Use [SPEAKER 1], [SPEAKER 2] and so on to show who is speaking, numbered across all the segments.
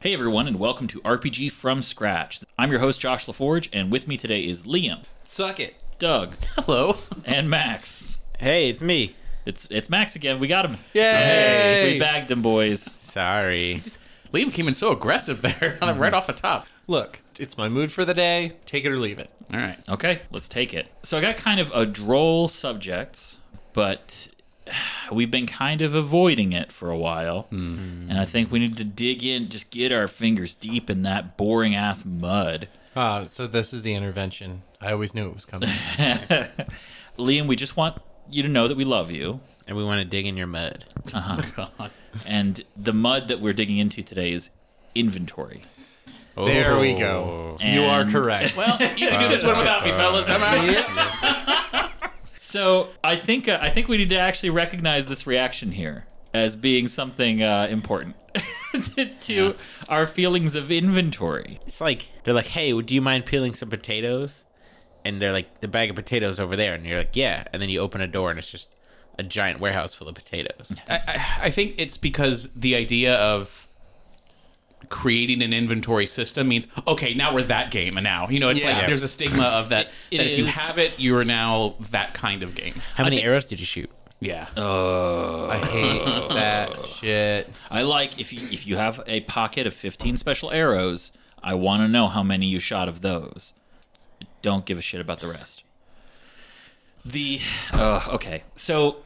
[SPEAKER 1] Hey everyone, and welcome to RPG from Scratch. I'm your host Josh LaForge, and with me today is Liam,
[SPEAKER 2] Suck it.
[SPEAKER 1] Doug,
[SPEAKER 2] Hello.
[SPEAKER 1] and Max.
[SPEAKER 2] Hey, it's me.
[SPEAKER 1] It's it's Max again. We got him.
[SPEAKER 2] Yay!
[SPEAKER 1] Hey, we bagged him, boys.
[SPEAKER 2] Sorry. Liam came in so aggressive there
[SPEAKER 3] Mm-hmm.
[SPEAKER 2] right off the top. Look, it's my mood for the day. Take it or leave it. All right.
[SPEAKER 1] Okay, let's take it. So I got kind of a droll subject, but we've been kind of avoiding it for a while,
[SPEAKER 2] Mm-hmm.
[SPEAKER 1] and I think we need to dig in, just get our fingers deep in that boring ass mud.
[SPEAKER 3] Ah, so this is the intervention. I always knew it was coming.
[SPEAKER 1] Liam, we just want you to know that we love you.
[SPEAKER 2] And we want to dig in your mud.
[SPEAKER 1] And the mud that we're digging into today is inventory.
[SPEAKER 3] there we go.
[SPEAKER 4] Oh.
[SPEAKER 3] you are
[SPEAKER 1] And-
[SPEAKER 3] correct. Uh, Well,
[SPEAKER 2] You can do this one without me, fellas. All right.
[SPEAKER 1] So I think uh, I think we need to actually recognize this reaction here as being something uh, important to our feelings of inventory.
[SPEAKER 4] It's like they're like, "Hey, do you mind peeling some potatoes?" And they're like, "The bag of potatoes over there." And you're like, "Yeah." And then you open a door and it's just a giant warehouse full of potatoes.
[SPEAKER 2] I, I, I think it's because the idea of creating an inventory system means okay now we're that game and now you know it's like there's a stigma of that,
[SPEAKER 1] It
[SPEAKER 2] that if you
[SPEAKER 1] is.
[SPEAKER 2] have it you're now that kind of game
[SPEAKER 4] How many arrows did you shoot?
[SPEAKER 2] yeah
[SPEAKER 3] I hate that shit.
[SPEAKER 1] I like if you if you have a pocket of fifteen special arrows, I want to know how many you shot of those. Don't give a shit about the rest. The uh, okay, so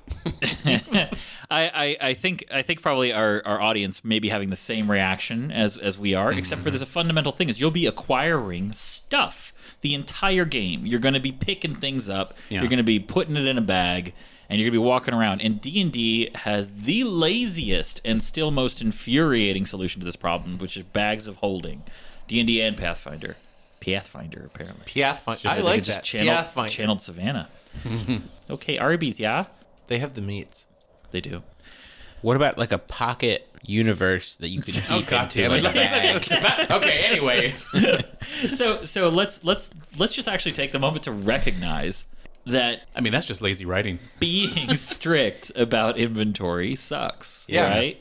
[SPEAKER 1] I, I I think I think probably our, our audience may be having the same reaction as as we are, except
[SPEAKER 3] Mm-hmm.
[SPEAKER 1] for there's a fundamental thing is you'll be acquiring stuff the entire game. You're going to be picking things up. You're going to be putting it in a bag, and you're going to be walking around. And D and D has the laziest and still most infuriating solution to this problem, which is bags of holding. D and D and Pathfinder, Pathfinder apparently.
[SPEAKER 3] Piath,
[SPEAKER 1] They
[SPEAKER 3] I
[SPEAKER 1] could
[SPEAKER 3] like
[SPEAKER 1] just
[SPEAKER 3] that.
[SPEAKER 1] channeled,
[SPEAKER 3] Piath,
[SPEAKER 1] channeled Savannah. okay, Arby's, yeah,
[SPEAKER 3] They have the meats.
[SPEAKER 1] they do.
[SPEAKER 4] What about like a pocket universe that you could keep into?
[SPEAKER 2] Oh, damn it.
[SPEAKER 4] like, a bag?
[SPEAKER 2] okay anyway
[SPEAKER 1] so so let's let's let's just actually take the moment to recognize that
[SPEAKER 2] i mean that's just lazy writing
[SPEAKER 1] being strict about inventory sucks
[SPEAKER 3] Yeah.
[SPEAKER 1] right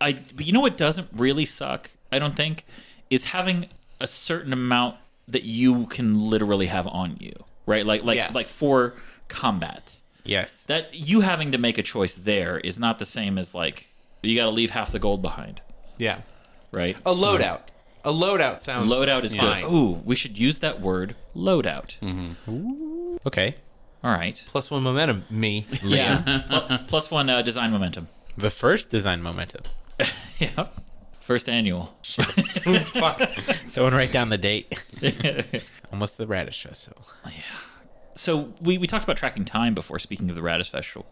[SPEAKER 1] i but you know what doesn't really suck i don't think is having a certain amount that you can literally have on you right like like
[SPEAKER 2] Yes.
[SPEAKER 1] like for combat
[SPEAKER 4] yes.
[SPEAKER 1] that you having to make a choice there is not the same as like you got to leave half the gold behind
[SPEAKER 3] Yeah.
[SPEAKER 1] right
[SPEAKER 3] A loadout. A loadout sounds
[SPEAKER 1] loadout is
[SPEAKER 3] fine.
[SPEAKER 1] good Mm-hmm. ooh we should use that word loadout
[SPEAKER 4] Okay.
[SPEAKER 1] all right
[SPEAKER 3] Plus one momentum. Me.
[SPEAKER 1] Yeah. Pl- plus one uh, design momentum.
[SPEAKER 4] The first design momentum.
[SPEAKER 1] Yeah. First annual.
[SPEAKER 3] Fuck.
[SPEAKER 4] Someone write down the date. Almost the radish festival.
[SPEAKER 1] So we, we talked about tracking time before speaking of the Radish Festival.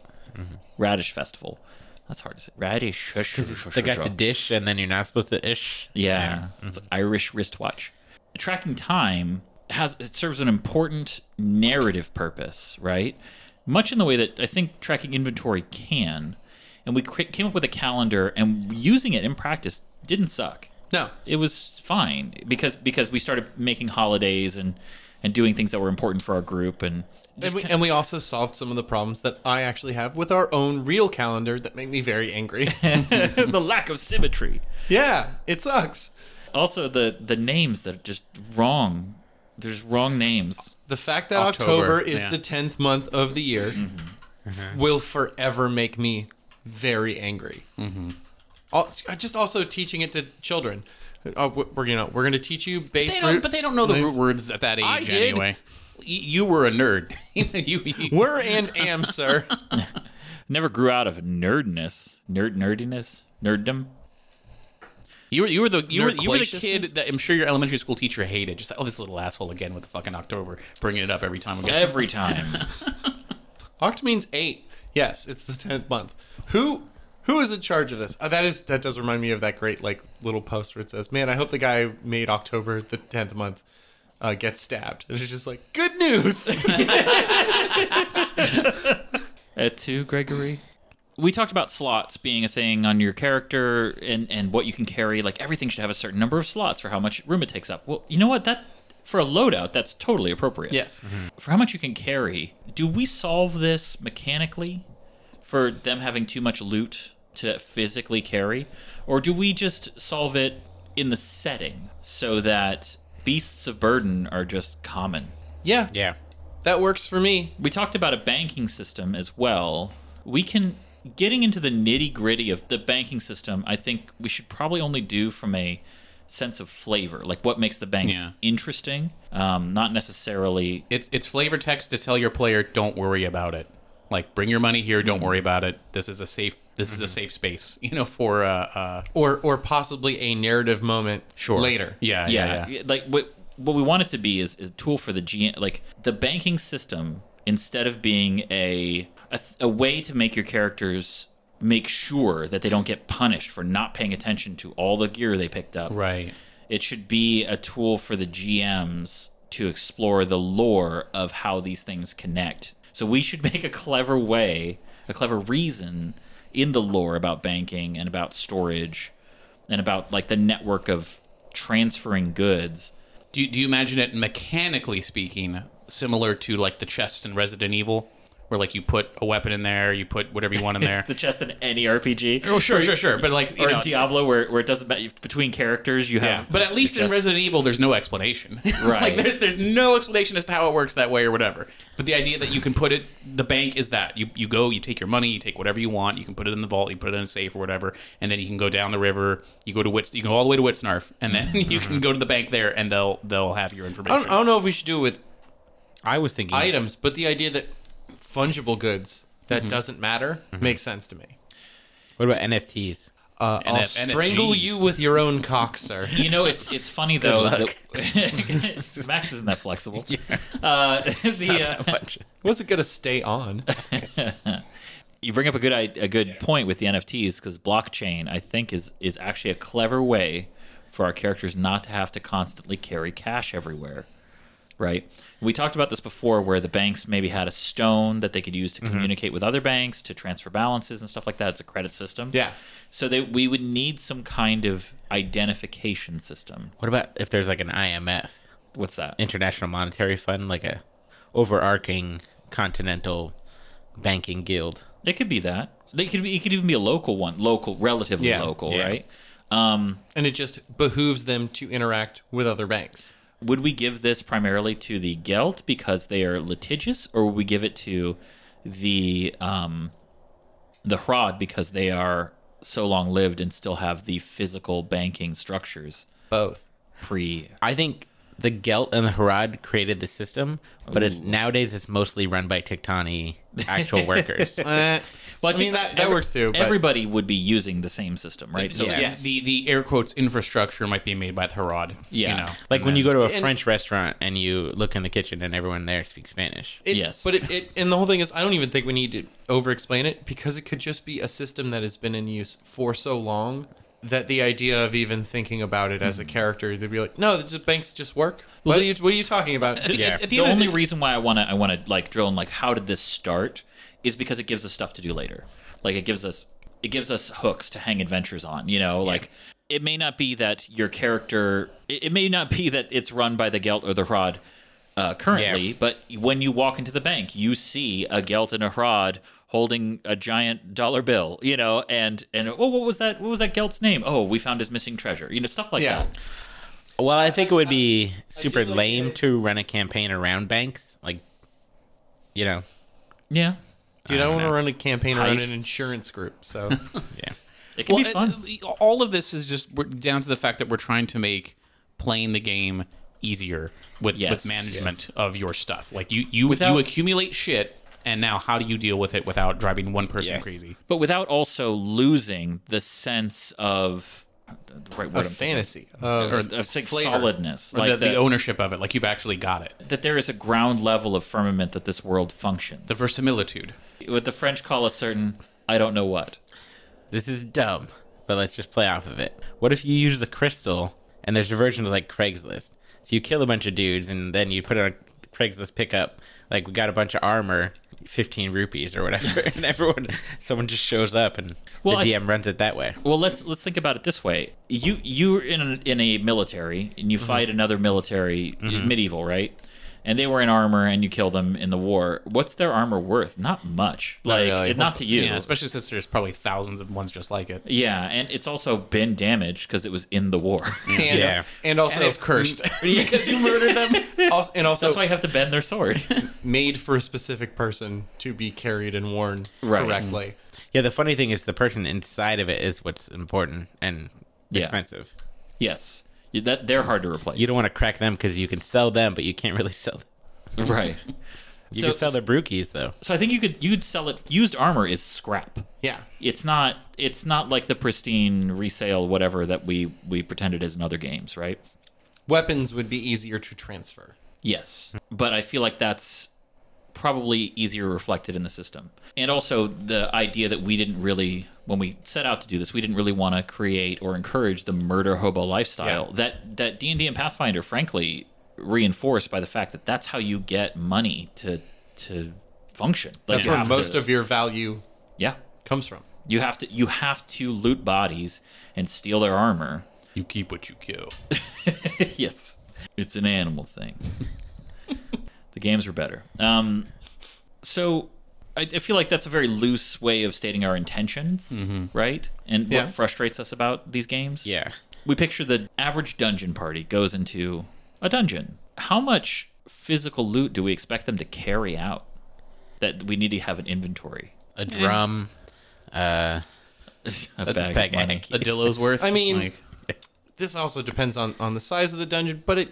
[SPEAKER 1] Radish Festival. That's hard to say. Mm-hmm. Radish.
[SPEAKER 4] They got the dish, and then you're not supposed to ish.
[SPEAKER 1] Yeah, it's
[SPEAKER 3] Mm-hmm.
[SPEAKER 1] an Irish wristwatch. Tracking time has it serves an important narrative purpose, right? Much in the way that I think tracking inventory can. And we cr- came up with a calendar, and using it in practice didn't suck.
[SPEAKER 3] No.
[SPEAKER 1] it was fine because because we started making holidays and and doing things that were important for our group and
[SPEAKER 3] And we, and we also solved some of the problems that I actually have with our own real calendar that make me very angry.
[SPEAKER 1] the lack of symmetry.
[SPEAKER 3] yeah, it sucks.
[SPEAKER 1] Also the the names that are just wrong. There's wrong names.
[SPEAKER 3] The fact that
[SPEAKER 2] October,
[SPEAKER 3] October, is
[SPEAKER 2] yeah.
[SPEAKER 3] the 10th month of the year
[SPEAKER 2] Mm-hmm.
[SPEAKER 3] will forever make me very angry. Al- I Just also teaching it to children. Uh, we- We're you know we're going to teach you base
[SPEAKER 2] They don't,
[SPEAKER 3] root-
[SPEAKER 2] but they don't know the
[SPEAKER 3] names.
[SPEAKER 2] root words at that age
[SPEAKER 3] I did.
[SPEAKER 2] anyway. Y- You were a nerd. you, you-
[SPEAKER 3] Were and am, sir.
[SPEAKER 1] Never grew out of nerdness, nerd nerdiness, nerddom.
[SPEAKER 2] You were you were the you were, you were the kid
[SPEAKER 1] Nerdclaciousness?
[SPEAKER 2] that I'm sure your elementary school teacher hated. Just oh, this little asshole again with the fucking October, bringing it up every time. Again.
[SPEAKER 1] Every time,
[SPEAKER 3] Oct means eight. Yes, it's the tenth month. Who who is in charge of this? Uh, that is that does remind me of that great like little post where it says, "Man, I hope the guy who made October the tenth month uh, gets stabbed." And it's just like, "Good news."
[SPEAKER 1] at two Gregory. We talked about slots being a thing on your character and and what you can carry. Like everything should have a certain number of slots for how much room it takes up. Well, you know what? That for a loadout, that's totally appropriate.
[SPEAKER 3] yes.
[SPEAKER 1] for how much you can carry, do we solve this mechanically for them having too much loot to physically carry? Or do we just solve it in the setting so that beasts of burden are just common?
[SPEAKER 3] Yeah.
[SPEAKER 4] Yeah.
[SPEAKER 3] That works for me.
[SPEAKER 1] We talked about a banking system as well. We can getting into the nitty gritty of the banking system. I think we should probably only do from a sense of flavor, like what makes the banks
[SPEAKER 2] Yeah.
[SPEAKER 1] interesting, um, not necessarily
[SPEAKER 2] It's it's flavor text to tell your player don't worry about it. Like bring your money here, don't worry about it. This is a safe this is a safe space, you know, for uh, uh
[SPEAKER 3] Or or possibly a narrative moment later.
[SPEAKER 2] Yeah, yeah,
[SPEAKER 1] yeah,
[SPEAKER 2] yeah.
[SPEAKER 1] yeah. like what what we want it to be is, is a tool for the GM, like the banking system, instead of being a a, th- a way to make your characters make sure that they don't get punished for not paying attention to all the gear they picked up.
[SPEAKER 2] Right.
[SPEAKER 1] It should be a tool for the GMs to explore the lore of how these things connect. So we should make a clever way, a clever reason in the lore about banking and about storage and about like the network of transferring goods.
[SPEAKER 2] Do you, do you imagine it mechanically speaking similar to like the chest in Resident Evil where like you put a weapon in there, you put whatever you want in there.
[SPEAKER 1] The chest in any RPG.
[SPEAKER 2] oh, sure, sure, sure. But like, you
[SPEAKER 1] or
[SPEAKER 2] know,
[SPEAKER 1] Diablo, where, where it doesn't matter between characters, you
[SPEAKER 2] yeah.
[SPEAKER 1] have.
[SPEAKER 2] But at least in
[SPEAKER 1] just-
[SPEAKER 2] Resident Evil there's no explanation.
[SPEAKER 1] Right.
[SPEAKER 2] like there's there's no explanation as to how it works that way or whatever. But the idea that you can put it the bank is that. You you go, you take your money, you take whatever you want, you can put it in the vault, you put it in a safe or whatever, and then you can go down the river, you go to Wits you go all the way to Witsnarf, and then you can go to the bank there and they'll they'll have your
[SPEAKER 3] I
[SPEAKER 2] information.
[SPEAKER 3] don't, I don't know if we should do it with
[SPEAKER 4] I was thinking
[SPEAKER 3] items, but the idea that fungible goods that
[SPEAKER 2] Mm-hmm.
[SPEAKER 3] doesn't matter makes sense to me.
[SPEAKER 4] What about NFTs?
[SPEAKER 3] Uh, I'll
[SPEAKER 2] NF-
[SPEAKER 3] strangle
[SPEAKER 2] NFTs.
[SPEAKER 3] you with your own cock, sir.
[SPEAKER 1] You know, it's it's funny though. that- Max isn't that flexible. Uh, the, uh,
[SPEAKER 3] Was it gonna stay on?
[SPEAKER 1] you bring up a good i- a good point with the NFTs because blockchain, I think, is is actually a clever way for our characters not to have to constantly carry cash everywhere. Right. We talked about this before, where the banks maybe had a stone that they could use to
[SPEAKER 3] Mm-hmm.
[SPEAKER 1] communicate with other banks to transfer balances and stuff like that. It's a credit system.
[SPEAKER 3] Yeah.
[SPEAKER 1] So they, we would need some kind of identification system.
[SPEAKER 4] What about if there's like an IMF,
[SPEAKER 1] What's that?
[SPEAKER 4] International Monetary Fund, like a overarching continental banking guild?
[SPEAKER 1] It could be that. They could. Be, it could even be a local one, local, relatively
[SPEAKER 3] Yeah.
[SPEAKER 1] local,
[SPEAKER 4] Yeah.
[SPEAKER 1] right?
[SPEAKER 3] and it just behooves them to interact with other banks.
[SPEAKER 1] would we give this primarily to the Gelt because they are litigious, or would we give it to the um, the Hrod because they are so long lived and still have the physical banking structures
[SPEAKER 3] Both.
[SPEAKER 1] pre?
[SPEAKER 4] I think the Gelt and the Harad created the system, but it's nowadays it's mostly run by Tiktani actual workers.
[SPEAKER 3] Eh,
[SPEAKER 1] Well,
[SPEAKER 3] I mean, that- that works too, but-
[SPEAKER 1] Everybody would be using the same system, right? So
[SPEAKER 2] So
[SPEAKER 3] Yes.
[SPEAKER 2] the, the air quotes infrastructure might be made by the Herod.
[SPEAKER 1] Yeah.
[SPEAKER 2] You know.
[SPEAKER 4] Like when you go to a
[SPEAKER 3] And-
[SPEAKER 4] French restaurant and you look in the kitchen and everyone there speaks Spanish.
[SPEAKER 3] it-
[SPEAKER 1] Yes.
[SPEAKER 3] But it, it and the whole thing is, I don't even think we need to over explain it because it could just be a system that has been in use for so long that the idea of even thinking about it as
[SPEAKER 1] Hmm.
[SPEAKER 3] a character, they'd be like, no, the just- banks just work. What are you, what are you talking about?
[SPEAKER 1] yeah.
[SPEAKER 2] at the
[SPEAKER 1] the,
[SPEAKER 2] end of
[SPEAKER 1] only
[SPEAKER 2] the-
[SPEAKER 1] reason why I want to I want to like drill in like how did this start is because it gives us stuff to do later. Like it gives us it gives us hooks to hang adventures on. You know, like it may not be that your character it, it may not be that it's run by the Gelt or the Hrod. Uh, currently,
[SPEAKER 4] Yeah.
[SPEAKER 1] but when you walk into the bank, you see a Gelt and a Hrod holding a giant dollar bill, you know, and and oh, what was that? What was that Gelt's name? Oh, we found his missing treasure, you know, stuff like
[SPEAKER 3] Yeah.
[SPEAKER 1] that.
[SPEAKER 4] Well, I think it would be super lame to run a campaign around banks. Like, you know,
[SPEAKER 1] Yeah,
[SPEAKER 3] Dude, I, want to run a campaign around
[SPEAKER 1] Heists.
[SPEAKER 3] an insurance group. So
[SPEAKER 4] yeah.
[SPEAKER 1] it can be
[SPEAKER 2] it-
[SPEAKER 1] fun.
[SPEAKER 2] it- uh, all of this is just we're down to the fact that we're trying to make playing the game easier with
[SPEAKER 1] Yes.
[SPEAKER 2] with management of your stuff. Like you you
[SPEAKER 1] Without-
[SPEAKER 2] you accumulate shit And now, how do you deal with it without driving one person crazy?
[SPEAKER 1] but without also losing the sense of the right word
[SPEAKER 3] A
[SPEAKER 1] I'm thinking
[SPEAKER 3] fantasy. of-
[SPEAKER 1] or of say,
[SPEAKER 3] flavor.
[SPEAKER 1] solidness,
[SPEAKER 2] Or
[SPEAKER 1] like
[SPEAKER 2] the, the
[SPEAKER 1] that-
[SPEAKER 2] ownership of it, like you've actually got it.
[SPEAKER 1] that there is a ground level of firmament that this world functions.
[SPEAKER 2] The verisimilitude.
[SPEAKER 1] what the French call a certain I don't know what.
[SPEAKER 4] This is dumb, but let's just play off of it. What if you use the crystal and there's a version of like Craigslist? So you kill a bunch of dudes and then you put it on Craigslist pickup, like we got a bunch of armor, fifteen rupees or whatever, and everyone, someone just shows up and
[SPEAKER 1] Well, I
[SPEAKER 4] the
[SPEAKER 1] th-
[SPEAKER 4] DM runs it that way.
[SPEAKER 1] Well, let's let's think about it this way. You you're in a, in a military and you
[SPEAKER 2] Mm-hmm.
[SPEAKER 1] fight another military medieval, right? And they were in armor and you kill them in the war. What's their armor worth? Not much. Like
[SPEAKER 3] really.
[SPEAKER 1] it- not to you.
[SPEAKER 2] Yeah, especially since there's probably thousands of ones just like it.
[SPEAKER 1] Yeah, and it's also been damaged because it was in the war.
[SPEAKER 3] and,
[SPEAKER 4] Yeah.
[SPEAKER 3] and also
[SPEAKER 2] And it's cursed.
[SPEAKER 3] because you murdered them. Also, and also
[SPEAKER 1] That's why you have to bend their sword.
[SPEAKER 3] made for a specific person to be carried and worn
[SPEAKER 1] Right. Mm-hmm.
[SPEAKER 3] correctly.
[SPEAKER 4] Yeah, the funny thing is the person inside of it is what's important and
[SPEAKER 1] Yeah.
[SPEAKER 4] expensive.
[SPEAKER 1] yes, You- that they're hard to replace.
[SPEAKER 4] You don't want to crack them because you can sell them, but you can't really sell. Them.
[SPEAKER 1] to, right?
[SPEAKER 4] You
[SPEAKER 1] so,
[SPEAKER 4] can sell their brewkeys though.
[SPEAKER 1] so I think you could you'd sell it. Used armor is scrap.
[SPEAKER 3] Yeah.
[SPEAKER 1] it's not it's not like the pristine resale whatever that we we pretend it is in other games right
[SPEAKER 3] Weapons would be easier to transfer.
[SPEAKER 1] yes but i feel like that's probably easier reflected in the system and also the idea that we didn't really when we set out to do this we didn't really want to create or encourage the murder hobo lifestyle
[SPEAKER 3] Yeah.
[SPEAKER 1] that that d&d and pathfinder frankly reinforced by the fact that that's how you get money to to function like
[SPEAKER 3] That's
[SPEAKER 1] you
[SPEAKER 3] where
[SPEAKER 1] have
[SPEAKER 3] most
[SPEAKER 1] to-
[SPEAKER 3] of your value
[SPEAKER 1] yeah
[SPEAKER 3] comes from.
[SPEAKER 1] you have to you have to loot bodies and steal their armor
[SPEAKER 2] You keep what you kill.
[SPEAKER 1] yes. It's an animal thing. the games were better. Um, so I, I feel like that's a very loose way of stating our intentions, right? And
[SPEAKER 3] Yeah.
[SPEAKER 1] what frustrates us about these games.
[SPEAKER 4] Yeah.
[SPEAKER 1] We picture the average dungeon party goes into a dungeon. How much physical loot do we expect them to carry out? That we need to have an inventory.
[SPEAKER 4] A drum,
[SPEAKER 1] A, bag,
[SPEAKER 4] Eh. bag
[SPEAKER 1] of money.
[SPEAKER 4] of-
[SPEAKER 2] A Dillo's worth.
[SPEAKER 3] I mean-
[SPEAKER 2] Like,
[SPEAKER 3] This also depends on, on the size of the dungeon, but it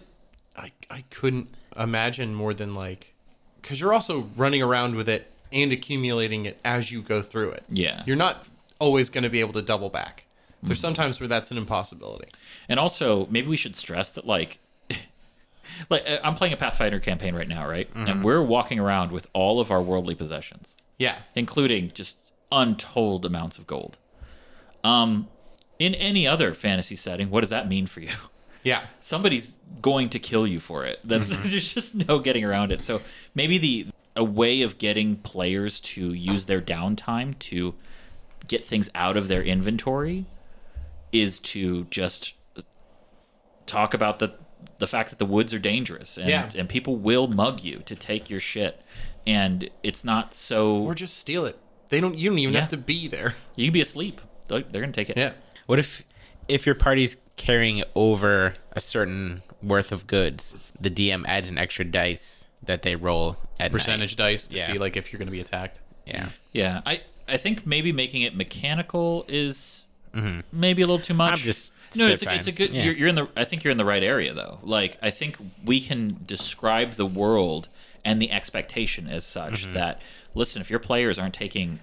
[SPEAKER 3] I, I couldn't imagine more than like because you're also running around with it and accumulating it as you go through it.
[SPEAKER 1] Yeah. Mm.
[SPEAKER 3] You're not always going to be able to double back. There's sometimes where that's an impossibility.
[SPEAKER 1] And also, maybe we should stress that like like uh, I'm playing a Pathfinder campaign right now, right? And we're walking around with all of our worldly possessions,
[SPEAKER 3] Yeah.
[SPEAKER 1] including just untold amounts of gold. Um in any other fantasy setting, what does that mean for you?
[SPEAKER 3] Yeah.
[SPEAKER 1] Somebody's going to kill you for it. That's
[SPEAKER 3] Mm-hmm.
[SPEAKER 1] there's just no getting around it. So maybe the a way of getting players to use their downtime to get things out of their inventory is to just talk about the the fact that the woods are dangerous and
[SPEAKER 3] Yeah.
[SPEAKER 1] and people will mug you to take your shit and it's not so
[SPEAKER 3] Or just steal it. They don't you don't even
[SPEAKER 1] Yeah.
[SPEAKER 3] have to be there.
[SPEAKER 1] you can be asleep they're, they're gonna take it
[SPEAKER 3] Yeah.
[SPEAKER 4] What if if your party's carrying over a certain worth of goods, the DM adds an extra dice that they roll at
[SPEAKER 2] percentage dice to
[SPEAKER 4] Yeah.
[SPEAKER 2] see like if you're going to be attacked.
[SPEAKER 4] Night. Yeah.
[SPEAKER 1] yeah i i think maybe making it mechanical is maybe a little too much
[SPEAKER 4] Mm-hmm. I'm just
[SPEAKER 1] no it's a, it's a
[SPEAKER 4] spitfiring.
[SPEAKER 1] good
[SPEAKER 4] Yeah.
[SPEAKER 1] you're, you're in the i think you're in the right area though like i think we can describe the world and the expectation as such
[SPEAKER 4] Mm-hmm.
[SPEAKER 1] that listen if your players aren't taking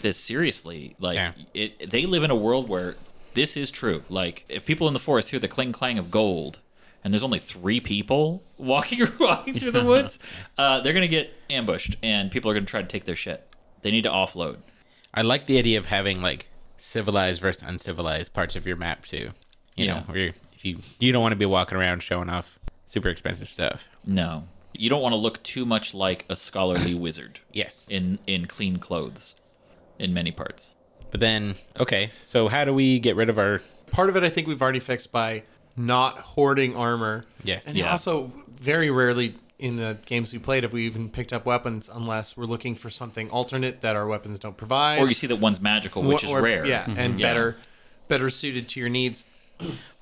[SPEAKER 1] this seriously like
[SPEAKER 4] Yeah.
[SPEAKER 1] it, they live in a world where this is true like if people in the forest hear the cling clang of gold and there's only three people walking walking through the woods uh, they're gonna get ambushed and people are gonna try to take their shit they need to offload
[SPEAKER 4] I like the idea of having like civilized versus uncivilized parts of your map too. You
[SPEAKER 1] Yeah.
[SPEAKER 4] know, where you if you you don't want to be walking around showing off super expensive stuff.
[SPEAKER 1] no you don't want to look too much like a scholarly wizard
[SPEAKER 4] Yes.
[SPEAKER 1] in in clean clothes in many parts
[SPEAKER 4] But then okay, so how do we get rid of our
[SPEAKER 3] part of it I think we've already fixed by not hoarding armor.
[SPEAKER 4] Yes.
[SPEAKER 3] And
[SPEAKER 1] Yeah.
[SPEAKER 3] also very rarely in the games we played have we even picked up weapons unless we're looking for something alternate that our weapons don't provide.
[SPEAKER 1] or you see that one's magical which is
[SPEAKER 3] or-
[SPEAKER 1] rare Mm-hmm.
[SPEAKER 3] Yeah, and
[SPEAKER 1] Yeah.
[SPEAKER 3] better better suited to your needs.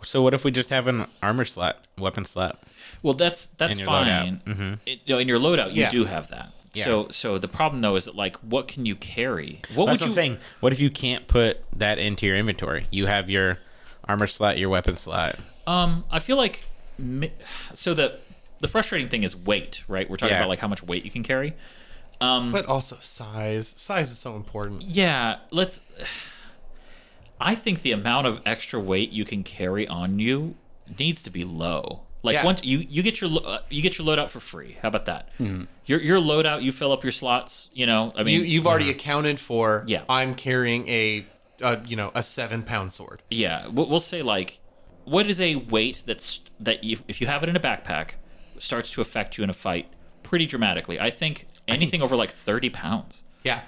[SPEAKER 4] so what if we just have an armor slot, weapon slot?
[SPEAKER 1] Well, that's that's
[SPEAKER 4] In your
[SPEAKER 1] fine.
[SPEAKER 4] loadout. Mm-hmm.
[SPEAKER 1] It- you know, in your loadout, you
[SPEAKER 3] Yeah.
[SPEAKER 1] do have that.
[SPEAKER 4] Yeah.
[SPEAKER 1] So so the problem though is that like, what can you carry? What
[SPEAKER 4] That's
[SPEAKER 1] would
[SPEAKER 4] what
[SPEAKER 1] you
[SPEAKER 4] I'm saying. What if you can't put that into your inventory? You have your armor slot, your weapon slot.
[SPEAKER 1] Um, I feel like mi- so the the frustrating thing is weight, right? We're talking
[SPEAKER 4] Yeah.
[SPEAKER 1] about like how much weight you can carry.
[SPEAKER 3] but also size. Size is so important.
[SPEAKER 1] Yeah, let's. I think the amount of extra weight you can carry on you needs to be low. Like
[SPEAKER 3] Yeah.
[SPEAKER 1] once you you get your lo- uh, you get your loadout for free. How about that? Your your loadout, you fill up your slots. You know, I mean,
[SPEAKER 3] Mm-hmm. You you've already accounted for.
[SPEAKER 1] Yeah.
[SPEAKER 3] I'm carrying a, a you know a seven pound sword.
[SPEAKER 1] yeah. We'll, we'll say like, what is a weight that's that you, if you have it in a backpack starts to affect you in a fight pretty dramatically. I think anything over like thirty pounds,
[SPEAKER 3] Yeah.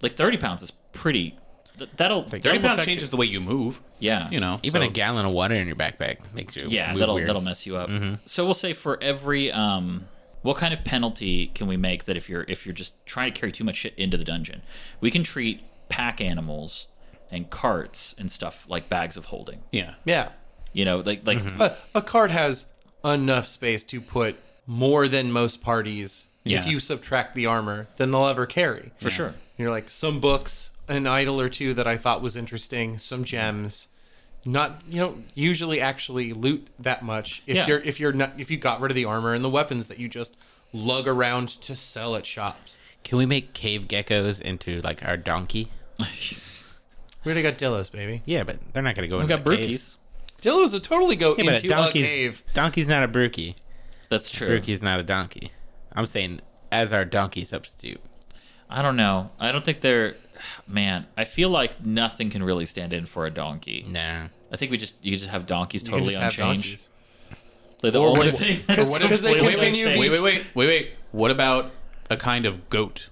[SPEAKER 1] like thirty pounds is pretty. Th- that'll
[SPEAKER 2] Thirty
[SPEAKER 1] that'll
[SPEAKER 2] pounds
[SPEAKER 1] affect
[SPEAKER 2] changes
[SPEAKER 1] you-
[SPEAKER 2] the way you move.
[SPEAKER 1] Yeah,
[SPEAKER 2] You know,
[SPEAKER 4] Even
[SPEAKER 2] so-
[SPEAKER 4] a gallon of water in your backpack makes you
[SPEAKER 1] yeah
[SPEAKER 4] move
[SPEAKER 1] that'll
[SPEAKER 4] weird.
[SPEAKER 1] that'll mess you up
[SPEAKER 2] Mm-hmm.
[SPEAKER 1] so we'll say for every um what kind of penalty can we make that if you're if you're just trying to carry too much shit into the dungeon we can treat pack animals and carts and stuff like bags of holding
[SPEAKER 2] yeah.
[SPEAKER 3] Yeah.
[SPEAKER 1] you know like like
[SPEAKER 2] Mm-hmm.
[SPEAKER 3] A, a card has enough space to put more than most parties.
[SPEAKER 1] Yeah.
[SPEAKER 3] If you subtract the armor, than they'll ever carry.
[SPEAKER 1] for sure
[SPEAKER 3] You're like some books, an idol or two that I thought was interesting, some gems. Not you don't usually actually loot that much if
[SPEAKER 1] Yeah.
[SPEAKER 3] you're if you're not if you got rid of the armor and the weapons that you just lug around to sell at shops.
[SPEAKER 4] Can we make cave geckos into like our donkey?
[SPEAKER 3] We already got Dillos, baby.
[SPEAKER 4] Yeah, but they're not gonna go
[SPEAKER 1] we
[SPEAKER 4] into
[SPEAKER 1] got brookies
[SPEAKER 3] Dillos would totally go
[SPEAKER 4] Yeah, but
[SPEAKER 3] into
[SPEAKER 4] a
[SPEAKER 3] a
[SPEAKER 4] donkey's
[SPEAKER 3] cave.
[SPEAKER 4] donkey's not a brookie.
[SPEAKER 1] that's true
[SPEAKER 4] Brookie's not a donkey. I'm saying as our donkey substitute.
[SPEAKER 1] i don't know i don't think they're man i feel like nothing can really stand in for a donkey
[SPEAKER 4] Nah.
[SPEAKER 1] i think we just you just have donkeys
[SPEAKER 3] You can
[SPEAKER 1] totally
[SPEAKER 3] just have
[SPEAKER 1] unchanged
[SPEAKER 3] donkeys.
[SPEAKER 1] They're the only thing
[SPEAKER 2] Or what if-
[SPEAKER 3] Because they
[SPEAKER 2] wait, wait,
[SPEAKER 3] continue
[SPEAKER 2] Wait, wait, wait, wait, wait, wait. What about a kind of goat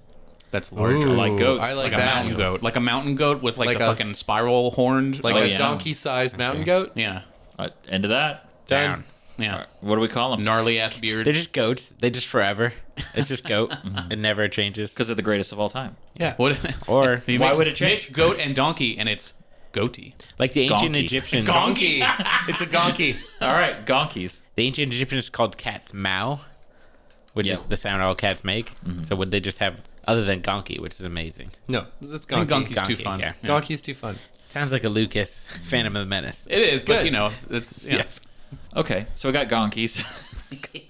[SPEAKER 2] that's larger,
[SPEAKER 3] Ooh,
[SPEAKER 2] like goats,
[SPEAKER 3] I like
[SPEAKER 2] a
[SPEAKER 3] that.
[SPEAKER 2] mountain goat, like a mountain goat with like,
[SPEAKER 3] Like
[SPEAKER 2] the
[SPEAKER 3] a-
[SPEAKER 2] fucking spiral horned,
[SPEAKER 3] Like
[SPEAKER 1] Oh,
[SPEAKER 3] a
[SPEAKER 1] yeah.
[SPEAKER 3] donkey sized mountain goat.
[SPEAKER 2] yeah,
[SPEAKER 1] Uh, end of that
[SPEAKER 3] Done.
[SPEAKER 2] yeah,
[SPEAKER 1] what do we call them
[SPEAKER 2] gnarly ass beard.
[SPEAKER 4] They're just goats. They just forever. It's just goat. it never changes.
[SPEAKER 1] because they're the greatest of all time
[SPEAKER 3] Yeah.
[SPEAKER 2] What?
[SPEAKER 4] Or
[SPEAKER 2] He
[SPEAKER 1] Why
[SPEAKER 2] mixed-
[SPEAKER 1] would it change?
[SPEAKER 2] mixed goat and donkey, and it's goatee.
[SPEAKER 4] like the ancient
[SPEAKER 1] Donkey.
[SPEAKER 4] Egyptians.
[SPEAKER 3] Donkey. it's a donkey.
[SPEAKER 1] all right gonkies
[SPEAKER 4] The ancient Egyptians called cats mao, which
[SPEAKER 1] Yeah.
[SPEAKER 4] is the sound all cats make. So would they just have other than gonki, which is amazing.
[SPEAKER 3] No, it's
[SPEAKER 2] I
[SPEAKER 3] donkey.
[SPEAKER 2] think donkey's
[SPEAKER 3] Donkey's,
[SPEAKER 2] too
[SPEAKER 4] Donkey,
[SPEAKER 2] fun.
[SPEAKER 4] yeah.
[SPEAKER 3] too fun.
[SPEAKER 4] Sounds like a Lucas Phantom of the Menace.
[SPEAKER 2] It is, but
[SPEAKER 3] Good.
[SPEAKER 2] you know, it's yeah.
[SPEAKER 1] Okay, so we got gonkies.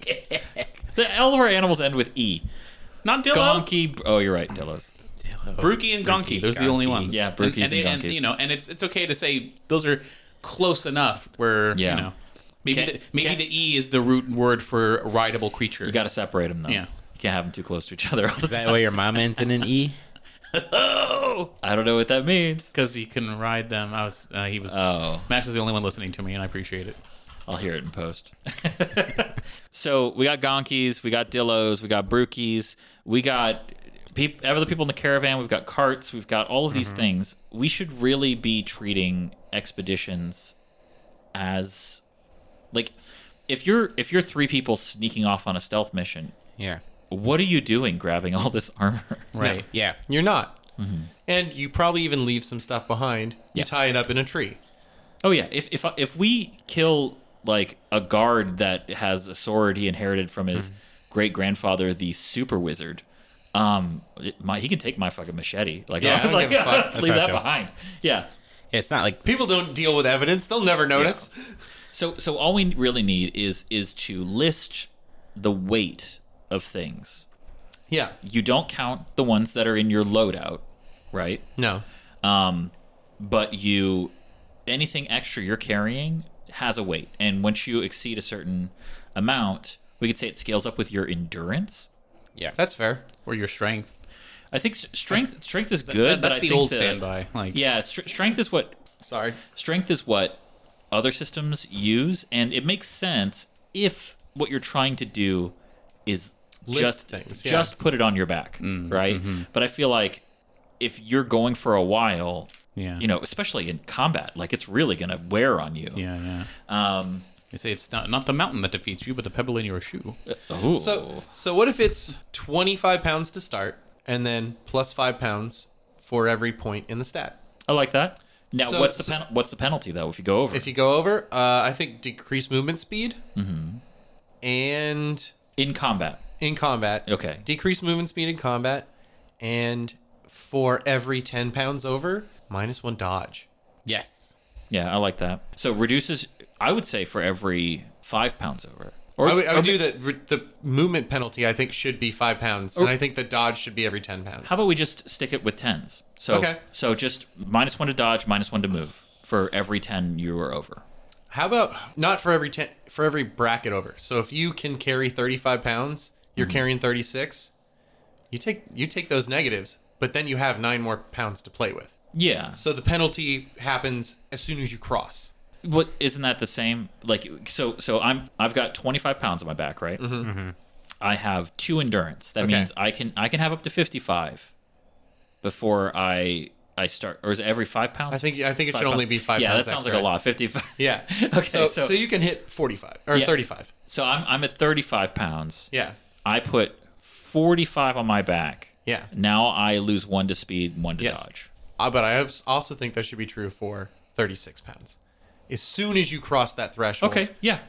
[SPEAKER 1] the, all of our animals end with E.
[SPEAKER 2] Not Dillo.
[SPEAKER 1] Gonky. Oh, you're right, Dillos.
[SPEAKER 2] Brookie and Gonky. Those are the only
[SPEAKER 4] Gonky.
[SPEAKER 2] ones.
[SPEAKER 1] Yeah,
[SPEAKER 2] and,
[SPEAKER 1] Brookies
[SPEAKER 2] and, they-
[SPEAKER 1] and
[SPEAKER 2] and,
[SPEAKER 1] Gonkies.
[SPEAKER 2] you know, and it's it's okay to say those are close enough where
[SPEAKER 1] Yeah.
[SPEAKER 2] you know maybe
[SPEAKER 1] Can't-
[SPEAKER 2] the, maybe
[SPEAKER 1] can't-
[SPEAKER 2] the E is the root word for rideable creature.
[SPEAKER 1] You got to separate them though.
[SPEAKER 2] Yeah.
[SPEAKER 1] You can't have them too close to each other all the
[SPEAKER 4] Is that
[SPEAKER 1] time.
[SPEAKER 4] why your mom ends in an E?
[SPEAKER 1] I don't know what that means.
[SPEAKER 2] because he can ride them. I was uh, he was
[SPEAKER 1] Oh.
[SPEAKER 2] Max was the only one listening to me, and I appreciate it.
[SPEAKER 1] I'll hear it in post. so we got gonkies, we got Dillos, we got brookies, we got peop other people in the caravan, we've got carts, we've got all of these things. We should really be treating expeditions as like if you're if you're three people sneaking off on a stealth mission,
[SPEAKER 4] Yeah.
[SPEAKER 1] what are you doing grabbing all this armor?
[SPEAKER 2] Right.
[SPEAKER 4] Yeah.
[SPEAKER 3] You're not.
[SPEAKER 2] Mm-hmm.
[SPEAKER 3] And you probably even leave some stuff behind. You
[SPEAKER 1] Yeah.
[SPEAKER 3] tie it up in a tree.
[SPEAKER 1] Oh yeah, if if if we kill like a guard that has a sword he inherited from
[SPEAKER 3] Mm-hmm.
[SPEAKER 1] his great grandfather, the super wizard, um, it- my, he can take my fucking machete. Like,
[SPEAKER 3] Yeah, I don't
[SPEAKER 1] like,
[SPEAKER 3] give a fuck. That's
[SPEAKER 1] leave
[SPEAKER 4] how I
[SPEAKER 1] that
[SPEAKER 4] feel.
[SPEAKER 1] behind. Yeah.
[SPEAKER 4] Yeah, It's not like
[SPEAKER 3] People don't deal with evidence; they'll never notice.
[SPEAKER 1] So so all we really need is is to list the weight of things.
[SPEAKER 3] Yeah.
[SPEAKER 1] You don't count the ones that are in your loadout, right?
[SPEAKER 3] No.
[SPEAKER 1] but you anything extra you're carrying has a weight and once you exceed a certain amount we could say it scales up with your endurance
[SPEAKER 3] That's fair.
[SPEAKER 2] Or your strength.
[SPEAKER 1] i think s- strength strength is good but
[SPEAKER 2] that's
[SPEAKER 1] I
[SPEAKER 2] the
[SPEAKER 1] think
[SPEAKER 2] old standby, like-
[SPEAKER 1] yeah str- strength is what
[SPEAKER 3] Sorry.
[SPEAKER 1] strength is what other systems use and it makes sense if what you're trying to do is
[SPEAKER 3] Lift
[SPEAKER 1] just
[SPEAKER 3] things, yeah.
[SPEAKER 1] just put it on your back
[SPEAKER 2] Mm-hmm,
[SPEAKER 1] right but i feel like if you're going for a while
[SPEAKER 2] Yeah.
[SPEAKER 1] you know especially in combat like it's really gonna wear on you
[SPEAKER 2] Yeah, yeah.
[SPEAKER 1] um
[SPEAKER 2] They say it's not not the mountain that defeats you, but the pebble in your shoe.
[SPEAKER 1] ooh.
[SPEAKER 3] So, so what if it's twenty-five pounds to start, and then plus five pounds for every point in the stat?
[SPEAKER 1] i like that now
[SPEAKER 3] So-
[SPEAKER 1] what's the
[SPEAKER 3] so-
[SPEAKER 1] pen- what's the penalty though if you go over
[SPEAKER 3] If you go over, uh, I think decrease movement speed,
[SPEAKER 2] Mm-hmm.
[SPEAKER 3] and
[SPEAKER 1] in combat
[SPEAKER 3] in combat.
[SPEAKER 1] Okay.
[SPEAKER 3] Decrease movement speed in combat, and for every ten pounds over, minus one dodge.
[SPEAKER 4] yes.
[SPEAKER 1] yeah i like that so reduces i would say for every five pounds over Or,
[SPEAKER 3] I would, I
[SPEAKER 1] or
[SPEAKER 3] would do that. The movement penalty, I think, should be five pounds, and I think the dodge should be every ten pounds.
[SPEAKER 1] How about we just stick it with tens? So
[SPEAKER 3] Okay.
[SPEAKER 1] so just minus one to dodge, minus one to move for every ten you are over.
[SPEAKER 3] How about not for every ten for every bracket over? So if you can carry thirty five pounds, you're
[SPEAKER 1] Mm-hmm.
[SPEAKER 3] carrying thirty six. You take you take those negatives, but then you have nine more pounds to play with.
[SPEAKER 1] Yeah.
[SPEAKER 3] So the penalty happens as soon as you cross.
[SPEAKER 1] What isn't that the same? Like so so I'm I've got 25 pounds on my back, right? Mm-hmm. I have two endurance. That
[SPEAKER 3] Okay.
[SPEAKER 1] means I can I can have up to 55 before I I start or is it every five pounds?
[SPEAKER 3] I think I think it
[SPEAKER 1] Five
[SPEAKER 3] should only
[SPEAKER 1] pounds?
[SPEAKER 3] be five.
[SPEAKER 1] Yeah,
[SPEAKER 3] pounds
[SPEAKER 1] that sounds like
[SPEAKER 3] extra.
[SPEAKER 1] a lot. 55.
[SPEAKER 3] Yeah.
[SPEAKER 1] Okay,
[SPEAKER 3] So,
[SPEAKER 1] so-
[SPEAKER 3] so you can hit forty five or
[SPEAKER 1] Yeah.
[SPEAKER 3] thirty five.
[SPEAKER 1] So I'm I'm at 35 pounds.
[SPEAKER 3] Yeah.
[SPEAKER 1] I put 45 on my back.
[SPEAKER 3] Yeah.
[SPEAKER 1] Now I lose one to speed, one to
[SPEAKER 3] Yes.
[SPEAKER 1] dodge.
[SPEAKER 3] Uh, but I have- also think that should be true for thirty six pounds. As soon as you cross that threshold,
[SPEAKER 1] Okay. Yeah.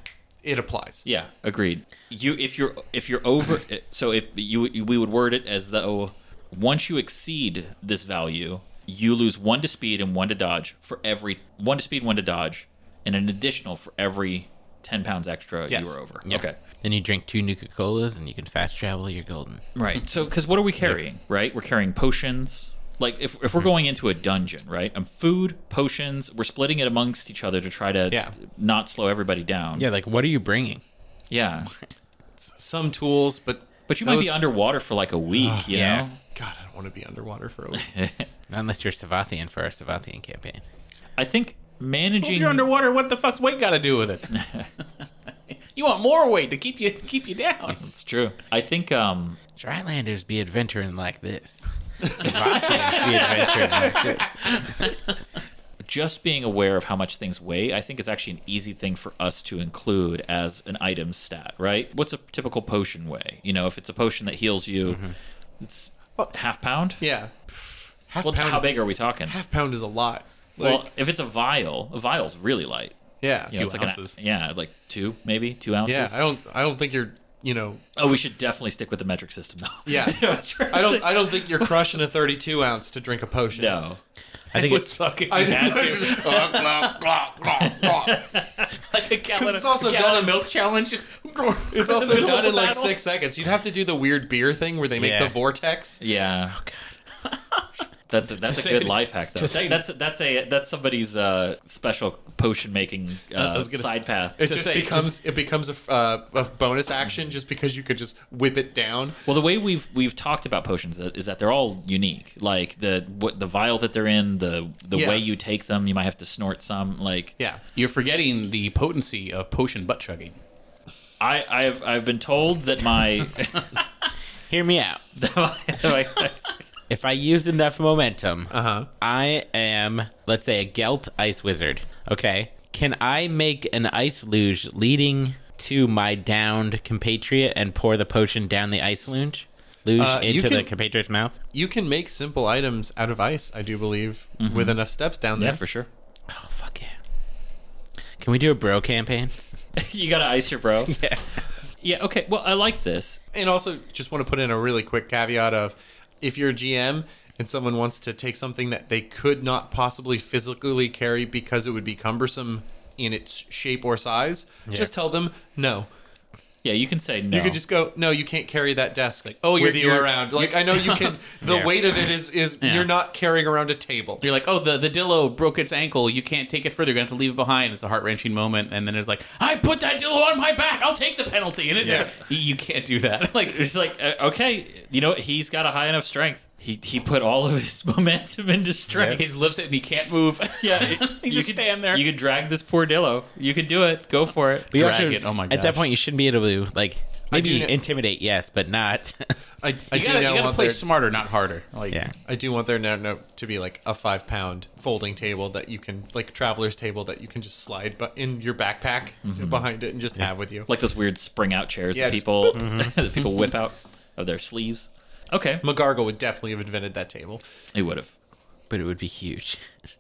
[SPEAKER 3] it applies.
[SPEAKER 1] Yeah. Agreed. You if you're if you're over so if you we would word it as though once you exceed this value, you lose one to speed and one to dodge for every one to speed, one to dodge, and an additional for every ten pounds extra
[SPEAKER 3] Yes.
[SPEAKER 1] you were over.
[SPEAKER 4] Yeah.
[SPEAKER 1] Okay.
[SPEAKER 4] Then you drink two Nuka Colas and you can fast travel. You're golden.
[SPEAKER 1] Right. So, because what are we carrying? Right. We're carrying potions. Like if, if we're going into a dungeon, right? Um, food, potions. We're splitting it amongst each other to try to
[SPEAKER 3] Yeah.
[SPEAKER 1] not slow everybody down.
[SPEAKER 4] Yeah, like what are you bringing?
[SPEAKER 1] Yeah.
[SPEAKER 3] Some tools, but
[SPEAKER 1] But you might
[SPEAKER 3] those-
[SPEAKER 1] be underwater for like a week. you
[SPEAKER 4] yeah.
[SPEAKER 1] know.
[SPEAKER 3] God, I don't want to be underwater for a week.
[SPEAKER 4] Not unless you're Savathian for our Savathian campaign.
[SPEAKER 1] I think
[SPEAKER 2] If
[SPEAKER 1] managing.
[SPEAKER 2] you're underwater, what the fuck's weight got to do with it? you want more weight to keep you keep you down.
[SPEAKER 1] it's true. I think. Um.
[SPEAKER 4] Drylanders be adventuring like this. Savathians be adventuring like this.
[SPEAKER 1] just being aware of how much things weigh, I think is actually an easy thing for us to include as an item stat, right? What's a typical potion weigh? You know, if it's a potion that heals you, it's half pound.
[SPEAKER 3] Mm-hmm. Yeah. Half
[SPEAKER 1] Well,
[SPEAKER 3] pound.
[SPEAKER 1] how big are we talking?
[SPEAKER 3] Half pound is a lot. Like,
[SPEAKER 1] well, if it's a vial, a vial's really light.
[SPEAKER 3] yeah.
[SPEAKER 1] You know, it's like an-
[SPEAKER 2] ounces.
[SPEAKER 1] yeah, like two, maybe two ounces.
[SPEAKER 3] yeah. I don't. I don't think you're. You know.
[SPEAKER 1] oh, we should definitely stick with the metric system though.
[SPEAKER 3] Yeah.
[SPEAKER 1] That's right.
[SPEAKER 3] I don't. I don't think you're crushing a 32 ounce to drink a potion.
[SPEAKER 1] No.
[SPEAKER 4] I think
[SPEAKER 2] Would
[SPEAKER 4] it's
[SPEAKER 2] suck if you
[SPEAKER 3] I Oh,
[SPEAKER 2] had to. Like a gallon,
[SPEAKER 3] it's also
[SPEAKER 2] a gallon
[SPEAKER 3] done
[SPEAKER 2] of
[SPEAKER 3] in-
[SPEAKER 2] milk challenge. Just
[SPEAKER 3] It's also
[SPEAKER 2] Middle
[SPEAKER 3] done
[SPEAKER 2] of
[SPEAKER 3] in like
[SPEAKER 2] battle.
[SPEAKER 3] six seconds. You'd have to do the weird beer thing where they make
[SPEAKER 4] Yeah.
[SPEAKER 3] the vortex.
[SPEAKER 1] Yeah. Oh god. That's a, that's a
[SPEAKER 2] saying-
[SPEAKER 1] good life hack though.
[SPEAKER 2] just
[SPEAKER 1] That,
[SPEAKER 2] saying.
[SPEAKER 1] that's that's a that's somebody's uh, special potion making uh,
[SPEAKER 3] was gonna
[SPEAKER 1] side path.
[SPEAKER 3] It
[SPEAKER 2] To
[SPEAKER 3] just
[SPEAKER 2] say-
[SPEAKER 3] becomes. It becomes a, f- uh, a bonus action just because you could just whip it down.
[SPEAKER 1] Well, the way we've we've talked about potions is is that they're all unique. Like the what the vial that they're in, the the
[SPEAKER 3] Yeah.
[SPEAKER 1] way you take them, you might have to snort some. Like
[SPEAKER 3] Yeah.
[SPEAKER 2] You're forgetting the potency of potion butt chugging.
[SPEAKER 1] I I've I've been told that my,
[SPEAKER 4] hear me out.
[SPEAKER 1] that my, that my-
[SPEAKER 4] If I used enough momentum, I am, let's say, a Gelt ice wizard. Okay. Can I make an ice luge leading to my downed compatriot and pour the potion down the ice luge? Luge
[SPEAKER 3] Uh, you
[SPEAKER 4] into the
[SPEAKER 3] can-
[SPEAKER 4] compatriot's mouth?
[SPEAKER 3] You can make simple items out of ice. I do believe with enough steps down there.
[SPEAKER 1] yeah for sure.
[SPEAKER 4] Oh, fuck yeah. Can we do a bro campaign?
[SPEAKER 1] You gotta ice your bro. Yeah. Yeah. Okay. Well, I like this.
[SPEAKER 3] and also just want to put in a really quick caveat of if you're a GM and someone wants to take something that they could not possibly physically carry because it would be cumbersome in its shape or size, just tell them no.
[SPEAKER 1] Yeah, you can say no.
[SPEAKER 3] You could just go, no, you can't carry that desk. Like, oh, you're,
[SPEAKER 2] you're-
[SPEAKER 3] you
[SPEAKER 2] you're-
[SPEAKER 3] around. Like, I know you can. The weight of it is is you're not carrying around a table.
[SPEAKER 2] You're like, oh, the, the dillo broke its ankle. You can't take it further. You're going to have to leave it behind. It's a heart wrenching moment. And then it's like, I put that dillo on my back. I'll take the penalty. And it's
[SPEAKER 3] Yeah.
[SPEAKER 2] just, you- you can't do that. Like,
[SPEAKER 1] It's like uh, okay, you know what? he's got a high enough strength. He he put all of his momentum into strength.
[SPEAKER 2] his lips it and he can't move.
[SPEAKER 1] Yeah,
[SPEAKER 2] He just stand there.
[SPEAKER 1] You could drag this poor Dillo. You could do it. Go for it.
[SPEAKER 4] But you
[SPEAKER 2] Drag
[SPEAKER 4] also-
[SPEAKER 2] it, oh my
[SPEAKER 4] At that
[SPEAKER 2] gosh.
[SPEAKER 4] point, you shouldn't be able to, like,
[SPEAKER 3] do
[SPEAKER 4] maybe
[SPEAKER 3] kn-
[SPEAKER 4] intimidate, yes, but not.
[SPEAKER 3] I, I
[SPEAKER 2] You
[SPEAKER 3] do
[SPEAKER 2] gotta,
[SPEAKER 3] now
[SPEAKER 2] you gotta
[SPEAKER 3] want
[SPEAKER 2] play
[SPEAKER 3] their,
[SPEAKER 2] smarter, not harder. Like,
[SPEAKER 4] yeah.
[SPEAKER 3] I do want their now note to be like a five pound folding table that you can like traveler's table that you can just slide bu- in your backpack behind it and just have with you.
[SPEAKER 1] Like those weird spring out chairs
[SPEAKER 3] Yeah,
[SPEAKER 1] that
[SPEAKER 3] just
[SPEAKER 1] people that people whip out of their sleeves. Okay,
[SPEAKER 3] McGargle would definitely have invented that table.
[SPEAKER 1] he would have.
[SPEAKER 4] But it would be huge.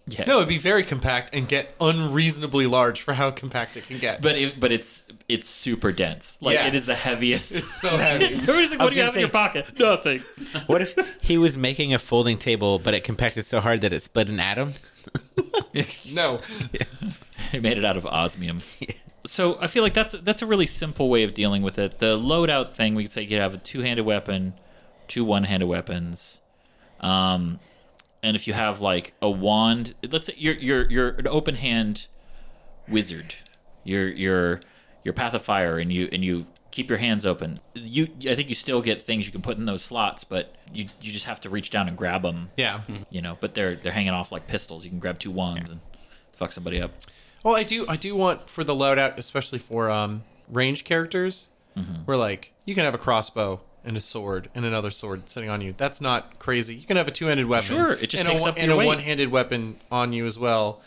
[SPEAKER 1] Yeah.
[SPEAKER 3] No, it'd be very compact and get unreasonably large for how compact it can get.
[SPEAKER 1] but it, but it's it's super dense. Like
[SPEAKER 3] Yeah.
[SPEAKER 1] it is the heaviest.
[SPEAKER 3] it's so heavy.
[SPEAKER 1] Everybody's like, what
[SPEAKER 4] I was
[SPEAKER 1] do you
[SPEAKER 4] gonna
[SPEAKER 1] have in your
[SPEAKER 4] say-
[SPEAKER 1] pocket? Nothing.
[SPEAKER 4] What if he was making a folding table, but it compacted so hard that it split an atom?
[SPEAKER 3] no,
[SPEAKER 1] He made it out of osmium. so I feel like that's that's a really simple way of dealing with it. The loadout thing, we could say you could have a two-handed weapon, two one-handed weapons, um, and if you have like a wand, let's say you're you're you're an open hand wizard, you're you're you're path of fire, and you and you keep your hands open. You I think you still get things you can put in those slots, but you you just have to reach down and grab them.
[SPEAKER 3] Yeah.
[SPEAKER 1] you know, but they're they're hanging off like pistols. You can grab two wands and fuck somebody up.
[SPEAKER 3] Well, I do. I do want for the loadout, especially for um range characters,
[SPEAKER 1] Mm-hmm.
[SPEAKER 3] where like you can have a crossbow and a sword and another sword sitting on you. That's not crazy. You can have a two-handed weapon.
[SPEAKER 1] Sure, it just
[SPEAKER 3] and
[SPEAKER 1] takes
[SPEAKER 3] a, one-
[SPEAKER 1] up
[SPEAKER 3] and
[SPEAKER 1] your
[SPEAKER 3] a
[SPEAKER 1] weight.
[SPEAKER 3] one-handed weapon on you as well,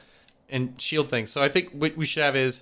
[SPEAKER 3] and shield things. So I think what we should have is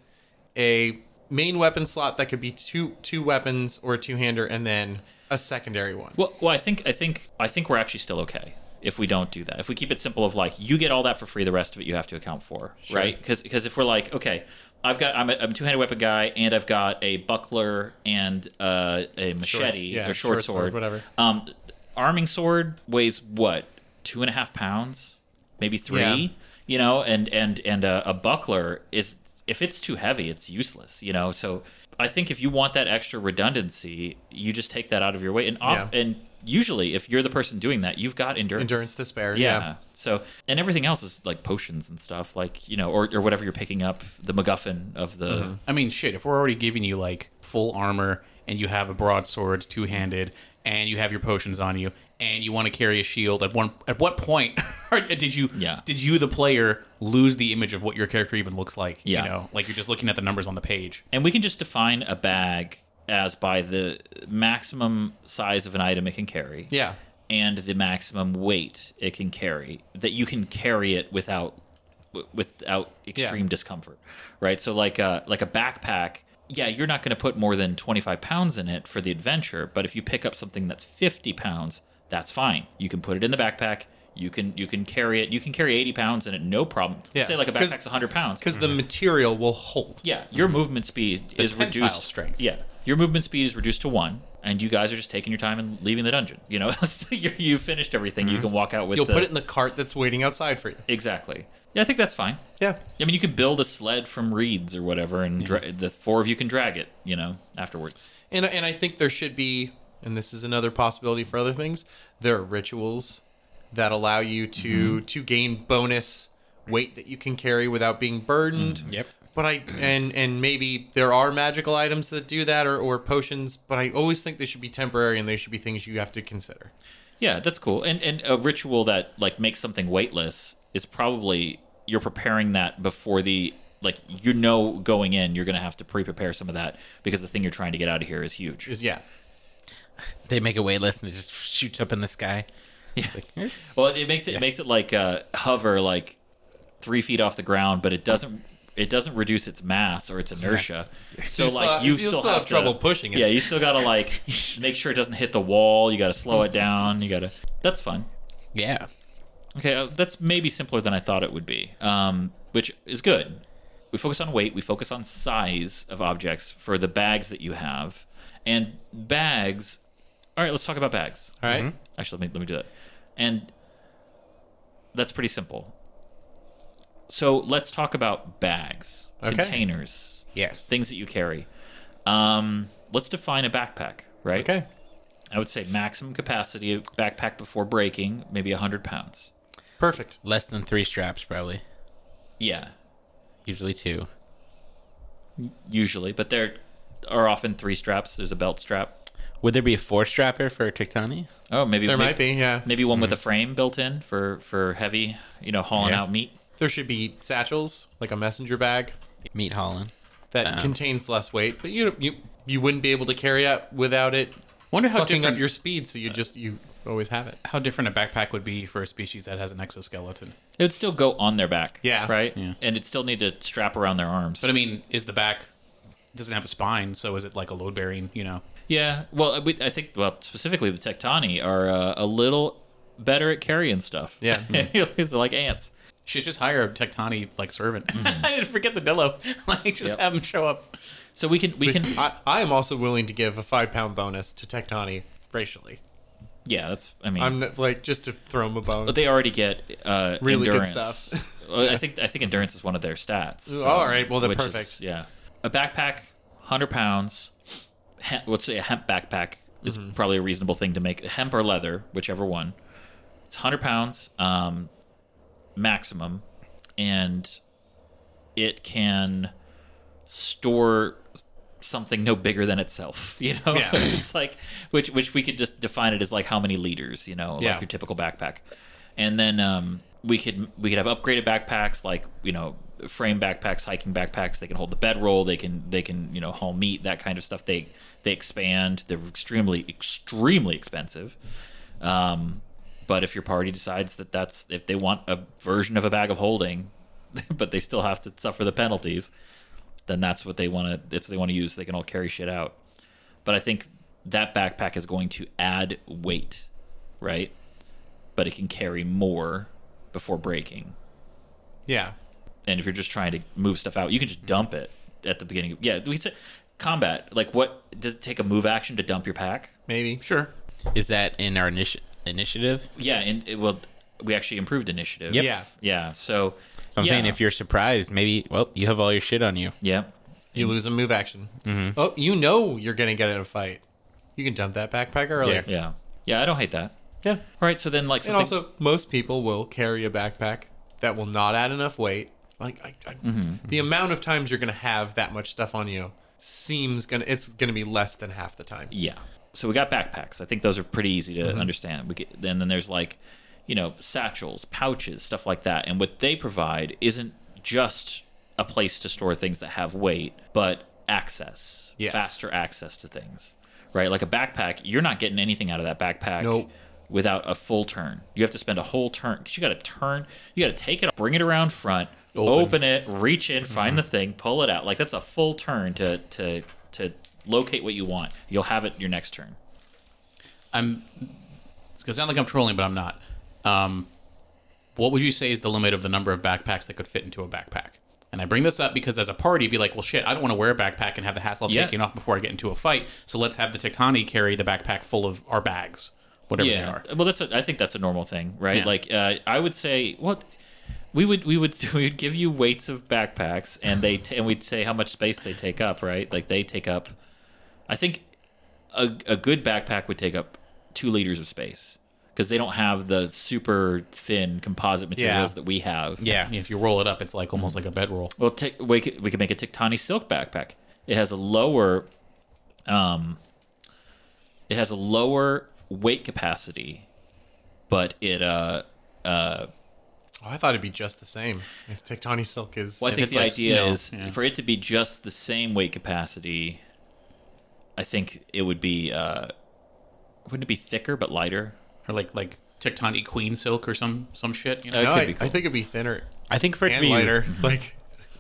[SPEAKER 3] a main weapon slot that could be two two weapons or a two-hander, and then a secondary one.
[SPEAKER 1] Well, well, I think I think I think we're actually still okay if we don't do that. If we keep it simple, of like you get all that for free, the rest of it you have to account for, right? Because if we're like, okay, I've got I'm a, I'm a two handed weapon guy, and I've got a buckler and uh, a machete
[SPEAKER 3] yeah,
[SPEAKER 1] or short, sword,
[SPEAKER 3] short sword, whatever.
[SPEAKER 1] Um, arming sword weighs what two and a half pounds, maybe three.
[SPEAKER 3] Yeah.
[SPEAKER 1] You know, and and and a, a buckler is if it's too heavy, it's useless. You know, so I think if you want that extra redundancy, you just take that out of your way. And op-
[SPEAKER 3] Yeah.
[SPEAKER 1] and usually, if you're the person doing that, you've got endurance.
[SPEAKER 3] Endurance to spare, yeah.
[SPEAKER 1] So and everything else is like potions and stuff, like you know, or or whatever you're picking up, the MacGuffin of the.
[SPEAKER 3] Mm-hmm.
[SPEAKER 2] I mean, shit, if we're already giving you like full armor and you have a broadsword, two handed, and you have your potions on you, and you want to carry a shield, at one at what point did you
[SPEAKER 1] Yeah.
[SPEAKER 2] did you the player lose the image of what your character even looks like?
[SPEAKER 1] Yeah.
[SPEAKER 2] You know, like you're just looking at the numbers on the page.
[SPEAKER 1] And we can just define a bag as by the maximum size of an item it can carry.
[SPEAKER 3] Yeah.
[SPEAKER 1] And the maximum weight it can carry that you can carry it without w- without extreme discomfort, right? So like a like a backpack, yeah, you're not going to put more than 25 pounds in it for the adventure, but if you pick up something that's 50 pounds, that's fine. You can put it in the backpack. You can you can carry it. You can carry 80 pounds in it, no problem.
[SPEAKER 3] Yeah,
[SPEAKER 1] Say like a
[SPEAKER 3] 'cause-
[SPEAKER 1] backpack's 100 pounds.
[SPEAKER 3] Because the material will hold.
[SPEAKER 1] Mm-hmm. Yeah, your movement speed is
[SPEAKER 2] tensile
[SPEAKER 1] reduced.
[SPEAKER 2] strength.
[SPEAKER 1] Yeah, your movement speed is reduced to one, and you guys are just taking your time and leaving the dungeon. You know, so you're, you finished everything. You can walk out with.
[SPEAKER 3] Mm-hmm.
[SPEAKER 1] the,
[SPEAKER 3] You'll put it in the cart that's waiting outside for you.
[SPEAKER 1] exactly. Yeah, I think that's fine.
[SPEAKER 3] Yeah.
[SPEAKER 1] I mean, you can build a sled from reeds or whatever, and dra- the four of you can drag it. You know, afterwards.
[SPEAKER 3] And and I think there should be, and this is another possibility for other things. There are rituals that allow you to to gain bonus weight that you can carry without being burdened.
[SPEAKER 4] Yep.
[SPEAKER 3] But I and and maybe there are magical items that do that or, or potions, but I always think they should be temporary and they should be things you have to consider.
[SPEAKER 1] Yeah, that's cool. And and a ritual that like makes something weightless is probably you're preparing that before the like you know going in you're going to have to pre-prepare some of that because the thing you're trying to get out of here is huge.
[SPEAKER 3] Just yeah.
[SPEAKER 4] They make a wait list and it just shoots up in the sky.
[SPEAKER 1] Well, it makes it makes it like uh, hover like three feet off the ground, but it doesn't it doesn't reduce its mass or its inertia. So,
[SPEAKER 3] you still
[SPEAKER 1] like
[SPEAKER 3] have-
[SPEAKER 1] you
[SPEAKER 3] you
[SPEAKER 1] still,
[SPEAKER 3] still
[SPEAKER 1] have,
[SPEAKER 3] have trouble
[SPEAKER 1] to-
[SPEAKER 3] pushing it.
[SPEAKER 1] Yeah, you still gotta like make sure it doesn't hit the wall. You gotta slow it down. You gotta. That's fun.
[SPEAKER 4] Yeah.
[SPEAKER 1] Okay, uh, that's maybe simpler than I thought it would be, um, which is good. We focus on weight, we focus on size of objects for the bags that you have. And bags. All right, let's talk about bags.
[SPEAKER 3] All right?
[SPEAKER 1] Actually, let me let me do that. And that's pretty simple. So let's talk about bags,
[SPEAKER 3] Okay.
[SPEAKER 1] containers,
[SPEAKER 4] Yes.
[SPEAKER 1] things that you carry. Um, let's define a backpack, right?
[SPEAKER 3] Okay.
[SPEAKER 1] I would say maximum capacity of backpack before breaking, maybe 100 pounds.
[SPEAKER 3] Perfect.
[SPEAKER 4] Less than three straps, probably.
[SPEAKER 1] Yeah,
[SPEAKER 4] Usually two.
[SPEAKER 1] usually, but there are often three straps. There's a belt strap.
[SPEAKER 4] Would there be a four strapper for a Tiktani?
[SPEAKER 1] Oh, maybe
[SPEAKER 3] There
[SPEAKER 1] may-
[SPEAKER 3] might be, Mm-hmm. yeah.
[SPEAKER 1] Maybe one with a frame built in for for heavy, you know, hauling
[SPEAKER 4] Yeah.
[SPEAKER 1] out meat.
[SPEAKER 3] There should be satchels, like a messenger bag
[SPEAKER 4] Meat Holland.
[SPEAKER 3] that contains less weight, but you you you wouldn't be able to carry out without it
[SPEAKER 2] Wonder how
[SPEAKER 3] fucking
[SPEAKER 2] different
[SPEAKER 3] up your speed, so you just you always have it.
[SPEAKER 2] how different a backpack would be for a species that has an exoskeleton.
[SPEAKER 1] It would still go on their back.
[SPEAKER 3] Yeah.
[SPEAKER 1] Right? And it'd still need to strap around their arms.
[SPEAKER 2] But I mean, is the back doesn't have a spine, so is it like a load bearing? You know,
[SPEAKER 1] yeah. Well, I- we- I think, well, specifically the Tectani are uh, a little better at carrying stuff.
[SPEAKER 3] Yeah.
[SPEAKER 1] It's like ants.
[SPEAKER 2] shit, just hire a Tectani like servant. I didn't forget the Dello. Like, just
[SPEAKER 1] Mm-hmm. Yep.
[SPEAKER 2] have him show up.
[SPEAKER 1] So we can, we can,
[SPEAKER 3] I, I am also willing to give a five pound bonus to Tectani racially.
[SPEAKER 1] yeah, that's, I mean,
[SPEAKER 3] I'm not- like just to throw him a bone.
[SPEAKER 1] but they already get uh,
[SPEAKER 3] Um, Really good
[SPEAKER 1] endurance.
[SPEAKER 3] stuff.
[SPEAKER 1] Well, I think I think endurance is one of their stats.
[SPEAKER 3] all right, well, then
[SPEAKER 1] which
[SPEAKER 3] perfect.
[SPEAKER 1] is- yeah, a backpack, 100 pounds, he- let's say a hemp backpack is
[SPEAKER 3] Mm-hmm.
[SPEAKER 1] probably a reasonable thing to make, hemp or leather, whichever one. It's 100 pounds um, maximum, and it can store something no bigger than itself you know
[SPEAKER 3] Yeah.
[SPEAKER 1] it's like which which we could just define it as like how many liters you know
[SPEAKER 3] Yeah.
[SPEAKER 1] like your typical backpack and then um, we could we could have upgraded backpacks like you know frame backpacks hiking backpacks they can hold the bedroll they can they can you know haul meat that kind of stuff they they expand they're extremely extremely expensive um, but if your party decides that that's if they want a version of a bag of holding but they still have to suffer the penalties then that's what they want to that's what they want to use they can all carry shit out but i think that backpack is going to add weight right but it can carry more before breaking
[SPEAKER 3] Yeah.
[SPEAKER 1] and if you're just trying to move stuff out you can just dump it at the beginning yeah we could say combat like what does it take a move action to dump your pack
[SPEAKER 3] Maybe.
[SPEAKER 2] Sure.
[SPEAKER 4] Is that in our initi- initiative?
[SPEAKER 1] yeah and it, well we actually improved initiative
[SPEAKER 4] Yep.
[SPEAKER 3] Yeah.
[SPEAKER 1] yeah so,
[SPEAKER 4] So I'm
[SPEAKER 1] yeah.
[SPEAKER 4] saying if you're surprised, maybe well, you have all your shit on you.
[SPEAKER 1] yeah
[SPEAKER 3] You lose a move action. Oh, you know you're going to get in a fight. You can dump that backpack earlier.
[SPEAKER 1] yeah yeah i don't hate that
[SPEAKER 3] Yeah.
[SPEAKER 1] all right so then like
[SPEAKER 3] And
[SPEAKER 1] something
[SPEAKER 3] also, most people will carry a backpack that will not add enough weight. Like, I, I,
[SPEAKER 1] Mm-hmm.
[SPEAKER 3] the amount of times you're going to have that much stuff on you seems going to, it's going to be less than half the time.
[SPEAKER 1] Yeah. So we got backpacks. I think those are pretty easy to
[SPEAKER 3] Mm-hmm.
[SPEAKER 1] understand. We get, and then there's like, you know, satchels, pouches, stuff like that. And what they provide isn't just a place to store things that have weight, but access,
[SPEAKER 3] Yes.
[SPEAKER 1] faster access to things, right? Like a backpack, you're not getting anything out of that backpack
[SPEAKER 3] Nope.
[SPEAKER 1] without a full turn. You have to spend a whole turn because you got to turn, you got to take it, bring it around front, open, it, reach in,
[SPEAKER 3] Mm-hmm.
[SPEAKER 1] find the thing, pull it out. Like that's a full turn to to to locate what you want. You'll have it your next turn.
[SPEAKER 2] I'm. It's gonna sound like I'm trolling, but I'm not. Um, what would you say is the limit of the number of backpacks that could fit into a backpack? And I bring this up because as a party, you'd be like, well, shit, I don't want to wear a backpack and have the hassle of
[SPEAKER 1] Yeah.
[SPEAKER 2] taking it off before I get into a fight. So let's have the Tectani carry the backpack full of our bags, whatever they are.
[SPEAKER 1] Well, that's a, I think that's a normal thing, right?
[SPEAKER 2] Yeah.
[SPEAKER 1] Like uh, I would say what we would we would we would give you weights of backpacks and they t- and we'd say how much space they take up, right? Like they take up I think a, a good backpack would take up 2 liters of space because they don't have the super thin composite materials
[SPEAKER 3] Yeah.
[SPEAKER 1] that we have.
[SPEAKER 4] Yeah.
[SPEAKER 2] If you roll it up, it's like almost like a bedroll.
[SPEAKER 1] Well, tick we could, we could make a Tiktani silk backpack. It has a lower, um, it has a lower weight capacity, but it uh,
[SPEAKER 3] Oh, I thought it'd be just the same if Tectani Silk is.
[SPEAKER 1] well, I think
[SPEAKER 2] it's
[SPEAKER 1] the
[SPEAKER 2] like
[SPEAKER 1] idea
[SPEAKER 2] snow,
[SPEAKER 1] is
[SPEAKER 2] yeah.
[SPEAKER 1] for it to be just the same weight capacity. I think it would be uh, wouldn't it be thicker but lighter?
[SPEAKER 2] Or like like Tectani Queen Silk or some some shit. You know?
[SPEAKER 1] Uh,
[SPEAKER 3] no,
[SPEAKER 1] could
[SPEAKER 3] I,
[SPEAKER 1] be
[SPEAKER 3] I think it'd be thinner
[SPEAKER 4] I think for it to
[SPEAKER 3] and
[SPEAKER 4] be
[SPEAKER 3] lighter. Like,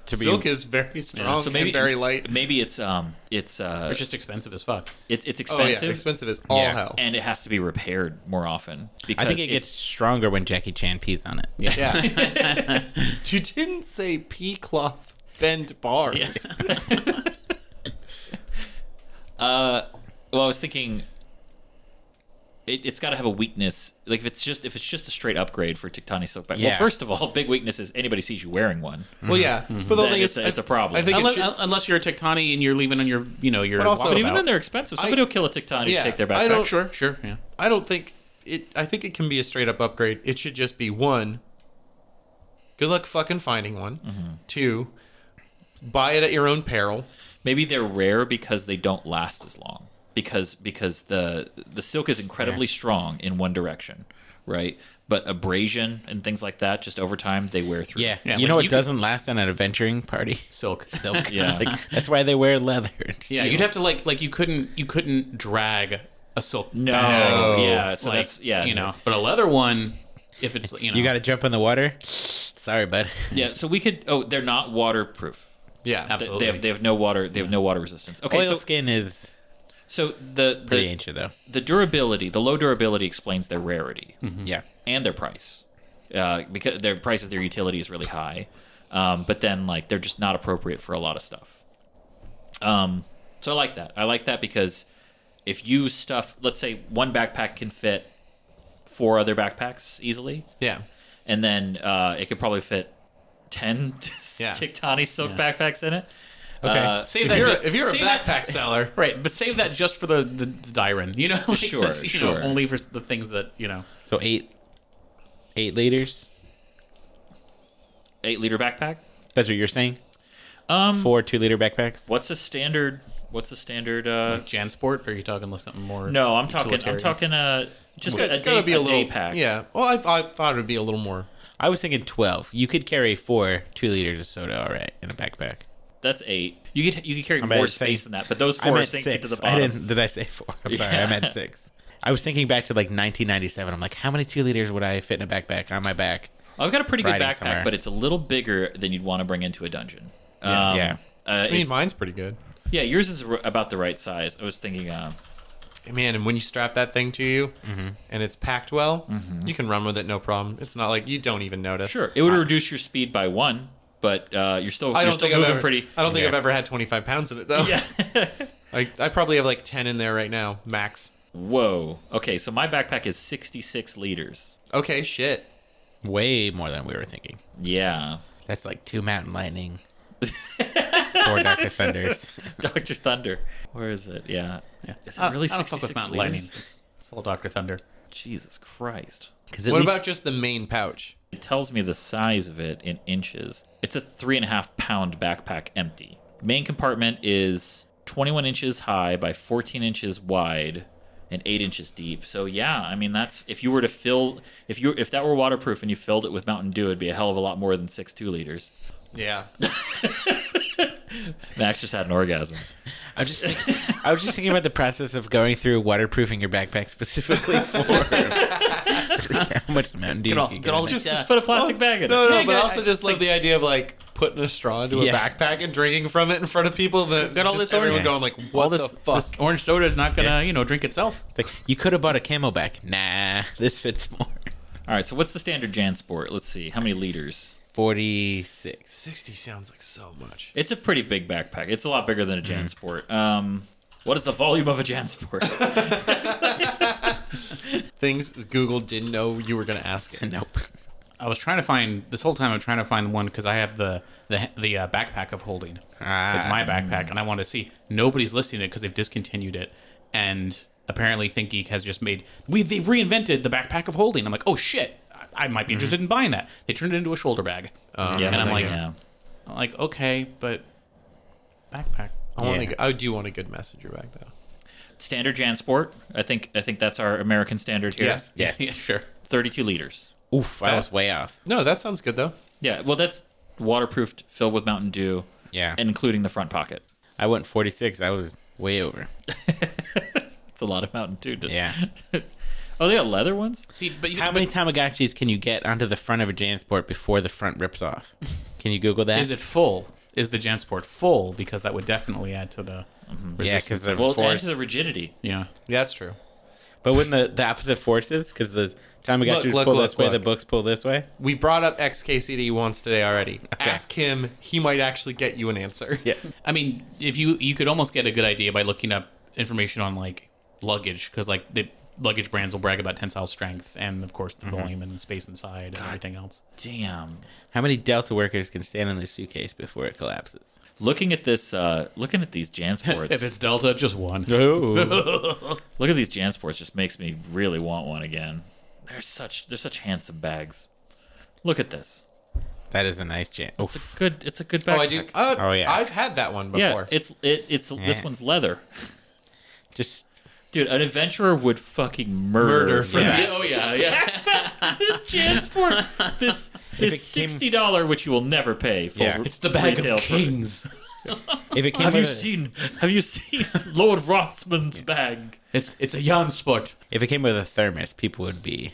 [SPEAKER 4] To be-
[SPEAKER 3] Silk is very strong and very light.
[SPEAKER 1] Maybe it's um, it's uh,
[SPEAKER 2] it's just expensive as fuck.
[SPEAKER 1] it's it's
[SPEAKER 3] Oh,
[SPEAKER 1] expensive,
[SPEAKER 3] yeah. Expensive as all
[SPEAKER 4] Yeah.
[SPEAKER 3] hell.
[SPEAKER 1] and it has to be repaired more often. Because
[SPEAKER 4] I think it gets
[SPEAKER 1] it's-
[SPEAKER 4] stronger when Jackie Chan pees on it. Yeah.
[SPEAKER 3] Yeah. you didn't say pea cloth bent bars.
[SPEAKER 1] Yes. uh, Uh, well, I was thinking it, it's got to have a weakness. Like if it's just if it's just a straight upgrade for Tiktani silk back. Well,
[SPEAKER 4] Yeah.
[SPEAKER 1] first of all, big weakness is anybody sees you wearing one.
[SPEAKER 3] Well, yeah. But the
[SPEAKER 1] Then
[SPEAKER 3] thing
[SPEAKER 1] it's
[SPEAKER 3] is,
[SPEAKER 1] Mm-hmm. a- it's
[SPEAKER 3] I-
[SPEAKER 1] a problem.
[SPEAKER 3] I think it
[SPEAKER 2] Unless,
[SPEAKER 3] should,
[SPEAKER 2] unless you're a Tectani and you're leaving on your you know your
[SPEAKER 3] But also-
[SPEAKER 1] But
[SPEAKER 2] walkabout.
[SPEAKER 1] even then, they're expensive. Somebody will kill a Tiktani to
[SPEAKER 3] Yeah,
[SPEAKER 1] take their backpack.
[SPEAKER 3] I don't-
[SPEAKER 2] sure sure yeah.
[SPEAKER 3] I don't think it. I think it can be a straight up upgrade. It should just be one. Good luck fucking finding one.
[SPEAKER 1] Mm-hmm.
[SPEAKER 3] Two. Buy it at your own peril.
[SPEAKER 1] Maybe they're rare because they don't last as long. Because because the the silk is incredibly strong in one direction, right? But abrasion and things like that, just over time, they wear through.
[SPEAKER 4] Yeah.
[SPEAKER 2] Yeah,
[SPEAKER 4] you
[SPEAKER 2] like
[SPEAKER 4] know what
[SPEAKER 2] you could-
[SPEAKER 4] doesn't last on an adventuring party?
[SPEAKER 2] Silk.
[SPEAKER 4] Silk.
[SPEAKER 1] Yeah.
[SPEAKER 4] Like, that's why they wear leather. and
[SPEAKER 2] Yeah,
[SPEAKER 4] steel.
[SPEAKER 2] you'd have to like like you couldn't you couldn't drag a silk.
[SPEAKER 1] No.
[SPEAKER 2] bag,
[SPEAKER 1] Yeah, so
[SPEAKER 2] like,
[SPEAKER 1] that's- yeah.
[SPEAKER 2] You know, but a leather one, if it's you know,
[SPEAKER 4] You got to jump in the water. Sorry, bud.
[SPEAKER 1] Yeah, so we could. Oh, they're not waterproof.
[SPEAKER 3] Yeah.
[SPEAKER 1] They-
[SPEAKER 2] Absolutely.
[SPEAKER 1] They have they have no water. They have no water resistance. Okay,
[SPEAKER 4] Oil
[SPEAKER 1] so
[SPEAKER 4] skin is
[SPEAKER 1] so the
[SPEAKER 4] pretty
[SPEAKER 1] the,
[SPEAKER 4] ancient, though.
[SPEAKER 1] the durability, the low durability explains their rarity
[SPEAKER 4] Yeah.
[SPEAKER 1] and their price, uh, because their prices, their utility is really high. Um, but then like they're just not appropriate for a lot of stuff. Um, so I like that. I like that because if you stuff, let's say one backpack can fit four other backpacks easily,
[SPEAKER 3] Yeah.
[SPEAKER 1] and then uh, it could probably fit 10
[SPEAKER 3] Yeah.
[SPEAKER 1] Tiktani silk backpacks in it.
[SPEAKER 4] Okay.
[SPEAKER 1] Uh,
[SPEAKER 2] Save
[SPEAKER 3] If
[SPEAKER 2] that
[SPEAKER 3] you're,
[SPEAKER 2] just-
[SPEAKER 3] if you're a
[SPEAKER 2] save that-
[SPEAKER 3] backpack seller,
[SPEAKER 2] Right, but save that just for the the, the Dyren, you know. Like,
[SPEAKER 1] Sure,
[SPEAKER 2] that's, you
[SPEAKER 1] sure.
[SPEAKER 2] Know, only for the things that you know.
[SPEAKER 4] So eight, eight liters.
[SPEAKER 1] Eight liter backpack.
[SPEAKER 4] That's what you're saying.
[SPEAKER 1] Um,
[SPEAKER 4] Four two liter backpacks.
[SPEAKER 1] What's a standard? What's a standard? Uh,
[SPEAKER 2] Jansport, or are you talking like something more?
[SPEAKER 1] no, I'm talking. I'm
[SPEAKER 2] utilitarian?
[SPEAKER 1] talking. Uh, just a,
[SPEAKER 3] it's
[SPEAKER 1] day,
[SPEAKER 3] gotta be
[SPEAKER 1] a
[SPEAKER 3] a, little
[SPEAKER 1] day pack.
[SPEAKER 3] Yeah. Well, I, I thought it would be a little more.
[SPEAKER 4] I was thinking twelve. You could carry four two liters of soda, all right, in a backpack.
[SPEAKER 1] that's eight. You could you could carry
[SPEAKER 4] meant
[SPEAKER 1] more
[SPEAKER 4] six.
[SPEAKER 1] space than that, but those
[SPEAKER 4] I
[SPEAKER 1] four are
[SPEAKER 4] meant
[SPEAKER 1] sinking
[SPEAKER 4] six.
[SPEAKER 1] to the
[SPEAKER 4] I
[SPEAKER 1] bottom.
[SPEAKER 4] didn't. Did I say four? I'm sorry.
[SPEAKER 1] Yeah.
[SPEAKER 4] I meant six. I was thinking back to like 1997. I'm like, how many two liters would I fit in a backpack on my back?
[SPEAKER 1] I've got a pretty good
[SPEAKER 4] Riding
[SPEAKER 1] backpack,
[SPEAKER 4] somewhere.
[SPEAKER 1] but it's a little bigger than you'd want to bring into a dungeon. Yeah, um,
[SPEAKER 4] yeah.
[SPEAKER 1] Uh,
[SPEAKER 3] I mean,
[SPEAKER 1] it's-
[SPEAKER 3] mine's pretty good.
[SPEAKER 1] yeah, yours is r- about the right size. I was thinking. Um,
[SPEAKER 3] Man, and when you strap that thing to you
[SPEAKER 1] Mm-hmm.
[SPEAKER 3] and it's packed well, you can run with it no problem. It's not like you don't even notice.
[SPEAKER 1] Sure, it would reduce your speed by one, but uh, you're still
[SPEAKER 3] I
[SPEAKER 1] you're
[SPEAKER 3] don't
[SPEAKER 1] still
[SPEAKER 3] think I've
[SPEAKER 1] moving
[SPEAKER 3] ever,
[SPEAKER 1] pretty.
[SPEAKER 3] I don't think
[SPEAKER 4] Yeah.
[SPEAKER 3] I've ever had 25 pounds in it though.
[SPEAKER 1] Yeah.
[SPEAKER 3] Like I probably have like 10 in there right now, max.
[SPEAKER 1] Whoa. Okay, so my backpack is 66 liters.
[SPEAKER 3] Okay, shit.
[SPEAKER 4] Way more than we were thinking.
[SPEAKER 1] Yeah.
[SPEAKER 4] That's like two Mountain Lightning, four Doctor Thunders.
[SPEAKER 1] Doctor Thunder. Where is it? Yeah. Is it
[SPEAKER 2] I,
[SPEAKER 1] really
[SPEAKER 2] I don't fuck
[SPEAKER 1] 66
[SPEAKER 2] with Mountain Lightning.
[SPEAKER 1] liters?
[SPEAKER 2] It's, it's all Doctor Thunder.
[SPEAKER 1] Jesus Christ.
[SPEAKER 4] Because
[SPEAKER 3] what about just the main pouch?
[SPEAKER 1] It tells me the size of it in inches. It's a three and a half pound backpack empty. Main compartment is 21 inches high by 14 inches wide and eight inches deep. So yeah, I mean that's if you were to fill if you if that were waterproof and you filled it with Mountain Dew, it'd be a hell of a lot more than six two liters.
[SPEAKER 3] Yeah.
[SPEAKER 1] Max just had an orgasm.
[SPEAKER 4] I'm just thinking, I was just thinking about the process of going through waterproofing your backpack specifically for how much Mountain Dew
[SPEAKER 2] Get all,
[SPEAKER 4] you
[SPEAKER 2] get all
[SPEAKER 4] in
[SPEAKER 2] just
[SPEAKER 1] Just put a plastic bag in
[SPEAKER 3] No,
[SPEAKER 1] it. Oh,
[SPEAKER 3] no,
[SPEAKER 2] Yeah,
[SPEAKER 3] but I
[SPEAKER 2] I-
[SPEAKER 3] also just love the idea of like putting a straw into
[SPEAKER 4] Yeah.
[SPEAKER 3] a backpack and drinking from it in front of people that
[SPEAKER 2] Got all
[SPEAKER 3] just
[SPEAKER 2] this orange-
[SPEAKER 3] everyone going like, "What the fuck?"
[SPEAKER 2] orange soda is not gonna you know drink itself.
[SPEAKER 4] there. It's like, you could have bought a camo back. Nah, this fits more.
[SPEAKER 1] All right, so what's the standard JanSport? Let's see. How many liters?
[SPEAKER 4] 46.
[SPEAKER 3] 60 sounds like so much.
[SPEAKER 1] It's a pretty big backpack. It's a lot bigger than a JanSport. Um, what is the volume of a JanSport?
[SPEAKER 3] Things that Google didn't know you were going to ask it.
[SPEAKER 4] Nope.
[SPEAKER 2] I was trying to find this whole time. I'm trying to find the one because I have the the the uh, backpack of holding.
[SPEAKER 4] Ah.
[SPEAKER 2] It's my backpack, and I wanted to see nobody's listing it because they've discontinued it, and apparently ThinkGeek has just made we they've reinvented the backpack of holding. I'm like, oh shit, I, I might be
[SPEAKER 3] Mm-hmm.
[SPEAKER 2] interested in buying that. They turned it into a shoulder bag.
[SPEAKER 3] Um,
[SPEAKER 1] yeah,
[SPEAKER 2] and I'm like,
[SPEAKER 1] yeah.
[SPEAKER 2] I'm like okay, but backpack.
[SPEAKER 3] I, want
[SPEAKER 4] Yeah.
[SPEAKER 3] a, I do want a good messenger bag though.
[SPEAKER 1] standard JanSport. I think I think that's our American standard here.
[SPEAKER 3] Yes.
[SPEAKER 4] Yes.
[SPEAKER 2] yeah, sure.
[SPEAKER 1] 32 liters.
[SPEAKER 4] Oof, I was way off.
[SPEAKER 3] No, that sounds good though.
[SPEAKER 1] Yeah, well that's waterproofed, filled with Mountain Dew.
[SPEAKER 4] Yeah.
[SPEAKER 1] and including the front pocket.
[SPEAKER 4] I went 46. I was way over.
[SPEAKER 1] It's a lot of Mountain Dew. to-
[SPEAKER 4] Yeah.
[SPEAKER 1] oh, they got leather ones?
[SPEAKER 2] See, but you-
[SPEAKER 4] How
[SPEAKER 2] but
[SPEAKER 4] many Tamagotchis can you get onto the front of a Jansport before the front rips off? Can you Google that?
[SPEAKER 2] is it full? Is the Jansport full? Because that would definitely add to the
[SPEAKER 4] yeah, because the
[SPEAKER 1] Well, add
[SPEAKER 4] force.
[SPEAKER 1] to the rigidity.
[SPEAKER 2] yeah.
[SPEAKER 3] Yeah, that's true.
[SPEAKER 4] but wouldn't the, the opposite forces? Because the Tamagotchis
[SPEAKER 3] Look, look,
[SPEAKER 4] pull
[SPEAKER 3] look,
[SPEAKER 4] this way, the
[SPEAKER 3] look.
[SPEAKER 4] books pull this way.
[SPEAKER 3] We brought up XKCD once today already. Ask him, he might actually get you an answer. Yeah.
[SPEAKER 2] I mean, if you you could almost get a good idea by looking up information on like luggage because like the luggage brands will brag about tensile strength and of course
[SPEAKER 1] Mm-hmm.
[SPEAKER 2] the volume and the space inside and everything else.
[SPEAKER 1] Damn.
[SPEAKER 4] How many Delta workers can stand on this suitcase before it collapses?
[SPEAKER 1] Looking at this, uh, looking at these JanSports.
[SPEAKER 2] If it's Delta, just one.
[SPEAKER 4] Oh,
[SPEAKER 1] Look at these Jansports just makes me really want one again. They're such they're such handsome bags. Look at this.
[SPEAKER 4] that is a nice chance. Oh,
[SPEAKER 1] It's a good it's a good backpack.
[SPEAKER 3] Oh, I do. Uh,
[SPEAKER 4] Oh, yeah.
[SPEAKER 3] I've had that one
[SPEAKER 1] yeah,
[SPEAKER 3] before.
[SPEAKER 1] it's it, it's this
[SPEAKER 4] Yeah.
[SPEAKER 1] one's leather.
[SPEAKER 4] just
[SPEAKER 1] Dude, an adventurer would fucking murder,
[SPEAKER 3] Murder for
[SPEAKER 1] yeah.
[SPEAKER 3] this.
[SPEAKER 1] Oh yeah, yeah. this Jansport, this
[SPEAKER 4] it came-
[SPEAKER 1] this sixty dollar, which you will never pay. Full
[SPEAKER 4] Yeah.
[SPEAKER 2] It's the bag
[SPEAKER 1] retail
[SPEAKER 2] of
[SPEAKER 1] for-
[SPEAKER 2] kings.
[SPEAKER 4] if it came.
[SPEAKER 1] Have you
[SPEAKER 4] with a-
[SPEAKER 1] seen? Have you seen Lord Rothman's bag?
[SPEAKER 2] It's it's a Jansport.
[SPEAKER 4] If it came with a thermos, people would be.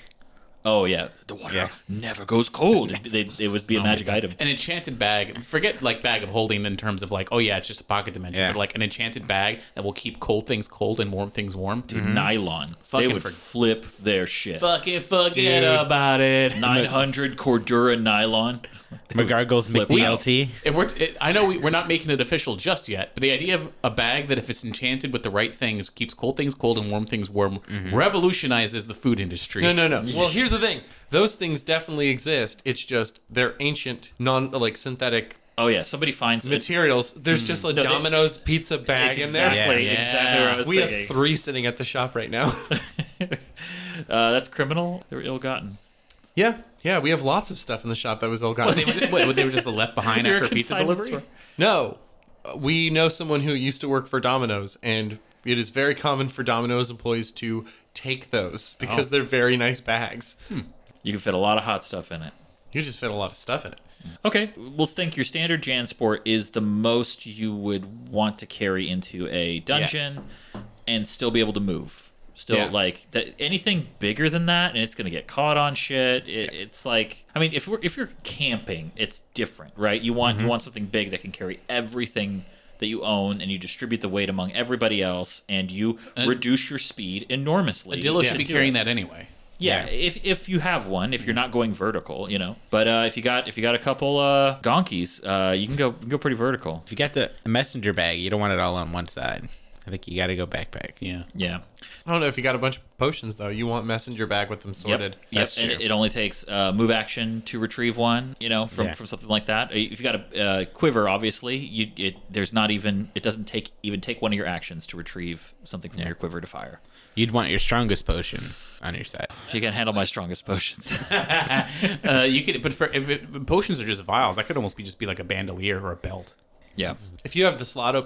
[SPEAKER 1] Oh yeah, the water
[SPEAKER 4] Yeah. Oh,
[SPEAKER 1] never goes cold. They, it would be a magic item.
[SPEAKER 2] An enchanted bag. Forget like bag of holding in terms of like oh yeah, it's just a pocket dimension,
[SPEAKER 4] Yeah.
[SPEAKER 2] but like an enchanted bag that will keep cold things cold and warm things warm.
[SPEAKER 1] Mm-hmm.
[SPEAKER 3] Hmm?
[SPEAKER 1] Nylon.
[SPEAKER 2] Fucking
[SPEAKER 1] they would
[SPEAKER 2] for-
[SPEAKER 1] flip their shit.
[SPEAKER 2] Fucking forget about it.
[SPEAKER 1] 900 Cordura nylon.
[SPEAKER 4] McGargle's
[SPEAKER 1] flip
[SPEAKER 4] McDLT.
[SPEAKER 2] If we're, it, I know we, we're not making it official just yet, but the idea of a bag that, if it's enchanted with the right things, keeps cold things cold and warm things warm, revolutionizes the food industry.
[SPEAKER 3] no, no, no. Well, here's the thing. Those things definitely exist. It's just they're ancient, non like synthetic
[SPEAKER 1] Oh yeah, somebody finds a-
[SPEAKER 3] materials. There's just a
[SPEAKER 1] Mm. they-
[SPEAKER 3] Domino's pizza bag
[SPEAKER 1] It's
[SPEAKER 3] in there.
[SPEAKER 1] Exactly,
[SPEAKER 2] Yeah.
[SPEAKER 1] exactly what I was
[SPEAKER 3] We have
[SPEAKER 1] thinking.
[SPEAKER 3] three sitting at the shop right now.
[SPEAKER 1] uh, that's criminal. They're ill-gotten.
[SPEAKER 3] yeah, yeah, we have lots of stuff in the shop that was all gone.
[SPEAKER 2] They were, what, they were just left behind
[SPEAKER 1] You're a
[SPEAKER 2] after pizza
[SPEAKER 1] consignment
[SPEAKER 2] delivery.
[SPEAKER 1] store.
[SPEAKER 3] No, Uh, we know someone who used to work for Domino's, and it is very common for Domino's employees to take those because they're very nice bags.
[SPEAKER 1] You can fit a lot of hot stuff in it.
[SPEAKER 3] You just fit a lot of stuff in it.
[SPEAKER 1] Okay, we'll think your standard Jansport is the most you would want to carry into a dungeon and still be able to move. Still,
[SPEAKER 3] Yeah.
[SPEAKER 1] like that, anything bigger than that, and it's gonna get caught on shit. It, It's like, I mean, if we're if you're camping, it's different, right? You want you want something big that can carry everything that you own, and you distribute the weight among everybody else, and you reduce your speed enormously.
[SPEAKER 2] Dillo
[SPEAKER 1] to
[SPEAKER 2] should be
[SPEAKER 1] do
[SPEAKER 2] carrying that anyway.
[SPEAKER 1] yeah, if if you have one, if you're not going vertical, you know. But uh, if you got if you got a couple uh, donkeys, uh, you can go you can go pretty vertical.
[SPEAKER 4] If you got the messenger bag, you don't want it all on one side. I think you got to go backpack.
[SPEAKER 2] Yeah.
[SPEAKER 1] Yeah,
[SPEAKER 3] I don't know if you got a bunch of potions though. You want messenger bag with them
[SPEAKER 1] yep,
[SPEAKER 3] sorted.
[SPEAKER 1] yep. And it, it only takes uh, move action to retrieve one, you know, from,
[SPEAKER 4] Yeah.
[SPEAKER 1] from something like that. If you got a uh, quiver, obviously, you it there's not even it doesn't take even take one of your actions to retrieve something from your quiver to fire.
[SPEAKER 4] You'd want your strongest potion on your side.
[SPEAKER 1] You can handle my strongest potions.
[SPEAKER 2] Uh, you could, but for if it, but potions are just vials. That could almost be just be like a bandolier or a belt.
[SPEAKER 1] yeah.
[SPEAKER 3] If you have the slot open,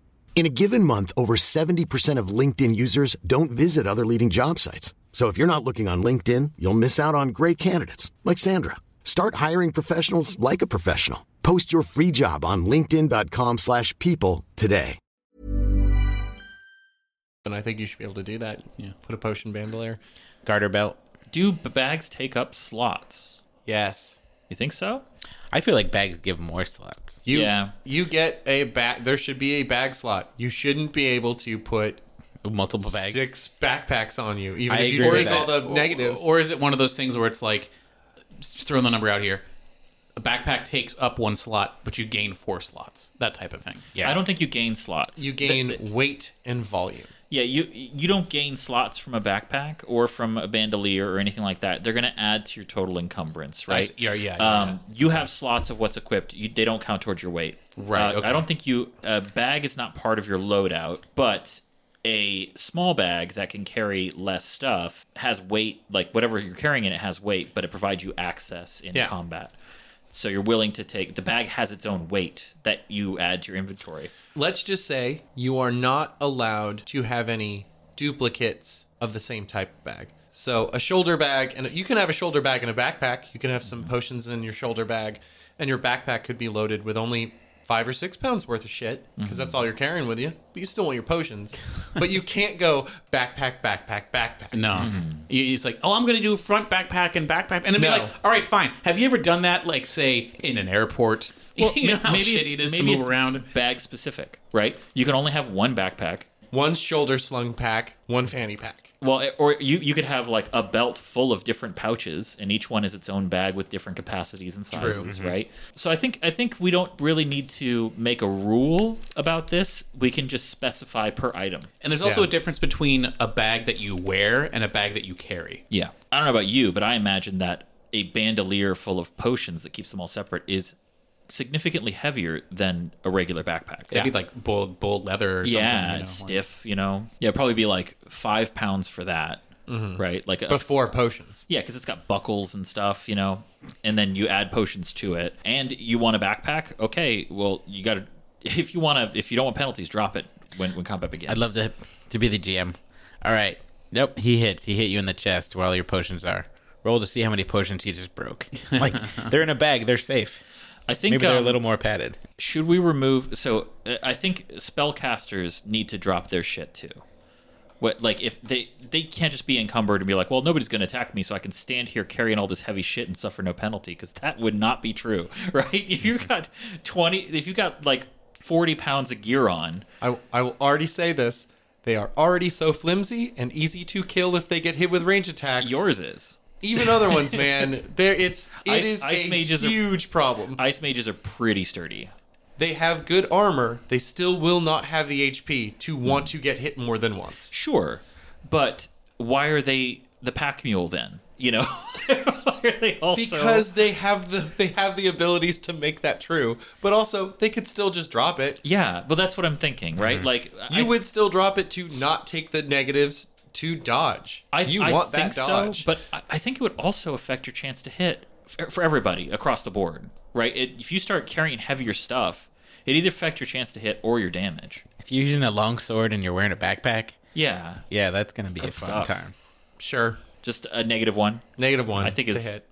[SPEAKER 5] In a given month, over 70% of LinkedIn users don't visit other leading job sites. So if you're not looking on LinkedIn, you'll miss out on great candidates like Sandra. Start hiring professionals like a professional. Post your free job on linkedin.com/people slash people today.
[SPEAKER 3] then I think you should be able to do that. Yeah. Put a potion bandolier.
[SPEAKER 4] Garter belt.
[SPEAKER 1] Do b- bags take up slots?
[SPEAKER 3] Yes.
[SPEAKER 1] You think so?
[SPEAKER 4] I feel like bags give more slots.
[SPEAKER 3] You,
[SPEAKER 1] Yeah.
[SPEAKER 3] You get a bag. There should be a bag slot. You shouldn't be able to put
[SPEAKER 4] Multiple Oh, bags.
[SPEAKER 3] six backpacks on you, even
[SPEAKER 4] I
[SPEAKER 3] if you
[SPEAKER 4] agree
[SPEAKER 3] take
[SPEAKER 4] with
[SPEAKER 3] all
[SPEAKER 4] that.
[SPEAKER 3] the negatives.
[SPEAKER 2] Or, or is it one of those things where it's like, just throwing the number out here, a backpack takes up one slot, but you gain four slots. That type of thing.
[SPEAKER 4] Yeah.
[SPEAKER 1] I don't think you gain slots.
[SPEAKER 3] you
[SPEAKER 1] Th-
[SPEAKER 3] gain
[SPEAKER 1] th-
[SPEAKER 3] weight and volume.
[SPEAKER 1] Yeah, you you don't gain slots from a backpack or from a bandolier or anything like that. They're going to add to your total encumbrance, right?
[SPEAKER 2] see. Yeah, yeah, yeah,
[SPEAKER 1] Um, You have slots of what's equipped. You, they don't count towards your weight.
[SPEAKER 2] Right,
[SPEAKER 1] Uh,
[SPEAKER 2] okay.
[SPEAKER 1] I don't think you a bag is not part of your loadout, but a small bag that can carry less stuff has weight. Like whatever you're carrying in it has weight, but it provides you access in
[SPEAKER 3] Yeah.
[SPEAKER 1] combat. So you're willing to take the bag has its own weight that you add to your inventory.
[SPEAKER 3] Let's just say you are not allowed to have any duplicates of the same type of bag. So a shoulder bag, and you can have a shoulder bag and a backpack. You can have some potions in your shoulder bag, and your backpack could be loaded with only five or six pounds worth of shit because that's all you're carrying with you. But you still want your potions. But you can't go backpack, backpack, backpack.
[SPEAKER 2] No.
[SPEAKER 1] Mm-hmm.
[SPEAKER 2] You- It's like, oh, I'm going to do front backpack and backpack. And it'd be
[SPEAKER 3] No.
[SPEAKER 2] like, all right, fine. Have you ever done that, like, say, in an airport? you know how
[SPEAKER 1] maybe it's-
[SPEAKER 2] shitty it is to
[SPEAKER 1] maybe
[SPEAKER 2] move
[SPEAKER 1] it's
[SPEAKER 2] around?
[SPEAKER 1] bag specific, right? You can only have one backpack.
[SPEAKER 3] One shoulder slung pack, one fanny pack.
[SPEAKER 1] Well, eh, or you you could have like a belt full of different pouches, and each one is its own bag with different capacities and sizes,
[SPEAKER 2] Mm-hmm.
[SPEAKER 1] right? So I think I think we don't really need to make a rule about this. We can just specify per item.
[SPEAKER 2] And there's also
[SPEAKER 3] Yeah.
[SPEAKER 2] a difference between a bag that you wear and a bag that you carry.
[SPEAKER 1] Yeah, I don't know about you, but I imagine that a bandolier full of potions that keeps them all separate is significantly heavier than a regular backpack.
[SPEAKER 2] It'd be like bull, bull leather or something.
[SPEAKER 1] yeah,
[SPEAKER 2] you know,
[SPEAKER 1] it's
[SPEAKER 2] like-
[SPEAKER 1] stiff. You know, yeah, it'd probably be like five pounds for that,
[SPEAKER 4] Mm-hmm.
[SPEAKER 1] right? Like a
[SPEAKER 3] Before potions.
[SPEAKER 1] Yeah, because it's got buckles and stuff, you know, and then you add potions to it. And you want a backpack? Okay, well, you got to. If you want to, if you don't want penalties, drop it when, when combat begins.
[SPEAKER 4] I'd love to to be the GM. All right. Nope. He hits. He hit you in the chest where all your potions are. roll to see how many potions he just broke. Like they're in a bag, they're safe.
[SPEAKER 1] I think
[SPEAKER 4] Maybe they're a
[SPEAKER 1] um,
[SPEAKER 4] little more padded.
[SPEAKER 1] Should we remove? So uh, I think spellcasters need to drop their shit too. What like if they they can't just be encumbered and be like, well, nobody's going to attack me, so I can stand here carrying all this heavy shit and suffer no penalty because that would not be true, right? If you got twenty, if you got like forty pounds of gear on,
[SPEAKER 3] I, I will already say this. They are already so flimsy and easy to kill if they get hit with range attacks.
[SPEAKER 1] yours is.
[SPEAKER 3] even other ones, man. There, it's it
[SPEAKER 1] Ice-
[SPEAKER 3] is
[SPEAKER 1] ice
[SPEAKER 3] a
[SPEAKER 1] mages are-
[SPEAKER 3] huge problem.
[SPEAKER 1] Ice mages are pretty sturdy.
[SPEAKER 3] They have good armor. They still will not have the HP to want to get hit more than once.
[SPEAKER 1] Sure, but why are they the pack mule then? You know, why are they also
[SPEAKER 3] Because they have the they have the abilities to make that true, but also they could still just drop it.
[SPEAKER 1] yeah? Well, that's what I'm thinking, right? Like
[SPEAKER 3] Mm-hmm. You
[SPEAKER 1] I-
[SPEAKER 3] would still drop it to not take the negatives to dodge.
[SPEAKER 1] I,
[SPEAKER 3] you
[SPEAKER 1] I
[SPEAKER 3] want
[SPEAKER 1] think
[SPEAKER 3] that dodge,
[SPEAKER 1] so, but I, I think it would also affect your chance to hit for, for everybody across the board, right? It, if you start carrying heavier stuff, it either affects your chance to hit or your damage.
[SPEAKER 4] If you're using a long sword and you're wearing a backpack,
[SPEAKER 1] Yeah,
[SPEAKER 4] yeah, that's gonna be a fun
[SPEAKER 1] sucks.
[SPEAKER 4] time.
[SPEAKER 3] sure,
[SPEAKER 1] just a negative one.
[SPEAKER 3] negative one.
[SPEAKER 1] I think
[SPEAKER 3] to
[SPEAKER 1] is
[SPEAKER 3] hit.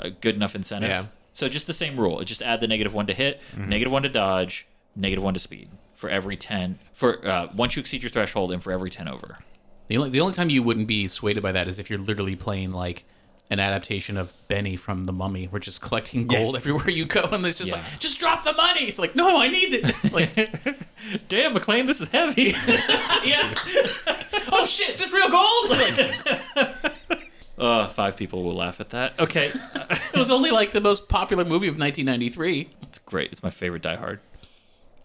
[SPEAKER 1] a good enough incentive.
[SPEAKER 3] Yeah. Mm-hmm.
[SPEAKER 1] So just the same rule. Just add the negative one to hit, negative one to dodge, negative one to speed for every ten. For uh, once you exceed your threshold, and for every ten over.
[SPEAKER 2] The only the only time you wouldn't be swayed by that is if you're literally playing like an adaptation of Benny from The Mummy, We're just collecting gold everywhere you go, and it's just
[SPEAKER 1] Yeah.
[SPEAKER 2] like, just drop the money. It's like, no, I need it. Like,
[SPEAKER 1] Damn, McLean, this is heavy.
[SPEAKER 2] yeah. oh shit, is this real gold? Like,
[SPEAKER 1] uh, five people will laugh at that. Okay,
[SPEAKER 2] it was only like the most popular movie of 1993.
[SPEAKER 1] It's great. It's my favorite Die Hard.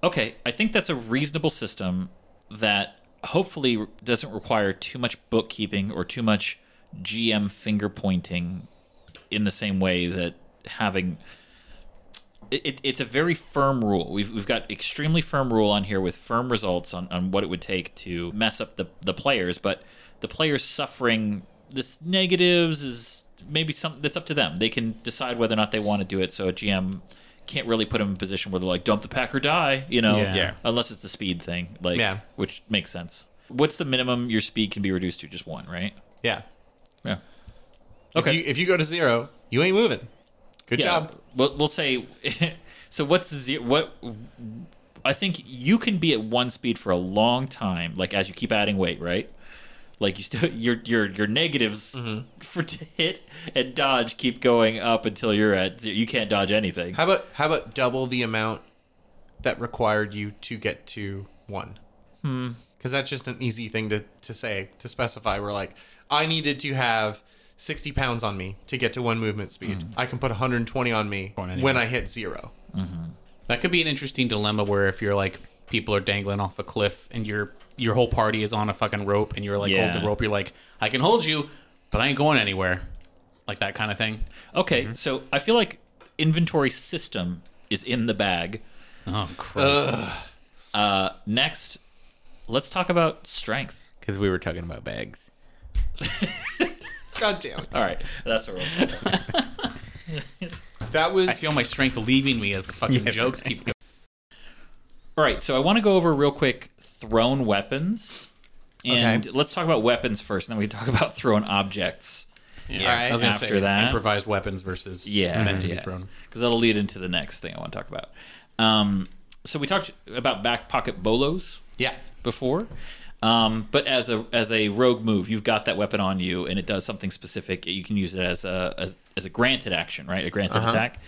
[SPEAKER 1] Okay, I think that's a reasonable system that hopefully doesn't require too much bookkeeping or too much GM finger pointing in the same way that having it, it, it's a very firm rule. We've, we've got extremely firm rule on here with firm results on, on what it would take to mess up the, the players, but the players suffering this negatives is maybe something that's up to them. They can decide whether or not they want to do it. So a GM can't really put them in a position where they're like dump the pack or die, you know,
[SPEAKER 2] Yeah. Yeah.
[SPEAKER 1] unless it's the speed thing, like
[SPEAKER 3] Yeah.
[SPEAKER 1] which makes sense. What's the minimum your speed can be reduced to? Just one, right?
[SPEAKER 3] Yeah.
[SPEAKER 1] Yeah.
[SPEAKER 3] If you, if you go to zero, you ain't moving. Good
[SPEAKER 1] yeah,
[SPEAKER 3] job.
[SPEAKER 1] We'll, we'll say. so what's ze- what? I think you can be at one speed for a long time, like as you keep adding weight, right? Like you still your your your negatives
[SPEAKER 3] Mm-hmm.
[SPEAKER 1] for to hit and dodge keep going up until you're at ze- you can't dodge anything.
[SPEAKER 3] How about how about double the amount that required you to get to one?
[SPEAKER 2] Hmm.
[SPEAKER 3] Because that's just an easy thing to, to say to specify. We're like, I needed to have sixty pounds on me to get to one movement speed.
[SPEAKER 2] Hmm.
[SPEAKER 3] I can put one hundred and twenty on me when I hit zero.
[SPEAKER 2] That could be an interesting dilemma where if you're like people are dangling off a cliff and your your whole party is on a fucking rope and you're like
[SPEAKER 1] Yeah.
[SPEAKER 2] hold the rope, you're like, I can hold you, but I ain't going anywhere. Like that kind of thing.
[SPEAKER 1] Okay,
[SPEAKER 3] mm-hmm.
[SPEAKER 1] so I feel like inventory system is in the bag.
[SPEAKER 2] Oh Christ.
[SPEAKER 1] Next, let's talk about strength.
[SPEAKER 4] Because we were talking about bags.
[SPEAKER 3] God damn, it.
[SPEAKER 1] All right, that's what we'll say.
[SPEAKER 3] that was
[SPEAKER 2] I feel my strength leaving me as the fucking
[SPEAKER 4] Yes.
[SPEAKER 2] jokes keep going.
[SPEAKER 1] All right, so I want to go over real quick thrown weapons. And let's talk about weapons first, and then we can talk about thrown objects.
[SPEAKER 2] Yeah,
[SPEAKER 3] right.
[SPEAKER 2] I was gonna
[SPEAKER 1] After
[SPEAKER 2] say,
[SPEAKER 1] that-
[SPEAKER 2] improvised weapons versus
[SPEAKER 1] Yeah.
[SPEAKER 2] meant to be
[SPEAKER 1] yeah.
[SPEAKER 2] thrown.
[SPEAKER 1] Because that'll lead into the next thing I want to talk about. Um, so we talked about back pocket bolos
[SPEAKER 3] yeah.
[SPEAKER 1] before. Um, but as a as a rogue move, you've got that weapon on you, and it does something specific. You can use it as a as, as a granted action, right? A granted attack.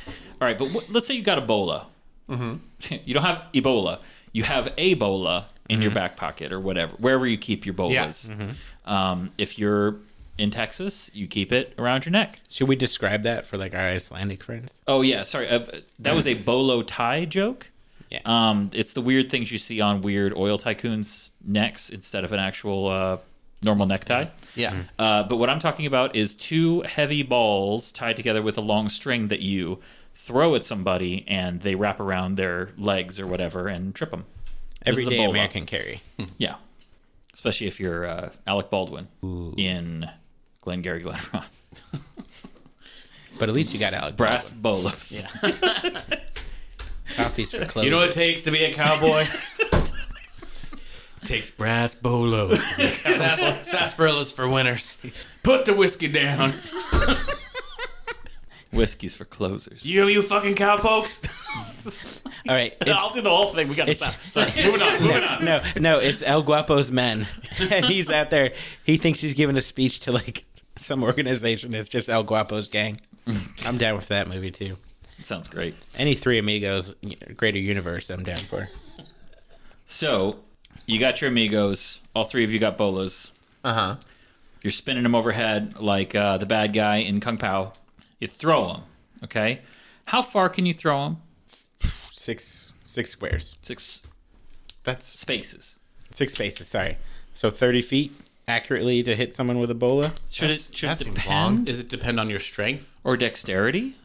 [SPEAKER 1] All right, but what, let's say you got Ebola. you don't have Ebola. You have Ebola in your back pocket or whatever, wherever you keep your bolas.
[SPEAKER 3] Yeah.
[SPEAKER 1] Um, if you're in Texas, you keep it around your neck.
[SPEAKER 4] Should we describe that for like our Icelandic friends?
[SPEAKER 1] Oh yeah, sorry. Uh, that was a bolo tie joke.
[SPEAKER 4] Yeah.
[SPEAKER 1] Um, it's the weird things you see on weird oil tycoons' necks instead of an actual uh, normal necktie.
[SPEAKER 3] Yeah.
[SPEAKER 1] Uh, but what I'm talking about is two heavy balls tied together with a long string that you throw at somebody, and they wrap around their legs or whatever and trip them.
[SPEAKER 4] Everyday American carry.
[SPEAKER 1] Yeah. Especially if you're uh, Alec Baldwin in Glengarry Glen Ross.
[SPEAKER 4] But at least you got Alec.
[SPEAKER 1] Brass bolos.
[SPEAKER 4] Baldwin. coffees for clothes.
[SPEAKER 2] takes to be a cowboy? takes brass bolos.
[SPEAKER 3] Sas- sarsaparillas for winners.
[SPEAKER 2] Put the whiskey down.
[SPEAKER 1] Whiskey's for closers.
[SPEAKER 2] You, you fucking cowpokes.
[SPEAKER 4] All right.
[SPEAKER 2] I'll
[SPEAKER 4] It's,
[SPEAKER 2] do the whole thing. We got to
[SPEAKER 4] it's-
[SPEAKER 2] stop. Sorry, moving on, moving on.
[SPEAKER 4] no, no, it's El Guapo's men. and he's out there. He thinks he's giving a speech to like some organization that's just El Guapo's gang. I'm down with that movie too.
[SPEAKER 1] Sounds great.
[SPEAKER 4] Any three amigos, greater universe, I'm down for.
[SPEAKER 1] So, you got your amigos. All three of you got bolas. Uh huh.
[SPEAKER 3] Uh-huh.
[SPEAKER 1] You're spinning them overhead like uh, the bad guy in Kung Pao. You throw them. Okay. How far can you throw them?
[SPEAKER 4] Six six squares,
[SPEAKER 1] Six
[SPEAKER 3] That's
[SPEAKER 1] spaces.
[SPEAKER 4] six spaces. Sorry. So 30 feet accurately to hit someone with a bola.
[SPEAKER 1] Should
[SPEAKER 3] That's-
[SPEAKER 1] it should it
[SPEAKER 3] that seems
[SPEAKER 1] depend
[SPEAKER 3] long.
[SPEAKER 2] Does it depend on your strength?
[SPEAKER 1] or dexterity?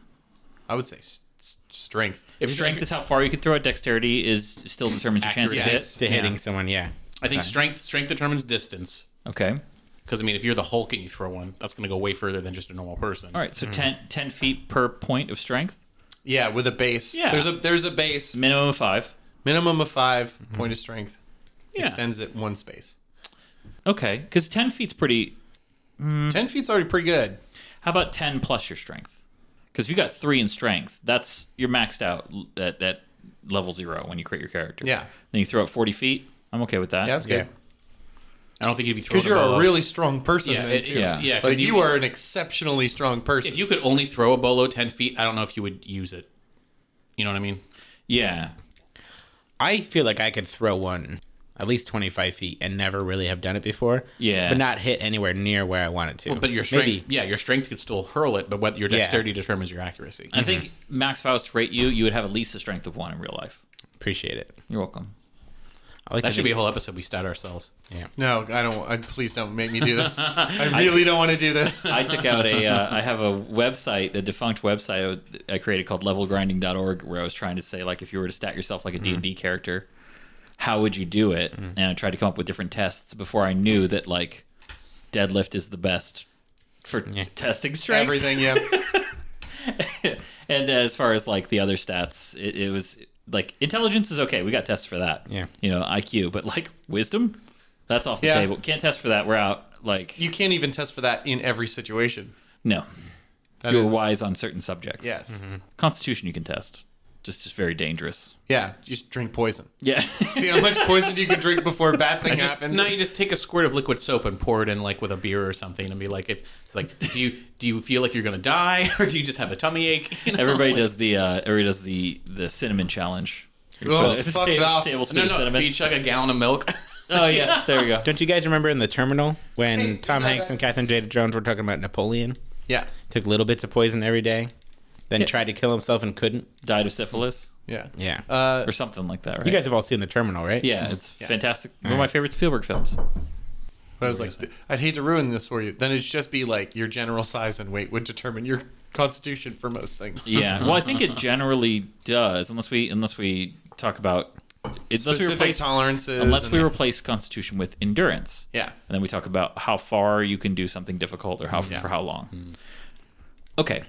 [SPEAKER 3] I would say s- s- strength.
[SPEAKER 1] If strength is how far you can throw it, dexterity is still determines your chance to
[SPEAKER 2] Accuracy.
[SPEAKER 1] hit.
[SPEAKER 4] To hitting someone, yeah.
[SPEAKER 2] I think strength strength determines distance.
[SPEAKER 1] Okay.
[SPEAKER 2] Because I mean, if you're the Hulk and you throw one, that's going to go way further than just a normal person.
[SPEAKER 1] All right. So
[SPEAKER 3] Mm-hmm.
[SPEAKER 1] ten ten 10, feet per point of strength,
[SPEAKER 3] Yeah, with a base.
[SPEAKER 2] Yeah.
[SPEAKER 3] There's a there's a base.
[SPEAKER 1] minimum of five.
[SPEAKER 3] Minimum of 5 point of strength.
[SPEAKER 2] Hmm. Yeah.
[SPEAKER 3] Extends it one space.
[SPEAKER 1] Okay. Because 10 feet's pretty.
[SPEAKER 2] Hmm.
[SPEAKER 3] Ten feet's already pretty good.
[SPEAKER 1] How about 10 plus your strength? Because if you got three in strength, that's you're maxed out l- at, at level zero when you create your character.
[SPEAKER 3] Yeah.
[SPEAKER 1] Then you throw it 40 feet. I'm okay with that.
[SPEAKER 3] Yeah, that's good.
[SPEAKER 2] I don't think you'd be throwing
[SPEAKER 3] Because you're
[SPEAKER 2] bolo.
[SPEAKER 3] a really strong person.
[SPEAKER 2] yeah,
[SPEAKER 3] then,
[SPEAKER 2] it-
[SPEAKER 3] too.
[SPEAKER 1] Yeah.
[SPEAKER 2] yeah, yeah. 'cause
[SPEAKER 3] Like you are an exceptionally strong person.
[SPEAKER 2] If you could only throw a bolo ten feet, I don't know if you would use it. You know what I mean?
[SPEAKER 1] Yeah.
[SPEAKER 4] I feel like I could throw one at least 25 feet and never really have done it before.
[SPEAKER 1] Yeah.
[SPEAKER 4] But not hit anywhere near where I want it to.
[SPEAKER 2] But your
[SPEAKER 4] Maybe.
[SPEAKER 2] strength, yeah, your strength could still hurl it, but what your dexterity determines your accuracy.
[SPEAKER 1] I think Max if I was to rate you, you would have at least a strength of one in real life.
[SPEAKER 4] Appreciate it.
[SPEAKER 1] You're welcome.
[SPEAKER 4] I like
[SPEAKER 2] that
[SPEAKER 4] to
[SPEAKER 2] should be a
[SPEAKER 4] think-
[SPEAKER 2] whole episode we stat ourselves.
[SPEAKER 3] no, I don't. I, please don't make me do this. I really don't want to do this.
[SPEAKER 1] I took out a. Uh, I have a website, a defunct website I created called levelgrinding.org, where I was trying to say like if you were to stat yourself like a D and D character, how would you do it? And I tried to come up with different tests before I knew that like deadlift is the best for testing strength.
[SPEAKER 3] Everything. Yeah.
[SPEAKER 1] And as far as like the other stats, it, it was like intelligence is okay. We got tests for that.
[SPEAKER 4] Yeah.
[SPEAKER 1] you know IQ, but like wisdom, that's off the
[SPEAKER 3] Yeah.
[SPEAKER 1] table. Can't test for that. We're out. Like
[SPEAKER 3] You can't even test for that in every situation.
[SPEAKER 1] no,
[SPEAKER 3] That
[SPEAKER 1] you're
[SPEAKER 3] is-
[SPEAKER 1] wise on certain subjects.
[SPEAKER 3] Yes.
[SPEAKER 1] Constitution you can test. Just is very dangerous.
[SPEAKER 3] Yeah. Just drink poison.
[SPEAKER 1] Yeah.
[SPEAKER 3] See how much poison you can drink before a bad thing
[SPEAKER 2] Just,
[SPEAKER 3] happens.
[SPEAKER 2] now you just take a squirt of liquid soap and pour it in like with a beer or something, and be like, if, it's like, do you do you feel like you're gonna die, or do you just have a tummy ache? You know,
[SPEAKER 1] everybody
[SPEAKER 2] like-
[SPEAKER 1] does the uh, everybody does the the cinnamon challenge.
[SPEAKER 3] Oh,
[SPEAKER 1] It's
[SPEAKER 3] fuck
[SPEAKER 1] a
[SPEAKER 3] off.
[SPEAKER 1] tablespoon
[SPEAKER 2] No,
[SPEAKER 1] of
[SPEAKER 2] no,
[SPEAKER 1] cinnamon.
[SPEAKER 2] you chug a gallon of milk.
[SPEAKER 1] Oh yeah, there you go.
[SPEAKER 4] Don't you guys remember in the terminal when Tom Hanks and Catherine Jada Jones were talking about Napoleon?
[SPEAKER 3] Yeah.
[SPEAKER 4] Took little bits of poison every day, then tried to kill himself and couldn't.
[SPEAKER 1] Died of syphilis
[SPEAKER 3] Yeah. Uh,
[SPEAKER 4] Yeah.
[SPEAKER 1] or something like that, right?
[SPEAKER 4] you guys have all seen the terminal, right?
[SPEAKER 1] yeah, it's fantastic. One of my favorite Spielberg films.
[SPEAKER 3] But I was like, I'd hate to ruin this for you. Then it'd just be like your general size and weight would determine your constitution for most things.
[SPEAKER 1] Yeah. Well, I think it generally does, unless we unless we talk about unless we
[SPEAKER 3] Specific
[SPEAKER 1] replace
[SPEAKER 3] tolerances.
[SPEAKER 1] unless we
[SPEAKER 3] and-
[SPEAKER 1] replace constitution with endurance.
[SPEAKER 3] Yeah.
[SPEAKER 1] And then we talk about how far you can do something difficult or how for how long. Okay.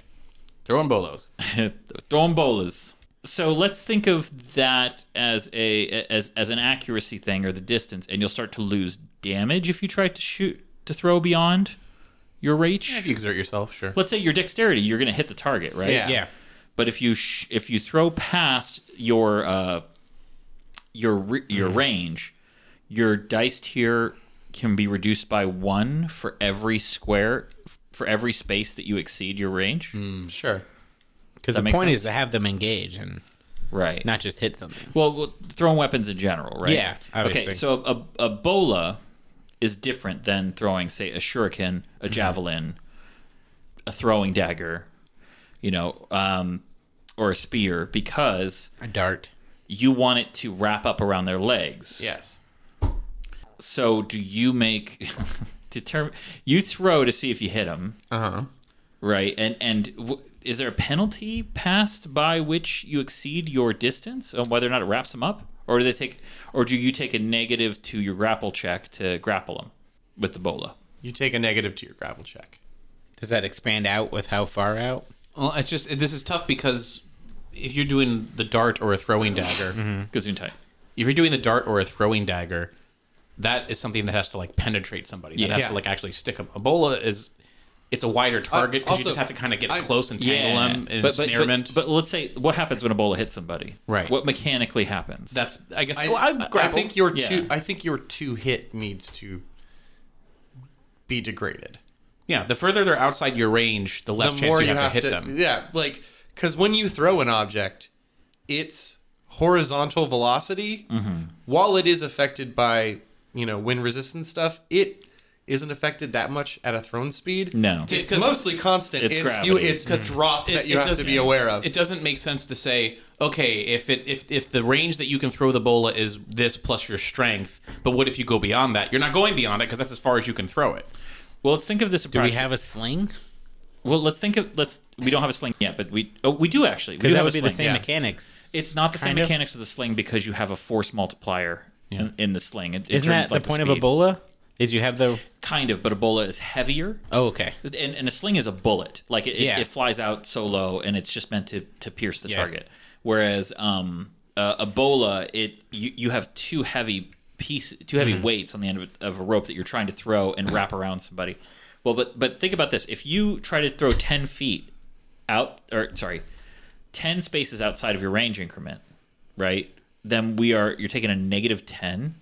[SPEAKER 2] Throwing bolos.
[SPEAKER 1] Dombolas. So let's think of that as a as as an accuracy thing or the distance, and you'll start to lose damage if you try to shoot to throw beyond your reach.
[SPEAKER 2] If you exert yourself, sure.
[SPEAKER 1] let's say your dexterity, you're going to hit the target, right?
[SPEAKER 3] Yeah.
[SPEAKER 4] Yeah.
[SPEAKER 1] But if you sh- if you throw past your uh, your re-
[SPEAKER 2] Mm-hmm.
[SPEAKER 1] your range, your dice tier can be reduced by one for every square for every space that you exceed your range.
[SPEAKER 2] Mm.
[SPEAKER 3] Sure.
[SPEAKER 4] Because
[SPEAKER 1] That
[SPEAKER 4] the
[SPEAKER 1] makes
[SPEAKER 4] point
[SPEAKER 1] sense.
[SPEAKER 4] is to have them engage and
[SPEAKER 1] Right.
[SPEAKER 4] not just hit something.
[SPEAKER 1] Well, well, throwing weapons in general, right?
[SPEAKER 4] Yeah, obviously.
[SPEAKER 1] Okay, so a, a bola is different than throwing, say, a shuriken, a
[SPEAKER 4] Mm-hmm.
[SPEAKER 1] javelin, a throwing dagger, you know, um, or a spear, because
[SPEAKER 4] A dart.
[SPEAKER 1] you want it to wrap up around their legs.
[SPEAKER 3] Yes.
[SPEAKER 1] So do you make determine you throw to see if you hit them? Uh huh.
[SPEAKER 4] Uh-huh.
[SPEAKER 1] Right, and and w- is there a penalty passed by which you exceed your distance on whether or not it wraps them up, or do they take, or do you take a negative to your grapple check to grapple them with the bola?
[SPEAKER 3] You take a negative to your gravel check.
[SPEAKER 4] Does that expand out with how far out?
[SPEAKER 2] Well, it's just this is tough because if you're doing the dart or a throwing dagger,
[SPEAKER 1] Gesundheit.
[SPEAKER 2] if you're doing the dart or a throwing dagger, that is something that has to like penetrate somebody. That has
[SPEAKER 3] Yeah.
[SPEAKER 2] to like actually stick them. Ebola is it's a wider target because you
[SPEAKER 3] Uh, also,
[SPEAKER 2] just have to kind of get
[SPEAKER 3] I-
[SPEAKER 2] close and tangle them and
[SPEAKER 1] but,
[SPEAKER 2] snare
[SPEAKER 1] but,
[SPEAKER 2] them.
[SPEAKER 1] but, but let's say what happens when Ebola hits somebody.
[SPEAKER 2] Right.
[SPEAKER 1] What mechanically happens?
[SPEAKER 2] that's I guess.
[SPEAKER 3] I,
[SPEAKER 2] well, I,
[SPEAKER 3] I- I
[SPEAKER 2] grappled.
[SPEAKER 3] think your
[SPEAKER 1] Yeah.
[SPEAKER 3] two. I think your two hit needs to be degraded.
[SPEAKER 2] yeah. The further they're outside your range, the less
[SPEAKER 3] the
[SPEAKER 2] chance
[SPEAKER 3] more
[SPEAKER 2] you have, to hit them.
[SPEAKER 3] Yeah, like because when you throw an object, its horizontal velocity,
[SPEAKER 2] Mm-hmm.
[SPEAKER 3] while it is affected by you know wind resistance stuff, it isn't affected that much at a thrown speed.
[SPEAKER 1] No.
[SPEAKER 3] it's
[SPEAKER 2] 'Cause-
[SPEAKER 3] mostly constant.
[SPEAKER 1] It's
[SPEAKER 3] It's, you.
[SPEAKER 1] gravity.
[SPEAKER 3] It's drop that you have to
[SPEAKER 2] doesn't-
[SPEAKER 3] be aware of.
[SPEAKER 2] It doesn't make sense to say, okay, if it if if the range that you can throw the bola is this plus your strength, but what if you go beyond that? You're not going beyond it because that's as far as you can throw it.
[SPEAKER 1] well, let's think of this.
[SPEAKER 4] Do we have a sling?
[SPEAKER 1] Well, let's think of let's. We don't have a sling yet, but we oh, we do actually. We do
[SPEAKER 4] Because that
[SPEAKER 1] have a
[SPEAKER 4] would be
[SPEAKER 1] sling.
[SPEAKER 4] the same
[SPEAKER 1] yeah.
[SPEAKER 4] mechanics.
[SPEAKER 1] It's not the same
[SPEAKER 4] kind of.
[SPEAKER 1] mechanics as a sling because you have a force multiplier in, in the sling. It,
[SPEAKER 4] Isn't that the point of Ebola? Is you have the
[SPEAKER 1] Kind of, but Ebola is heavier.
[SPEAKER 4] oh okay.
[SPEAKER 1] And, and a sling is a bullet. Like it, it-
[SPEAKER 4] Yeah.
[SPEAKER 1] it, flies out so low, and it's just meant to, to pierce the target. Whereas um, uh, Ebola, it you, you have two heavy piece, two heavy weights on the end of, a- of a rope that you're trying to throw and wrap around somebody. Well, but but think about this: if you try to throw ten feet out, or sorry, ten spaces outside of your range increment, right? Then we are you're taking a negative ten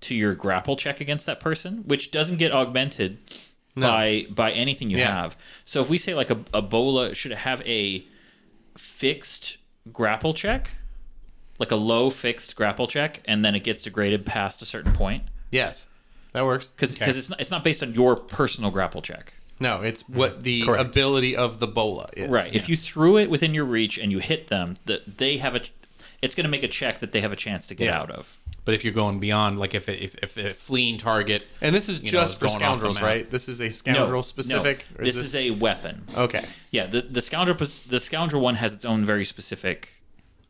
[SPEAKER 1] to your grapple check against that person, which doesn't get augmented by by anything you
[SPEAKER 3] Yeah.
[SPEAKER 1] have. So if we say like a, a bola should have a fixed grapple check, like a low fixed grapple check, and then it gets degraded past a certain point
[SPEAKER 3] yes, that works.
[SPEAKER 1] because it's not, it's not based on your personal grapple check.
[SPEAKER 3] No, it's
[SPEAKER 2] Mm.
[SPEAKER 3] what the ability of the bola is.
[SPEAKER 1] Right. If you threw it within your reach and you hit them, that they have a, it's going to make a check that they have a chance to get
[SPEAKER 3] Yeah.
[SPEAKER 1] out of.
[SPEAKER 2] But if you're going beyond, like if it, if if a fleeing target,
[SPEAKER 3] And this is
[SPEAKER 2] you know,
[SPEAKER 3] just for
[SPEAKER 2] going off the
[SPEAKER 3] scoundrels,
[SPEAKER 2] map.
[SPEAKER 3] right? This is a
[SPEAKER 1] No,
[SPEAKER 3] scoundrel specific.
[SPEAKER 1] No, this is a weapon.
[SPEAKER 3] okay.
[SPEAKER 1] Yeah, the the scoundrel pos- the scoundrel one has its own very specific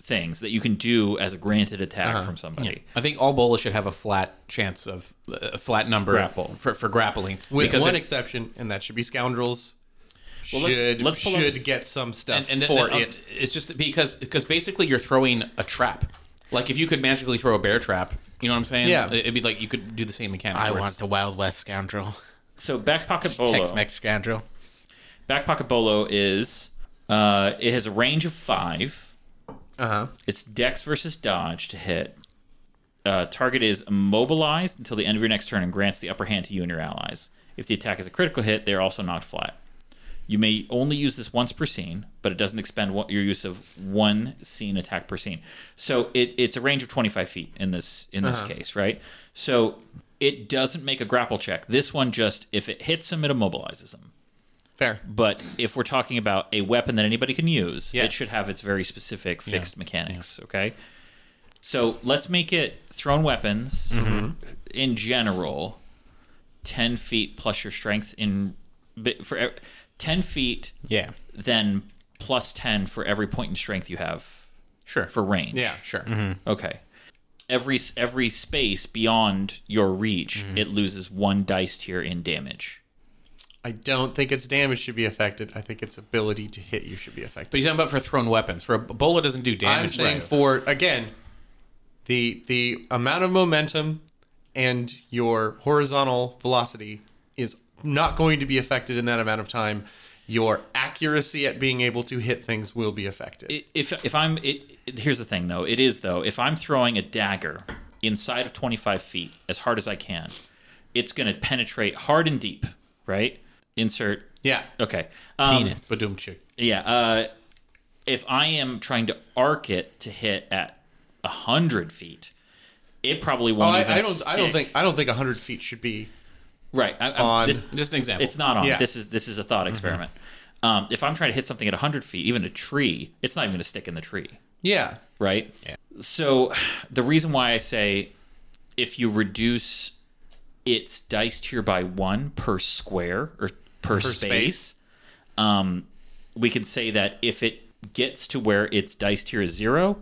[SPEAKER 1] things that you can do as a granted attack
[SPEAKER 3] Uh-huh.
[SPEAKER 1] from somebody.
[SPEAKER 2] I think all bola should have a flat chance of a flat number
[SPEAKER 1] Grapple.
[SPEAKER 2] for, for grappling
[SPEAKER 3] With
[SPEAKER 2] because
[SPEAKER 3] one
[SPEAKER 2] it's-
[SPEAKER 3] exception, and that should be scoundrels.
[SPEAKER 1] Well, let's-
[SPEAKER 3] should
[SPEAKER 1] let's pull up-
[SPEAKER 3] should get some
[SPEAKER 2] and,
[SPEAKER 3] stuff
[SPEAKER 2] and then-
[SPEAKER 3] for
[SPEAKER 2] then, um,
[SPEAKER 3] it.
[SPEAKER 2] It's just because because basically you're throwing a trap. Like if you could magically throw a bear trap, you know what I'm saying?
[SPEAKER 3] Yeah.
[SPEAKER 2] it'd be like you could do the same mechanic.
[SPEAKER 4] I
[SPEAKER 2] where
[SPEAKER 4] want
[SPEAKER 2] it's-
[SPEAKER 4] the Wild West scoundrel,
[SPEAKER 1] So back pocket
[SPEAKER 4] Tex
[SPEAKER 1] bolo.
[SPEAKER 4] Mex scoundrel.
[SPEAKER 1] Back pocket bolo is uh, it has a range of five. Uh huh. It's Dex versus Dodge to hit. Uh, target is immobilized until the end of your next turn and grants the upper hand to you and your allies. If the attack is a critical hit, they are also knocked flat. You may only use this once per scene, but it doesn't expend what, your use of one scene attack per scene. So it, it's a range of 25 feet in this in this case, right? So it doesn't make a grapple check. This one just if it hits him, it immobilizes him.
[SPEAKER 3] Fair.
[SPEAKER 1] But if we're talking about a weapon that anybody can use, it
[SPEAKER 3] Yes.
[SPEAKER 1] should have its very specific fixed mechanics. Okay. So let's make it thrown weapons
[SPEAKER 3] Mm-hmm.
[SPEAKER 1] in general, ten feet plus your strength in bi- for ev- ten feet.
[SPEAKER 4] Yeah.
[SPEAKER 1] Then plus ten for every point in strength you have
[SPEAKER 2] sure
[SPEAKER 1] for range.
[SPEAKER 3] Yeah, sure.
[SPEAKER 1] Okay. Every s- every space beyond your reach,
[SPEAKER 3] Mm-hmm.
[SPEAKER 1] it loses one dice tier in damage.
[SPEAKER 3] I don't think its damage should be affected. I think its ability to hit you should be
[SPEAKER 2] But
[SPEAKER 3] affected.
[SPEAKER 2] you're talking about for thrown weapons. For a bola doesn't do damage.
[SPEAKER 3] I'm saying for again, the the amount of momentum and your horizontal velocity is not going to be affected in that amount of time. Your accuracy at being able to hit things will be affected.
[SPEAKER 1] if if I'm it, it- here's the thing though it is though if I'm throwing a dagger inside of 25 feet as hard as I can, it's gonna penetrate hard and deep, right? Insert.
[SPEAKER 3] yeah.
[SPEAKER 1] Okay. Um,
[SPEAKER 2] Badoom chick.
[SPEAKER 1] yeah. Uh, if I am trying to arc it to hit at hundred feet, it probably
[SPEAKER 3] Oh,
[SPEAKER 1] won't
[SPEAKER 3] I,
[SPEAKER 1] even.
[SPEAKER 3] I don't. I don't
[SPEAKER 1] stick.
[SPEAKER 3] think. I don't think 100 feet should be
[SPEAKER 1] Right. I, I'm-
[SPEAKER 3] on.
[SPEAKER 1] this-
[SPEAKER 2] Just an example.
[SPEAKER 1] it's not on.
[SPEAKER 3] Yeah.
[SPEAKER 1] This is this is a thought experiment. Um, if I'm trying to hit something at 100 feet, even a tree, it's not even going to stick in the tree.
[SPEAKER 3] yeah.
[SPEAKER 1] right? So the reason why I say if you reduce its dice tier by one per square or per, space,
[SPEAKER 3] space.
[SPEAKER 1] um, we can say that if it gets to where its dice tier is zero,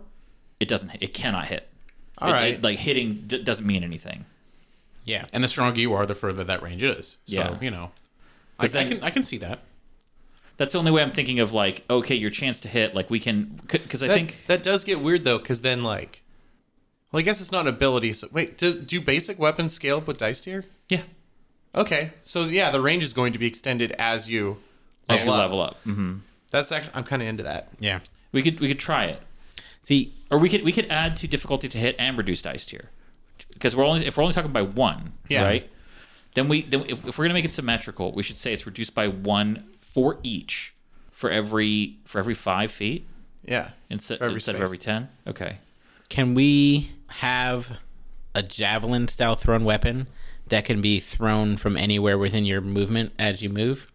[SPEAKER 1] it doesn't. It cannot hit. All
[SPEAKER 3] All
[SPEAKER 1] right,
[SPEAKER 3] right.
[SPEAKER 1] like hitting d- doesn't mean anything.
[SPEAKER 4] Yeah.
[SPEAKER 2] And the stronger you are, the further that range is. So,
[SPEAKER 1] Yeah.
[SPEAKER 2] you know. I,
[SPEAKER 1] 'Cause
[SPEAKER 2] I
[SPEAKER 1] then-
[SPEAKER 2] can I can see that.
[SPEAKER 1] That's the only way I'm thinking of. Like, okay, your chance to hit. Like, we can because I
[SPEAKER 3] that,
[SPEAKER 1] think
[SPEAKER 3] that does get weird though, because then like, well, I guess it's not an ability. So wait, do, do basic weapons scale up with dice tier?
[SPEAKER 1] yeah.
[SPEAKER 3] Okay, so yeah, the range is going to be extended as you
[SPEAKER 1] As you
[SPEAKER 3] level up.
[SPEAKER 1] level up. hmm
[SPEAKER 3] That's actually I'm kind of into that.
[SPEAKER 4] Yeah.
[SPEAKER 1] We could we could try it.
[SPEAKER 4] See,
[SPEAKER 1] Or we could we could add to difficulty to hit and reduce dice tier. Because we're only if we're only talking by one,
[SPEAKER 3] Yeah.
[SPEAKER 1] right? Then we then if, if we're gonna make it symmetrical, we should say it's reduced by one for each for every for every five feet
[SPEAKER 3] Yeah.
[SPEAKER 1] instead
[SPEAKER 3] For every
[SPEAKER 1] instead of
[SPEAKER 3] space.
[SPEAKER 1] every ten. Okay.
[SPEAKER 4] can we have a javelin style thrown weapon that can be thrown from anywhere within your movement as you move?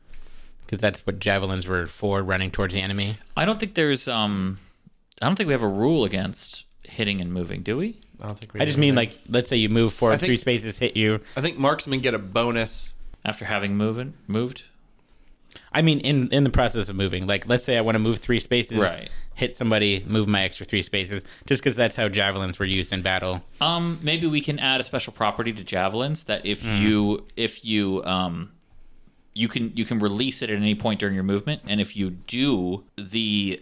[SPEAKER 4] Because that's what javelins were for, running towards the enemy.
[SPEAKER 1] I don't think there's um I don't think we have a rule against hitting and moving, do we?
[SPEAKER 3] I don't think we
[SPEAKER 4] I just
[SPEAKER 3] do
[SPEAKER 4] mean
[SPEAKER 3] that.
[SPEAKER 4] like, let's say you move forward
[SPEAKER 3] I think-
[SPEAKER 4] three spaces, hit you.
[SPEAKER 3] I think marksmen get a bonus.
[SPEAKER 1] After having moving moved?
[SPEAKER 4] I mean, in in the process of moving, like let's say I want to move three spaces,
[SPEAKER 1] Right.
[SPEAKER 4] Hit somebody, move my extra three spaces, just because that's how javelins were used in battle.
[SPEAKER 1] Um, maybe we can add a special property to javelins that if
[SPEAKER 4] Mm-hmm.
[SPEAKER 1] you if you um you can you can release it at any point during your movement, and if you do the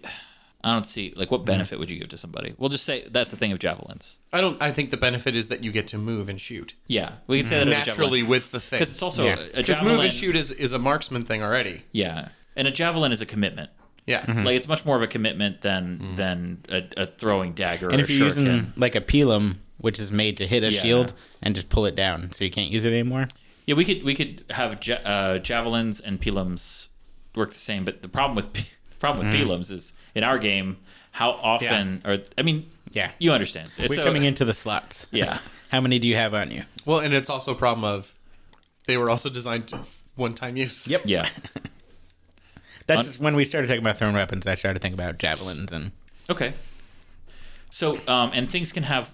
[SPEAKER 1] I don't see like
[SPEAKER 4] Mm-hmm.
[SPEAKER 1] what benefit would you give to somebody? We'll just say that's the thing of javelins.
[SPEAKER 3] I don't. I think the benefit is that you get to move and shoot
[SPEAKER 1] Yeah, we can say that
[SPEAKER 3] naturally with the thing.
[SPEAKER 1] because it's also
[SPEAKER 4] Yeah.
[SPEAKER 1] a- a,
[SPEAKER 3] 'Cause
[SPEAKER 1] javelin.
[SPEAKER 3] move and shoot is, is a marksman thing already.
[SPEAKER 1] Yeah, and a javelin is a commitment.
[SPEAKER 3] Yeah.
[SPEAKER 1] Like it's much more of a commitment than than a, a throwing dagger
[SPEAKER 4] Mm-hmm. And
[SPEAKER 1] or
[SPEAKER 4] if
[SPEAKER 1] a
[SPEAKER 4] you're
[SPEAKER 1] shuriken.
[SPEAKER 4] using like a pilum, which is made to hit a
[SPEAKER 1] Yeah.
[SPEAKER 4] shield and just pull it down, so you can't use it anymore.
[SPEAKER 1] Yeah, we could we could have ja- uh, javelins and pilums work the same, but the problem with p- the problem with pilums is in our game how often or I mean
[SPEAKER 4] Yeah.
[SPEAKER 1] you understand
[SPEAKER 4] We're coming into the slots.
[SPEAKER 1] yeah
[SPEAKER 4] How many do you have on you?
[SPEAKER 3] Well, and it's also a problem of they were also designed to one time use.
[SPEAKER 4] Yep.
[SPEAKER 1] yeah
[SPEAKER 4] That's just when we started talking about thrown weapons. I started thinking about javelins and
[SPEAKER 1] okay so um, and things can have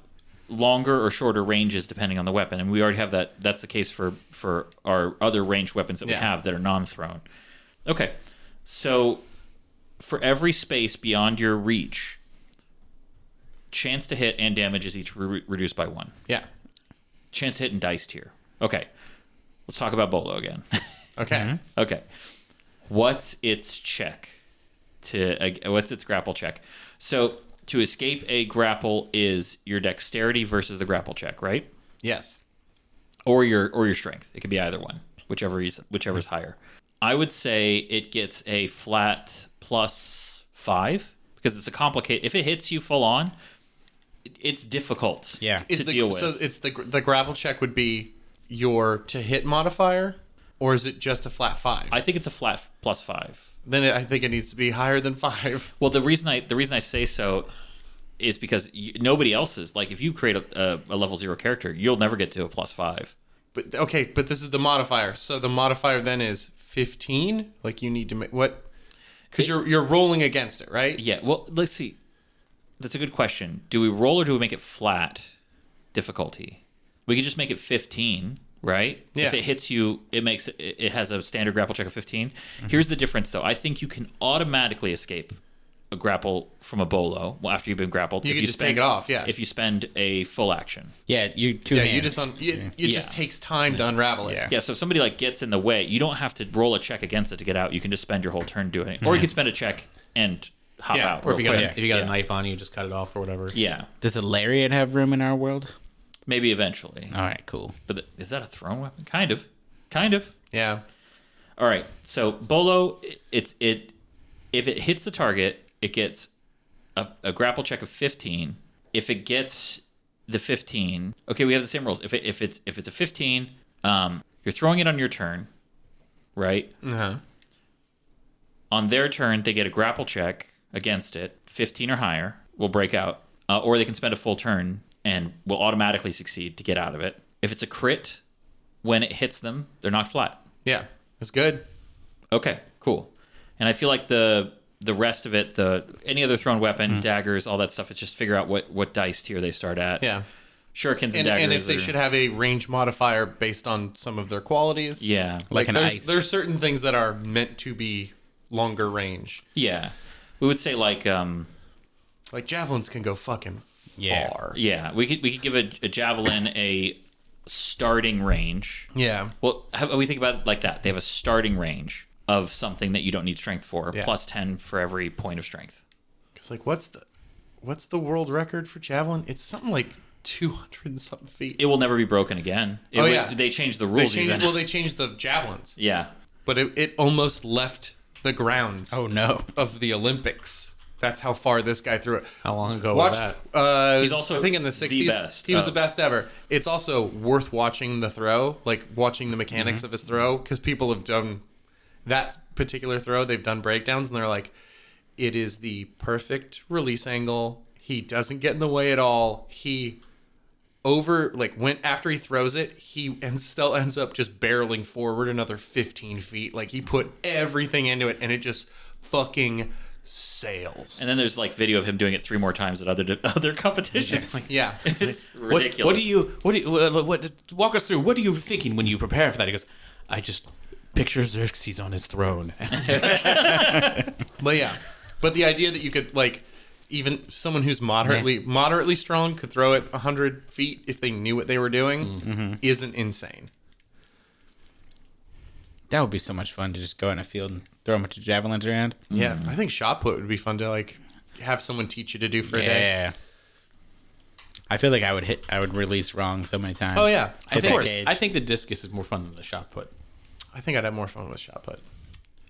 [SPEAKER 1] longer or shorter ranges depending on the weapon and we already have that that's the case for for our other ranged weapons that we
[SPEAKER 3] Yeah.
[SPEAKER 1] have that are non-thrown okay so for every space beyond your reach chance to hit and damage is each re- reduced by one
[SPEAKER 3] Yeah.
[SPEAKER 1] chance to hit and dice tier. Okay. Let's talk about Bolo again.
[SPEAKER 3] Okay.
[SPEAKER 1] okay. What's its check? To uh, what's its grapple check? So to escape a grapple is your dexterity versus the grapple check, right?
[SPEAKER 3] Yes.
[SPEAKER 1] Or your or your strength. It could be either one, whichever is whichever is higher. I would say it gets a flat plus five because it's a complicate. If it hits you full on, it, it's difficult.
[SPEAKER 4] Yeah.
[SPEAKER 1] to
[SPEAKER 3] Is the,
[SPEAKER 1] deal with.
[SPEAKER 3] So it's the gr- the grapple check would be your to hit modifier, or is it just a flat five?
[SPEAKER 1] I think it's a flat f- plus five.
[SPEAKER 3] then it, I think it needs to be higher than five.
[SPEAKER 1] Well, the reason I the reason I say so is because you, nobody else's like if you create a, a, a level zero character, you'll never get to a plus five.
[SPEAKER 3] But okay, but this is the modifier. So the modifier then is fifteen. Like you need to make what? Because you're you're rolling against it, right?
[SPEAKER 1] Yeah. Well, let's see. That's a good question. Do we roll or do we make it flat difficulty? We could just make it fifteen, right? If
[SPEAKER 3] Yeah.
[SPEAKER 1] it hits you, it makes it, it has a standard grapple check of 15
[SPEAKER 3] Mm-hmm.
[SPEAKER 1] Here's the difference, though. I think you can automatically escape a grapple from a bolo well, after you've been grappled.
[SPEAKER 3] You
[SPEAKER 1] if
[SPEAKER 3] can just take
[SPEAKER 1] spend-
[SPEAKER 3] it off, yeah.
[SPEAKER 1] If you spend a full action.
[SPEAKER 4] yeah, you two.
[SPEAKER 3] Yeah,
[SPEAKER 4] hands.
[SPEAKER 3] you just un- it, it just takes time to unravel it.
[SPEAKER 4] Yeah.
[SPEAKER 1] Yeah, so if somebody like gets in the way, you don't have to roll a check against it to get out. You can just spend your whole turn doing it, or you can spend a check and hop
[SPEAKER 3] Yeah,
[SPEAKER 1] out.
[SPEAKER 2] Mm-hmm. Or if you
[SPEAKER 1] real
[SPEAKER 2] got,
[SPEAKER 1] quick.
[SPEAKER 2] a, if you got
[SPEAKER 1] yeah.
[SPEAKER 2] a knife on you, just cut it off or whatever.
[SPEAKER 1] yeah,
[SPEAKER 4] Does a lariat have room in our world?
[SPEAKER 1] maybe eventually.
[SPEAKER 2] Uh-huh.
[SPEAKER 4] All right, cool.
[SPEAKER 1] But th- is that a thrown weapon? Kind of, kind of.
[SPEAKER 3] Yeah.
[SPEAKER 1] All right. So bolo, i- it's it. If it hits the target, it gets a, a grapple check of fifteen. If it gets the fifteen, okay, we have the same rules. If it, if it's if it's a fifteen, um, you're throwing it on your turn, right?
[SPEAKER 3] Uh-huh.
[SPEAKER 1] On their turn, they get a grapple check against it. 15 or higher will break out, uh, or they can spend a full turn and will automatically succeed to get out of it. If it's a crit, when it hits them, they're knocked flat.
[SPEAKER 3] Yeah. It's good.
[SPEAKER 1] Okay, cool. And I feel like the the rest of it, the any other thrown weapon,
[SPEAKER 3] Mm-hmm.
[SPEAKER 1] daggers, all that stuff, it's just figure out what what dice tier they start at.
[SPEAKER 3] Yeah.
[SPEAKER 1] shurikens and,
[SPEAKER 3] And,
[SPEAKER 1] daggers.
[SPEAKER 3] and if they
[SPEAKER 1] are-
[SPEAKER 3] should have a range modifier based on some of their qualities.
[SPEAKER 1] yeah,
[SPEAKER 3] Like,
[SPEAKER 4] Like an
[SPEAKER 3] there's
[SPEAKER 4] ice.
[SPEAKER 3] there's certain things that are meant to be longer range.
[SPEAKER 1] yeah, we would say like um,
[SPEAKER 3] Like javelins can go fucking
[SPEAKER 4] Yeah.
[SPEAKER 3] far.
[SPEAKER 1] yeah, we could we could give a, a javelin a starting range.
[SPEAKER 3] Yeah.
[SPEAKER 1] Well, how we think about it like that. They have a starting range of something that you don't need strength for,
[SPEAKER 3] Yeah.
[SPEAKER 1] plus 10 for every point of strength.
[SPEAKER 3] Cuz like what's the what's the world record for javelin? It's something like two hundred and some feet.
[SPEAKER 1] It will never be broken again. It
[SPEAKER 3] Oh,
[SPEAKER 1] would-
[SPEAKER 3] yeah.
[SPEAKER 1] They changed the
[SPEAKER 3] They
[SPEAKER 1] rules
[SPEAKER 3] changed,
[SPEAKER 1] even.
[SPEAKER 3] well, they changed the javelins,
[SPEAKER 1] yeah.
[SPEAKER 3] but it, it almost left the grounds
[SPEAKER 4] Oh no.
[SPEAKER 3] of the Olympics. That's how far this guy threw it.
[SPEAKER 2] How long ago
[SPEAKER 3] Watch,
[SPEAKER 2] was that?
[SPEAKER 3] Uh,
[SPEAKER 1] He's
[SPEAKER 3] He's
[SPEAKER 1] also
[SPEAKER 3] also, I think, in the
[SPEAKER 1] the
[SPEAKER 3] '60s,
[SPEAKER 1] best
[SPEAKER 3] he was
[SPEAKER 1] of-
[SPEAKER 3] the best ever. It's also worth watching the throw, like watching the mechanics
[SPEAKER 2] Mm-hmm.
[SPEAKER 3] of his throw, because people have done that particular throw. They've done breakdowns, and they're like, "It is the perfect release angle. He doesn't get in the way at all. He over like went after he throws it he and still ends up just barreling forward another 15 feet like he put everything into it and it just fucking sails
[SPEAKER 1] And then there's like video of him doing it three more times at other other competitions.
[SPEAKER 3] yeah
[SPEAKER 1] it's, ridiculous.
[SPEAKER 2] What, what do you? What do you? Uh, what? Walk us through. What are you thinking when you prepare for that? He goes, I just picture Xerxes on his throne.
[SPEAKER 3] But yeah, but the idea that you could like even someone who's moderately moderately strong could throw it hundred feet if they knew what they were doing isn't insane.
[SPEAKER 4] That would be so much fun to just go in a field and throw a bunch of javelins around.
[SPEAKER 3] Yeah, I think shot put would be fun to like have someone teach you to do for a day.
[SPEAKER 4] Yeah. I feel like I would hit. I would release wrong so many times.
[SPEAKER 3] Oh yeah,
[SPEAKER 4] I
[SPEAKER 3] of
[SPEAKER 4] think-
[SPEAKER 3] course.
[SPEAKER 2] I think the discus is more fun than the shot put.
[SPEAKER 3] I think I'd have more fun with shot put.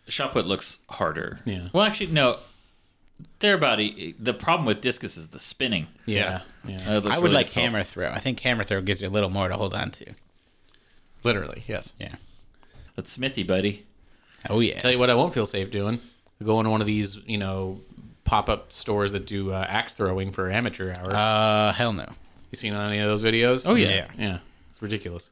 [SPEAKER 1] Shot put looks harder.
[SPEAKER 2] Yeah.
[SPEAKER 1] Well, actually, no. They're about e- the problem with discus is the spinning.
[SPEAKER 2] Yeah.
[SPEAKER 1] Uh, it looks
[SPEAKER 4] I would
[SPEAKER 1] really
[SPEAKER 4] like
[SPEAKER 1] difficult.
[SPEAKER 4] hammer throw. I think hammer throw gives you a little more to hold on to.
[SPEAKER 3] Literally, yes.
[SPEAKER 4] Yeah.
[SPEAKER 1] That's Smithy, buddy.
[SPEAKER 4] Oh yeah.
[SPEAKER 2] Tell you what, I won't feel safe doing. Go into one of these, you know, pop up stores that do uh, axe throwing for amateur hour.
[SPEAKER 4] uh, hell no.
[SPEAKER 2] you seen any of those videos?
[SPEAKER 4] Oh, yeah.
[SPEAKER 2] yeah. It's ridiculous.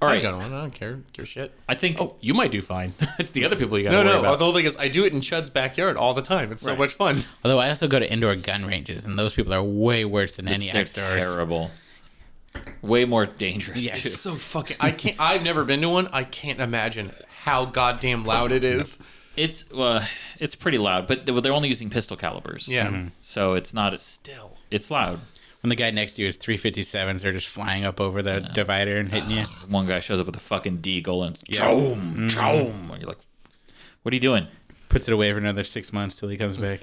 [SPEAKER 1] All
[SPEAKER 3] I
[SPEAKER 1] right.
[SPEAKER 3] got one. I don't care your shit.
[SPEAKER 1] I think
[SPEAKER 2] Oh, you might do fine. it's the other people you got
[SPEAKER 3] No,
[SPEAKER 2] to worry
[SPEAKER 3] no.
[SPEAKER 2] about.
[SPEAKER 3] The whole thing is, I do it in Chud's backyard all the time. It's so much fun.
[SPEAKER 4] Although I also go to indoor gun ranges, and those people are way worse than any
[SPEAKER 1] they're
[SPEAKER 4] outdoors.
[SPEAKER 1] terrible. Way more dangerous. too.
[SPEAKER 3] It's so fucking. I can't. I've never been to one. I can't imagine how goddamn loud it is.
[SPEAKER 1] It's uh, it's pretty loud, but they- they're only using pistol calibers.
[SPEAKER 3] Yeah.
[SPEAKER 2] Mm-hmm.
[SPEAKER 1] So it's not as still. It's loud.
[SPEAKER 4] When the guy next to you is 357s, they're just flying up over the divider and hitting you.
[SPEAKER 1] One guy shows up with a fucking deagle and chom chom, and you're like, "What are you doing?"
[SPEAKER 4] Puts it away for another six months till he comes back.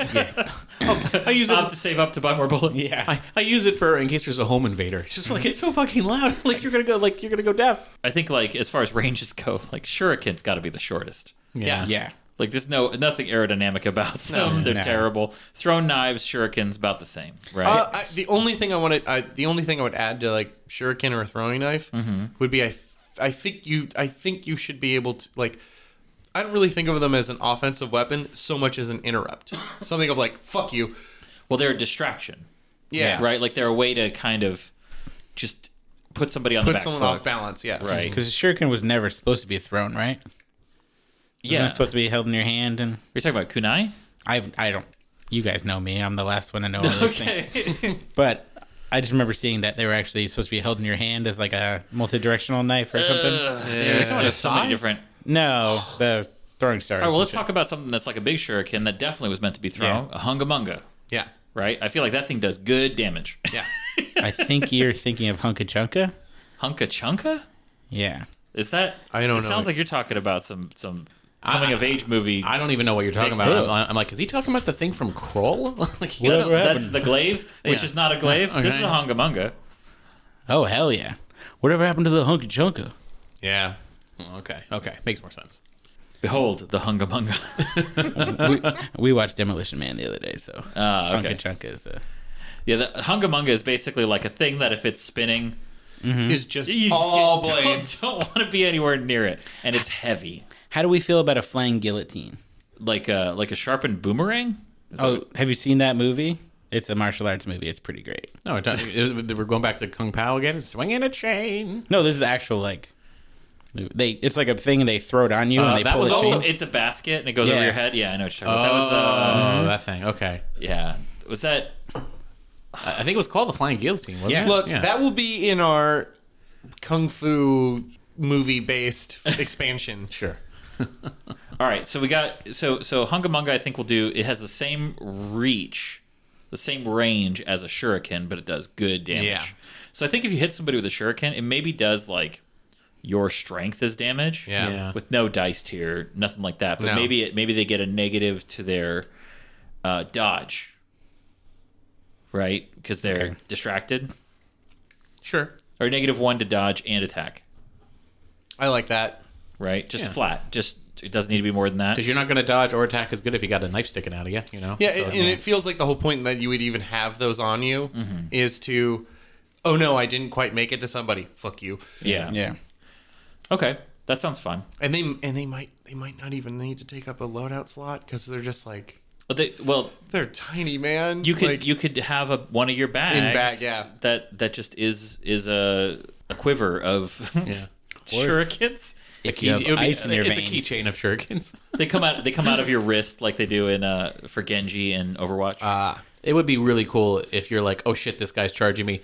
[SPEAKER 2] I use
[SPEAKER 1] I have to save up to buy more bullets.
[SPEAKER 2] I, I use it for in case there's a home invader. It's just like it's so fucking loud. Like you're gonna go like you're gonna go deaf.
[SPEAKER 1] I think like as far as ranges go, like shuriken's got to be the shortest.
[SPEAKER 3] Yeah.
[SPEAKER 4] Yeah.
[SPEAKER 1] Like there's no nothing aerodynamic about them. They're
[SPEAKER 4] No.
[SPEAKER 1] terrible. Thrown knives, shurikens, about the same, right?
[SPEAKER 3] Uh, I, the only thing I wanted, I, the only thing I would add to like shuriken or a throwing knife
[SPEAKER 1] Mm-hmm.
[SPEAKER 3] would be I, th- I think you, I think you should be able to like. I don't really think of them as an offensive weapon so much as an interrupt. Something of like fuck you,
[SPEAKER 1] well, they're a distraction,
[SPEAKER 3] yeah,
[SPEAKER 1] right? Like they're a way to kind of just put somebody on the
[SPEAKER 3] Put
[SPEAKER 1] back
[SPEAKER 3] someone
[SPEAKER 1] foot.
[SPEAKER 3] off balance, yeah,
[SPEAKER 1] Right.
[SPEAKER 4] Because shuriken was never supposed to be thrown, right?
[SPEAKER 1] Yeah.
[SPEAKER 4] It's supposed to be held in your hand, and
[SPEAKER 1] You're talking about kunai?
[SPEAKER 4] I I don't. You guys know me. I'm the last one to know all these things. But I just remember seeing that they were actually supposed to be held in your hand as like a multi-directional knife or something.
[SPEAKER 1] There's, there's so many different.
[SPEAKER 4] no, the throwing stars.
[SPEAKER 1] All right, well, let's talk about something that's like a big shuriken that definitely was meant to be thrown. A hungamunga,
[SPEAKER 3] yeah,
[SPEAKER 1] right? I feel like that thing does good damage.
[SPEAKER 3] yeah.
[SPEAKER 4] I think you're thinking of Hunka Chunka.
[SPEAKER 1] Hunka chunka?
[SPEAKER 4] Yeah.
[SPEAKER 1] Is that?
[SPEAKER 3] I don't
[SPEAKER 1] it
[SPEAKER 3] know.
[SPEAKER 1] Sounds like you're talking about some some coming of age movie.
[SPEAKER 2] I don't even know what you're talking about.
[SPEAKER 1] Big
[SPEAKER 2] I'm, I'm like, is he talking about the thing from Kroll? like,
[SPEAKER 1] No,
[SPEAKER 4] Whatever
[SPEAKER 1] that's
[SPEAKER 4] happened?
[SPEAKER 1] the glaive, which is not a glaive. This is a hungamunga.
[SPEAKER 4] Oh hell yeah! Whatever happened to the Hunka Chunka?
[SPEAKER 2] yeah. Okay. Okay. Makes more sense.
[SPEAKER 1] Behold the hungamunga.
[SPEAKER 4] We watched Demolition Man the other day, so
[SPEAKER 1] Ah, okay.
[SPEAKER 4] Hunka Chunka is. A,
[SPEAKER 1] yeah, the hungamunga is basically like a thing that if it's spinning,
[SPEAKER 3] Is just
[SPEAKER 1] Hmm? you just
[SPEAKER 3] all
[SPEAKER 1] get- don't-
[SPEAKER 3] blades.
[SPEAKER 1] don't want to be anywhere near it, and it's heavy,
[SPEAKER 4] how do we feel about a flying guillotine?
[SPEAKER 1] like a like a sharpened boomerang.
[SPEAKER 4] Oh, have you seen that movie? It's a martial arts movie. It's pretty great.
[SPEAKER 2] No, it doesn't- it was- we're going back to Kung Pao again. Swinging a chain.
[SPEAKER 4] No, this is actual like they. It's like a thing they throw it on you and they
[SPEAKER 2] Uh, that
[SPEAKER 4] pull
[SPEAKER 2] was
[SPEAKER 4] a
[SPEAKER 2] also-
[SPEAKER 4] chain.
[SPEAKER 1] Oh, it's a basket and it goes over
[SPEAKER 4] Yeah.
[SPEAKER 1] your head. Yeah, I know what you're talking about. That was uh,
[SPEAKER 2] oh, that thing. Okay.
[SPEAKER 1] yeah. Was that
[SPEAKER 2] I think it was called the Flying Guillotine, wasn't
[SPEAKER 4] Yeah.
[SPEAKER 2] it?
[SPEAKER 3] Look, that will be in our kung fu movie based expansion.
[SPEAKER 2] Sure.
[SPEAKER 1] all right? So we got so so Hungamunga. I think we'll do. It has the same reach, the same range as a shuriken, but it does good damage.
[SPEAKER 3] Yeah.
[SPEAKER 1] So I think if you hit somebody with a shuriken, it maybe does like your strength as damage.
[SPEAKER 3] Yeah.
[SPEAKER 2] Yeah.
[SPEAKER 1] With no dice tier, nothing like that. But
[SPEAKER 3] No.
[SPEAKER 1] maybe it maybe they get a negative to their uh, dodge. right? Because they're distracted.
[SPEAKER 2] Sure.
[SPEAKER 1] Or negative one to dodge and attack,
[SPEAKER 3] I like that.
[SPEAKER 1] right? Just flat. Just it doesn't need to be more than that.
[SPEAKER 2] Because you're not going to dodge or attack as good if you got a knife sticking out of you, you know?
[SPEAKER 3] Yeah,
[SPEAKER 2] So,
[SPEAKER 3] it- and it feels like the whole point that you would even have those on you
[SPEAKER 1] Mm-hmm.
[SPEAKER 3] is to, oh no, I didn't quite make it to somebody. Fuck you.
[SPEAKER 1] Yeah.
[SPEAKER 4] Yeah.
[SPEAKER 1] Okay, that sounds fun.
[SPEAKER 3] And they and they might they might not even need to take up a loadout slot because they're just like
[SPEAKER 1] But they, well,
[SPEAKER 3] they're tiny, man.
[SPEAKER 1] you could
[SPEAKER 3] Like,
[SPEAKER 1] you could have a one of your bags
[SPEAKER 3] bag, yeah.
[SPEAKER 1] that that just is is a a quiver of shurikens.
[SPEAKER 4] If
[SPEAKER 2] key-
[SPEAKER 4] you have
[SPEAKER 2] it would be-
[SPEAKER 4] ice in your
[SPEAKER 2] it's
[SPEAKER 4] veins,
[SPEAKER 2] a keychain of shurikens.
[SPEAKER 1] They come out they come out of your wrist like they do in uh for Genji and Overwatch.
[SPEAKER 3] Ah.
[SPEAKER 2] It would be really cool if you're like, oh shit, this guy's charging me.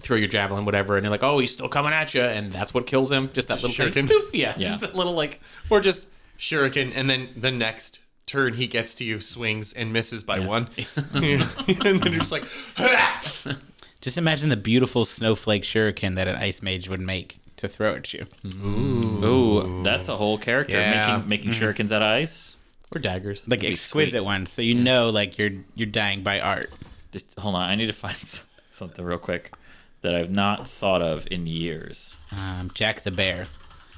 [SPEAKER 2] Throw your javelin, whatever, and you're like, oh, he's still coming at you, and that's what kills him. Just that little thing.
[SPEAKER 3] Shuriken.
[SPEAKER 2] Boop. Yeah,
[SPEAKER 1] Yeah.
[SPEAKER 2] just that little like.
[SPEAKER 3] or just shuriken, and then the next turn he gets to you swings and misses by one, and then you're just like, "Ah!"
[SPEAKER 4] Just imagine the beautiful snowflake shuriken that an ice mage would make to throw at you.
[SPEAKER 1] Ooh, that's a whole character
[SPEAKER 3] Yeah. Mm-hmm.
[SPEAKER 1] making making shurikens out of ice.
[SPEAKER 2] Or daggers.
[SPEAKER 4] Like
[SPEAKER 1] be
[SPEAKER 4] exquisite
[SPEAKER 1] sweet.
[SPEAKER 4] ones, so you know like you're you're dying by art.
[SPEAKER 1] Just, hold on, I need to find s- something real quick that I've not thought of in years.
[SPEAKER 4] Um, Jack the Bear,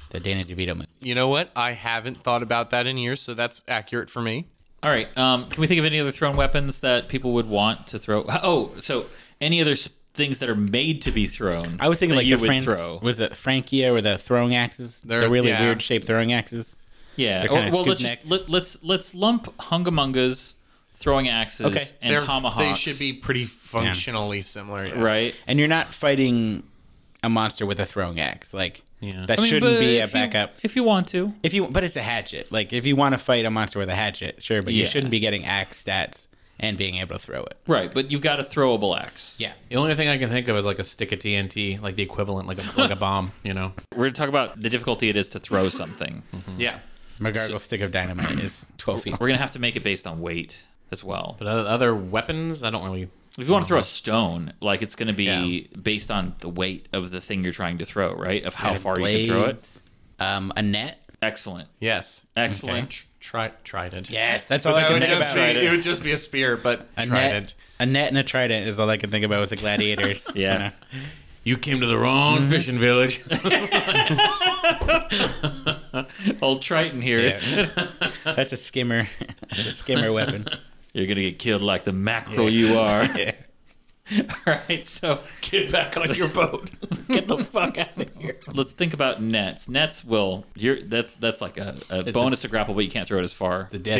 [SPEAKER 4] the Danny DeVito movie.
[SPEAKER 3] you know what? I haven't thought about that in years, so that's accurate for me.
[SPEAKER 1] All right, um, can we think of any other thrown weapons that people would want to throw? Oh, so any other s- things that are made to be thrown?
[SPEAKER 4] I was thinking
[SPEAKER 1] that
[SPEAKER 4] like
[SPEAKER 1] you
[SPEAKER 4] the
[SPEAKER 1] would
[SPEAKER 4] France,
[SPEAKER 1] throw.
[SPEAKER 4] was it Frankia or the throwing axes? They're,
[SPEAKER 3] They're-
[SPEAKER 4] really
[SPEAKER 3] yeah.
[SPEAKER 4] weird shaped throwing axes.
[SPEAKER 1] Yeah.
[SPEAKER 4] They're
[SPEAKER 1] Or,
[SPEAKER 4] kinda
[SPEAKER 1] well, let's just, let,
[SPEAKER 4] scoop-necked.
[SPEAKER 1] let's let's lump hungamongas, throwing axes,
[SPEAKER 4] Okay.
[SPEAKER 1] and
[SPEAKER 3] They're-
[SPEAKER 1] tomahawks.
[SPEAKER 3] They should be pretty functionally similar. yeah.
[SPEAKER 1] right.
[SPEAKER 4] And you're not fighting a monster with a throwing axe. Like that
[SPEAKER 1] I mean,
[SPEAKER 4] shouldn't
[SPEAKER 1] but
[SPEAKER 4] be a
[SPEAKER 1] if you-
[SPEAKER 4] backup.
[SPEAKER 1] if you want to.
[SPEAKER 4] If you but it's a hatchet. Like if you want to fight a monster with a hatchet, sure, but you
[SPEAKER 1] Yeah.
[SPEAKER 4] shouldn't be getting axe stats and being able to throw it.
[SPEAKER 1] Right, but you've got a throwable axe.
[SPEAKER 4] Yeah.
[SPEAKER 2] The only thing I can think of is like a stick of TNT, like the equivalent, like a, like a bomb, you know?
[SPEAKER 1] We're going to talk about the difficulty it is to throw something.
[SPEAKER 2] Hmm.
[SPEAKER 3] Yeah.
[SPEAKER 4] McGargle stick of dynamite is twelve feet.
[SPEAKER 1] We're going to have to make it based on weight as well.
[SPEAKER 3] uh,
[SPEAKER 2] But other, other weapons, I don't really.
[SPEAKER 1] If you want to throw a stone, like it's going to be based on the weight of the thing you're trying to throw, right? Of how far you can throw it.
[SPEAKER 4] Blades, Um a net.
[SPEAKER 1] Excellent.
[SPEAKER 3] Yes.
[SPEAKER 1] Excellent.
[SPEAKER 3] Tr- Tri- trident.
[SPEAKER 4] Yes, that's all
[SPEAKER 3] But
[SPEAKER 4] I
[SPEAKER 3] that
[SPEAKER 4] can
[SPEAKER 3] would
[SPEAKER 4] think
[SPEAKER 3] just
[SPEAKER 4] about.
[SPEAKER 3] be,
[SPEAKER 1] Trident.
[SPEAKER 3] it would just be a spear, but
[SPEAKER 4] A
[SPEAKER 3] trident.
[SPEAKER 4] net, a net and a trident is all I can think about with the gladiators.
[SPEAKER 1] Yeah.
[SPEAKER 4] Kinda.
[SPEAKER 2] You came to the wrong fishing village.
[SPEAKER 1] Old Triton here is-
[SPEAKER 4] That's a skimmer. That's a skimmer weapon.
[SPEAKER 1] You're going to get killed like the mackerel you are. All right, so
[SPEAKER 2] Get back on your boat.
[SPEAKER 4] Get the fuck out of here.
[SPEAKER 1] let's think about nets. Nets will you're that's that's like a, a bonus to grapple, but you can't throw it as far.
[SPEAKER 2] The death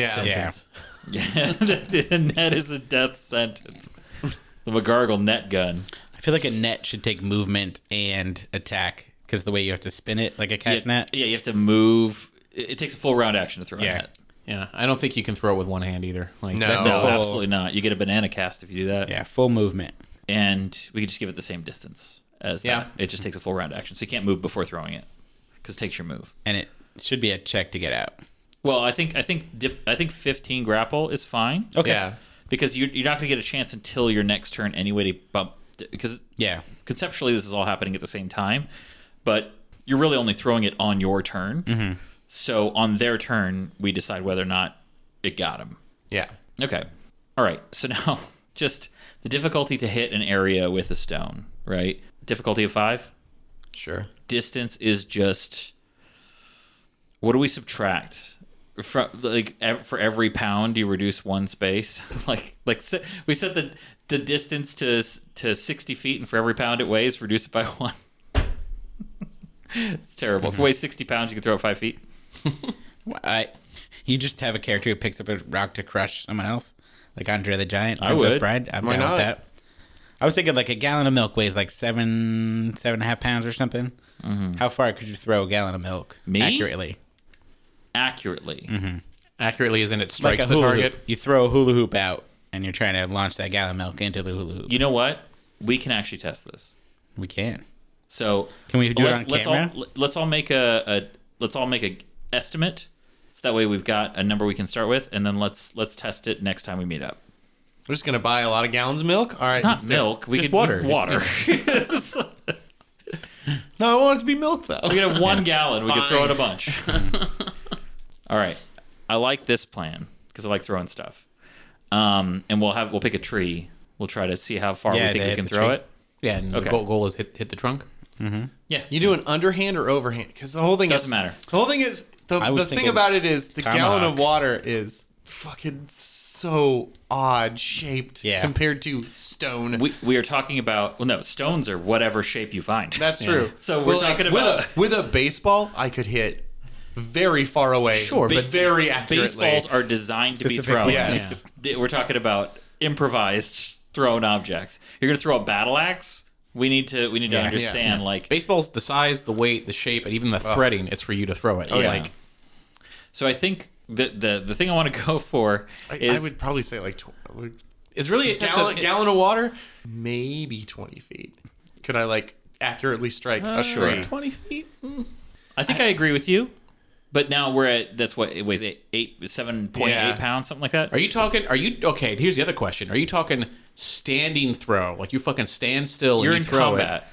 [SPEAKER 3] Yeah.
[SPEAKER 2] sentence.
[SPEAKER 1] The, net is a death sentence. The McGargle net gun.
[SPEAKER 4] I feel like a net should take movement and attack because the way you have to spin it like a catch
[SPEAKER 1] yeah,
[SPEAKER 4] net.
[SPEAKER 1] yeah, you have to move. It, it takes a full round action to throw a
[SPEAKER 4] Yeah.
[SPEAKER 1] net.
[SPEAKER 2] Yeah. I don't think you can throw it with one hand either. Like
[SPEAKER 3] No.
[SPEAKER 2] that's
[SPEAKER 1] No,
[SPEAKER 4] full-
[SPEAKER 1] absolutely not. You get a banana cast if you do that.
[SPEAKER 4] Yeah, full movement.
[SPEAKER 1] And we could just give it the same distance as
[SPEAKER 3] Yeah.
[SPEAKER 1] that. It just takes a full round action. So you can't move before throwing it because it takes your move.
[SPEAKER 4] And it should be a check to get out.
[SPEAKER 1] Well, I think I think diff, I think 15 grapple is fine.
[SPEAKER 4] Okay.
[SPEAKER 3] Yeah.
[SPEAKER 1] because you're, you're not going to get a chance until your next turn anyway to bump because
[SPEAKER 4] Yeah.
[SPEAKER 1] conceptually this is all happening at the same time but you're really only throwing it on your turn so on their turn we decide whether or not it got him
[SPEAKER 3] Yeah.
[SPEAKER 1] okay all right so now just the difficulty to hit an area with a stone right difficulty of five
[SPEAKER 3] Sure.
[SPEAKER 1] distance is just what do we subtract from like ev- for every pound you reduce one space like like se- we set the the distance to s- to 60 feet and for every pound it weighs reduce it by one it's terrible if it weighs 60 pounds you can throw it five feet
[SPEAKER 4] Wh- I, you just have a character who picks up a rock to crush someone else, like Andre the Giant,
[SPEAKER 1] I
[SPEAKER 4] Princess
[SPEAKER 1] would.
[SPEAKER 4] Bride. I'm
[SPEAKER 3] Why
[SPEAKER 4] down
[SPEAKER 3] not?
[SPEAKER 4] with that. I was thinking like a gallon of milk weighs like seven, seven and a half pounds or something. How far could you throw a gallon of milk
[SPEAKER 1] Me?
[SPEAKER 4] accurately?
[SPEAKER 1] accurately
[SPEAKER 2] accurately as in it strikes
[SPEAKER 4] like a
[SPEAKER 2] the
[SPEAKER 4] hula
[SPEAKER 2] target.
[SPEAKER 4] Hoop. You throw a hula hoop out, and you're trying to launch that gallon of milk into the hula hoop.
[SPEAKER 1] you know what we can actually test this
[SPEAKER 4] We can.
[SPEAKER 1] so
[SPEAKER 4] Can we do it
[SPEAKER 1] let's,
[SPEAKER 4] on
[SPEAKER 1] let's
[SPEAKER 4] camera?
[SPEAKER 1] all let's all make a, a let's all make a estimate so that way we've got a number we can start with and then let's let's test it next time we meet up
[SPEAKER 3] We're just gonna buy a lot of gallons of milk. All right.
[SPEAKER 1] not
[SPEAKER 3] let's do it.
[SPEAKER 1] milk. We
[SPEAKER 2] Just
[SPEAKER 1] could
[SPEAKER 2] water.
[SPEAKER 1] Water.
[SPEAKER 3] No, I want it to be milk though.
[SPEAKER 1] we could have one gallon. We could throw in a bunch. All right. I like this plan because I like throwing stuff. Um, and we'll have we'll pick a tree. We'll We'll try to see how far
[SPEAKER 4] Yeah,
[SPEAKER 1] we think
[SPEAKER 4] they
[SPEAKER 1] we
[SPEAKER 4] hit
[SPEAKER 1] can
[SPEAKER 4] the
[SPEAKER 1] throw
[SPEAKER 4] tree.
[SPEAKER 1] it.
[SPEAKER 2] Yeah, and
[SPEAKER 1] Okay.
[SPEAKER 2] the goal, goal is hit hit the trunk.
[SPEAKER 1] Yeah.
[SPEAKER 3] You do an underhand or overhand? Because the whole thing
[SPEAKER 1] Doesn't
[SPEAKER 3] is,
[SPEAKER 1] matter.
[SPEAKER 3] The whole thing is the,
[SPEAKER 4] I was
[SPEAKER 3] the thing
[SPEAKER 4] thinking
[SPEAKER 3] about it is the gallon of
[SPEAKER 4] tomahawk.
[SPEAKER 3] water is fucking so odd shaped
[SPEAKER 4] Yeah.
[SPEAKER 3] compared to stone.
[SPEAKER 1] we, we are talking about well no stones are whatever shape you find
[SPEAKER 3] That's true.
[SPEAKER 1] So we're talking about-
[SPEAKER 3] with a, with a baseball, I could hit very far away, sure, but
[SPEAKER 1] Ba-
[SPEAKER 3] very accurately.
[SPEAKER 1] baseballs are designed to be thrown
[SPEAKER 3] Yes.
[SPEAKER 1] Th- we're talking about improvised thrown objects you're gonna throw a battle axe we need to we need to understand like
[SPEAKER 2] Baseball's the size, the weight, the shape, and even the threading. It's for you to throw it.
[SPEAKER 1] yeah.
[SPEAKER 2] Like
[SPEAKER 1] so i think the the, the thing i want to go for
[SPEAKER 3] I, I
[SPEAKER 1] is
[SPEAKER 3] would probably say like tw-
[SPEAKER 2] it's really a test
[SPEAKER 3] gallon,
[SPEAKER 2] of,
[SPEAKER 3] gallon of water, maybe twenty feet. Could I like accurately strike a tree?
[SPEAKER 2] Uh, twenty feet.
[SPEAKER 1] i think I, agree with you but now we're at that's what it weighs eight, eight seven point eight
[SPEAKER 3] Yeah.
[SPEAKER 1] pounds something like that
[SPEAKER 2] Are you talking? Are you okay? Here's the other question: Are you talking standing throw? Like you fucking stand still and
[SPEAKER 1] you're
[SPEAKER 2] you
[SPEAKER 1] in
[SPEAKER 2] throw
[SPEAKER 1] combat
[SPEAKER 2] it,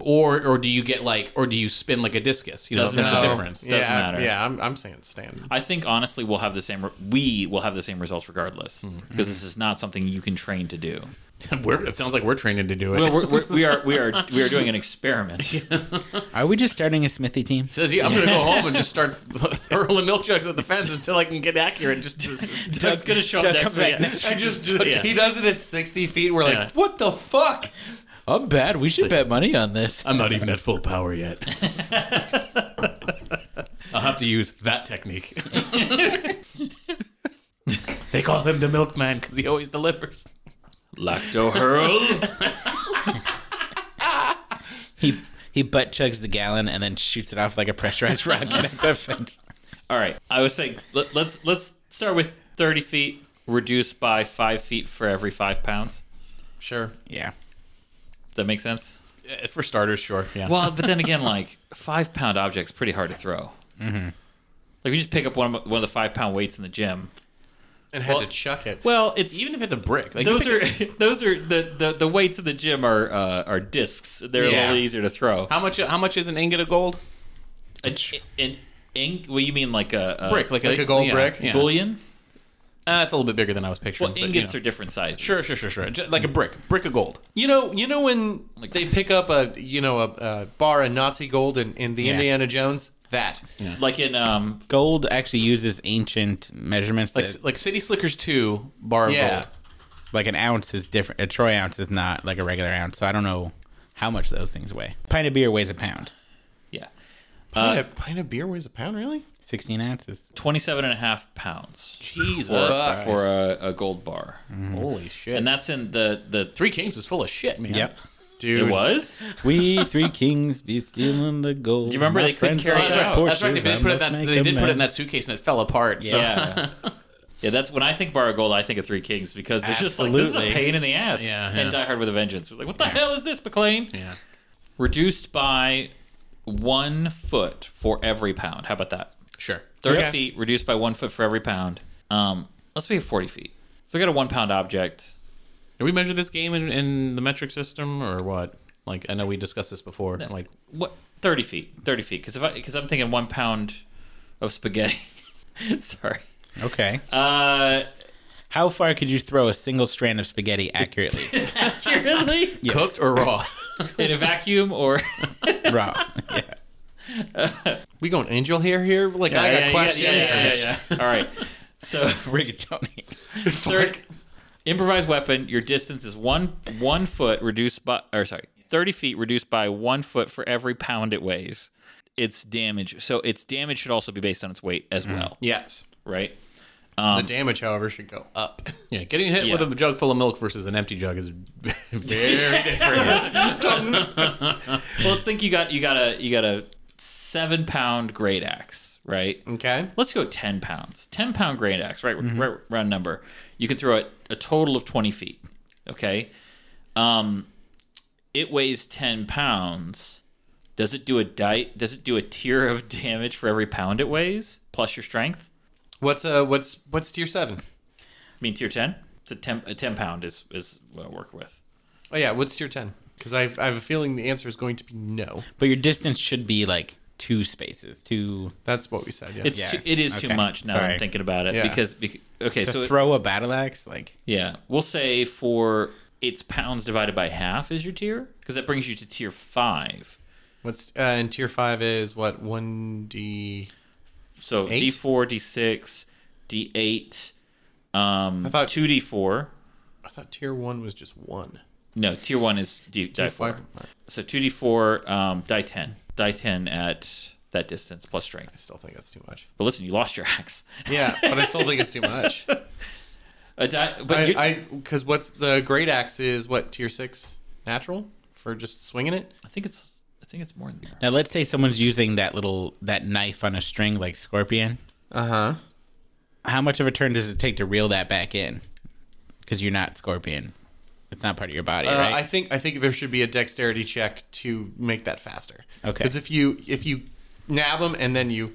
[SPEAKER 2] or or do you get like, or do you spin like a discus? You know,
[SPEAKER 1] Doesn't
[SPEAKER 2] that's the
[SPEAKER 1] matter.
[SPEAKER 2] difference.
[SPEAKER 3] Oh, yeah,
[SPEAKER 1] Doesn't matter.
[SPEAKER 3] yeah. I'm, I'm saying stand.
[SPEAKER 1] I think honestly we'll have the same re- we will have the same results regardless
[SPEAKER 3] Mm-hmm.
[SPEAKER 1] because this is not something you can train to do.
[SPEAKER 2] We're, it sounds like we're training to do it.
[SPEAKER 1] Well, we're, we're, we are we are we are doing an experiment.
[SPEAKER 4] Are we just starting a smithy team?
[SPEAKER 2] says, yeah, I'm gonna go home and just start hurling milkshakes at the fence until I can get accurate. Just, just
[SPEAKER 1] Doug's gonna show up
[SPEAKER 4] Doug
[SPEAKER 1] next
[SPEAKER 4] comes
[SPEAKER 1] week.
[SPEAKER 4] back next
[SPEAKER 3] I just he does it at sixty feet. We're like,
[SPEAKER 2] Yeah.
[SPEAKER 3] what the fuck?
[SPEAKER 4] I'm bad. We should bet money on this.
[SPEAKER 2] I'm not even at full power yet. I'll have to use that technique. they call him the milkman because he always delivers.
[SPEAKER 1] Lacto hurl.
[SPEAKER 4] He he butt chugs the gallon and then shoots it off like a pressurized rocket at the fence.
[SPEAKER 1] All right, I was saying let, let's let's start with thirty feet, reduced by five feet for every five pounds.
[SPEAKER 3] Sure.
[SPEAKER 4] Yeah.
[SPEAKER 1] Does that make sense?
[SPEAKER 2] Uh, For starters, sure. Yeah.
[SPEAKER 1] Well, but then again, like five pound objects pretty hard to throw. Mm-hmm. Like you just pick up one of, one of the five pound weights in the gym.
[SPEAKER 3] And had to chuck it.
[SPEAKER 1] Well, it's
[SPEAKER 2] even if it's a brick, like
[SPEAKER 1] those are those are the, the the weights in the gym are uh, are discs. They're a
[SPEAKER 2] Yeah.
[SPEAKER 1] little easier to throw.
[SPEAKER 2] how much? How much is an ingot of gold?
[SPEAKER 1] An, an ink? Well, you mean like a, a
[SPEAKER 2] Brick, like,
[SPEAKER 3] Like a gold
[SPEAKER 2] yeah,
[SPEAKER 3] brick?
[SPEAKER 2] Yeah.
[SPEAKER 1] bullion?
[SPEAKER 2] Uh, it's a little bit bigger than I was picturing.
[SPEAKER 1] Well,
[SPEAKER 2] but, you
[SPEAKER 1] ingots
[SPEAKER 2] know.
[SPEAKER 1] are different sizes.
[SPEAKER 2] Sure, sure, sure, sure. Ju- Like a brick, brick of gold.
[SPEAKER 3] You know, you know when they pick up a you know a, a bar of Nazi gold in, in the Indiana Jones that
[SPEAKER 1] Like in um,
[SPEAKER 4] Gold actually uses ancient measurements
[SPEAKER 2] Like
[SPEAKER 4] like
[SPEAKER 2] like City Slickers two bar of
[SPEAKER 3] Yeah.
[SPEAKER 2] gold.
[SPEAKER 4] like an ounce is different. A troy ounce is not like a regular ounce, so I don't know how much those things weigh. pint of beer weighs a pound,
[SPEAKER 1] yeah,
[SPEAKER 3] pint, of, pint of beer weighs a pound, really?
[SPEAKER 4] sixteen ounces.
[SPEAKER 1] 27 and a half pounds
[SPEAKER 2] Jesus,
[SPEAKER 1] for,
[SPEAKER 3] Christ.
[SPEAKER 2] Mm-hmm.
[SPEAKER 1] for a, a gold bar,
[SPEAKER 2] holy shit!
[SPEAKER 1] and that's in the the
[SPEAKER 2] Three Kings is full of shit, man.
[SPEAKER 4] Yep.
[SPEAKER 1] It
[SPEAKER 3] Dude,
[SPEAKER 1] was.
[SPEAKER 4] we three kings be stealing the gold.
[SPEAKER 1] Do you remember
[SPEAKER 4] My
[SPEAKER 1] they couldn't
[SPEAKER 4] friends
[SPEAKER 1] carry
[SPEAKER 4] like
[SPEAKER 1] it
[SPEAKER 4] our
[SPEAKER 1] out?
[SPEAKER 2] That's right. They
[SPEAKER 4] Porsches, I
[SPEAKER 2] did put it.
[SPEAKER 4] must
[SPEAKER 2] That,
[SPEAKER 4] make
[SPEAKER 2] they
[SPEAKER 4] a
[SPEAKER 2] did put it
[SPEAKER 4] man.
[SPEAKER 2] in that suitcase, and it fell apart. So.
[SPEAKER 1] Yeah. Yeah, that's when I think bar of gold. I think of Three Kings because it's just like this is a
[SPEAKER 4] Absolutely.
[SPEAKER 1] pain in the ass.
[SPEAKER 2] Yeah, yeah.
[SPEAKER 1] and Die Hard with a Vengeance. We're like, what the hell is this, McLean?
[SPEAKER 2] Yeah.
[SPEAKER 1] Reduced by one foot for every pound. How about that?
[SPEAKER 2] Sure.
[SPEAKER 1] Thirty feet reduced by one foot for every pound. Um, let's make it forty feet. So we got a one pound object.
[SPEAKER 2] Did we measure this game in, in the metric system or what? Like I know we discussed this before. Like
[SPEAKER 1] What? Thirty feet. Thirty feet. Because if I because I'm thinking one pound of spaghetti. Sorry.
[SPEAKER 4] Okay.
[SPEAKER 1] Uh,
[SPEAKER 4] How far could you throw a single strand of spaghetti accurately?
[SPEAKER 1] really?
[SPEAKER 2] cooked or raw?
[SPEAKER 1] In a vacuum or?
[SPEAKER 4] Rob. Yeah.
[SPEAKER 3] we going angel hair here? Like I got questions.
[SPEAKER 1] All right. So
[SPEAKER 4] Rigatoni.
[SPEAKER 1] third improvised weapon. Your distance is one one foot reduced by or sorry thirty feet reduced by one foot for every pound it weighs. Its damage. So its damage should also be based on its weight as well,
[SPEAKER 3] Yes.
[SPEAKER 1] right?
[SPEAKER 3] the
[SPEAKER 1] Um,
[SPEAKER 3] damage, however, should go up.
[SPEAKER 2] yeah, getting hit
[SPEAKER 1] Yeah.
[SPEAKER 2] with a jug full of milk versus an empty jug is very different.
[SPEAKER 1] Well, let's think you got you got a you got a seven pound great axe, right?
[SPEAKER 3] Okay.
[SPEAKER 1] Let's go ten pounds. Ten pound great axe, right?
[SPEAKER 4] Mm-hmm.
[SPEAKER 1] Right round number. You can throw it a total of twenty feet. Okay. Um, it weighs ten pounds. Does it do a di- Does it do a tier of damage for every pound it weighs plus your strength?
[SPEAKER 3] What's uh what's what's tier seven?
[SPEAKER 1] I mean tier ten. It's a ten. A ten pound is is what I work with.
[SPEAKER 3] Oh yeah, what's tier ten? Because I I have a feeling the answer is going to be no.
[SPEAKER 4] But your distance should be like two spaces. Two
[SPEAKER 3] That's what we said. Yeah.
[SPEAKER 1] It's
[SPEAKER 4] Yeah.
[SPEAKER 1] too, it is too
[SPEAKER 4] Okay.
[SPEAKER 1] much now. that I'm
[SPEAKER 4] Sorry.
[SPEAKER 1] thinking about it
[SPEAKER 3] Yeah.
[SPEAKER 1] because, bec okay.
[SPEAKER 4] to
[SPEAKER 1] so it-
[SPEAKER 4] throw a battle axe, like
[SPEAKER 1] Yeah, we'll say for it's pounds divided by half is your tier because that brings you to tier five.
[SPEAKER 3] What's uh, and tier five is what one D.
[SPEAKER 1] So
[SPEAKER 3] Eight?
[SPEAKER 1] D four, D six, D eight, um,
[SPEAKER 3] I thought-
[SPEAKER 1] two D four.
[SPEAKER 3] I thought tier one was just one.
[SPEAKER 1] No, tier one is D, die four.
[SPEAKER 3] five.
[SPEAKER 1] So two D four, um, die ten, die ten at that distance plus strength.
[SPEAKER 3] Still think that's too much.
[SPEAKER 1] But listen, you lost your axe.
[SPEAKER 3] Yeah, but I still think it's too much.
[SPEAKER 1] A die, but you're-
[SPEAKER 3] I because what's the great axe is what tier six natural for just swinging it.
[SPEAKER 1] I think it's I think it's more than that.
[SPEAKER 4] Now, let's say someone's using that little that knife on a string like Scorpion. Uh huh. How much of a turn does it take to reel that back in? Because you're not Scorpion. It's not part of your body,
[SPEAKER 3] Uh,
[SPEAKER 4] right?
[SPEAKER 3] I think I think there should be a dexterity check to make that faster.
[SPEAKER 4] Okay.
[SPEAKER 3] Because if you if you nab them and then you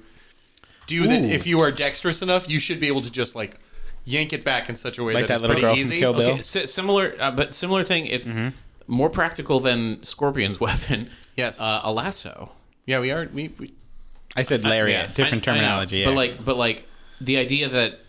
[SPEAKER 3] do that, if you are dexterous enough, you should be able to just like yank it back in such a way
[SPEAKER 4] like
[SPEAKER 3] that
[SPEAKER 4] that
[SPEAKER 3] it's
[SPEAKER 4] little girl
[SPEAKER 3] pretty easy.
[SPEAKER 4] from Kill Bill.
[SPEAKER 2] Okay, si- similar, uh, but similar thing. It's more practical than Scorpion's weapon.
[SPEAKER 3] Yes.
[SPEAKER 2] uh, a lasso.
[SPEAKER 3] Yeah, we are. We, we
[SPEAKER 4] I said lariat.
[SPEAKER 2] Yeah.
[SPEAKER 4] Different
[SPEAKER 2] I- I know,
[SPEAKER 4] terminology.
[SPEAKER 2] But
[SPEAKER 4] yeah.
[SPEAKER 2] like, but like the idea that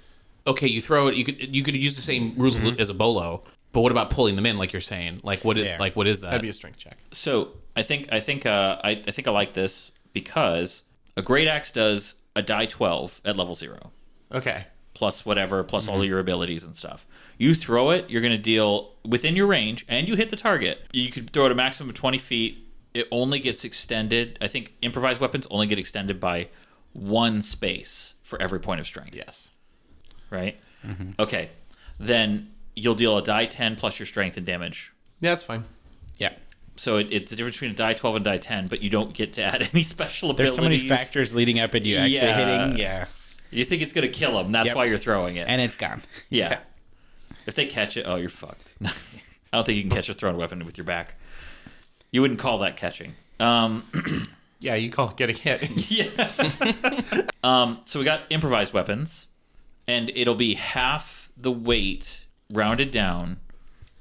[SPEAKER 2] okay, you throw it. You could you could use the same rules as a bolo. But what about pulling them in, like you're saying? Like what is like what is that?
[SPEAKER 3] that'd be a strength check.
[SPEAKER 1] So I think I think uh, I, I think I like this because a great axe does a die twelve at level zero
[SPEAKER 3] Okay.
[SPEAKER 1] plus whatever plus
[SPEAKER 4] Mm-hmm.
[SPEAKER 1] all your abilities and stuff. You throw it, you're going to deal within your range, and you hit the target. You could throw it a maximum of twenty feet. It only gets extended. I think improvised weapons only get extended by one space for every point of strength.
[SPEAKER 3] Yes.
[SPEAKER 1] Right.
[SPEAKER 4] Mm-hmm.
[SPEAKER 1] Okay. Then you'll deal a die ten plus your strength and damage
[SPEAKER 3] Yeah, that's fine.
[SPEAKER 4] yeah.
[SPEAKER 1] So it, it's the difference between a die twelve and die ten, but you don't get to add any special
[SPEAKER 4] There's
[SPEAKER 1] abilities.
[SPEAKER 4] so many factors leading up into you actually
[SPEAKER 1] Yeah.
[SPEAKER 4] hitting. Yeah.
[SPEAKER 1] You think it's gonna kill them? That's
[SPEAKER 4] Yep.
[SPEAKER 1] why you're throwing it.
[SPEAKER 4] And it's gone.
[SPEAKER 1] yeah. If they catch it, oh, you're fucked. I don't think you can catch a thrown weapon with your back. You wouldn't call that catching. Um,
[SPEAKER 3] Yeah, you call it getting hit.
[SPEAKER 1] so we got improvised weapons, and it'll be half the weight rounded down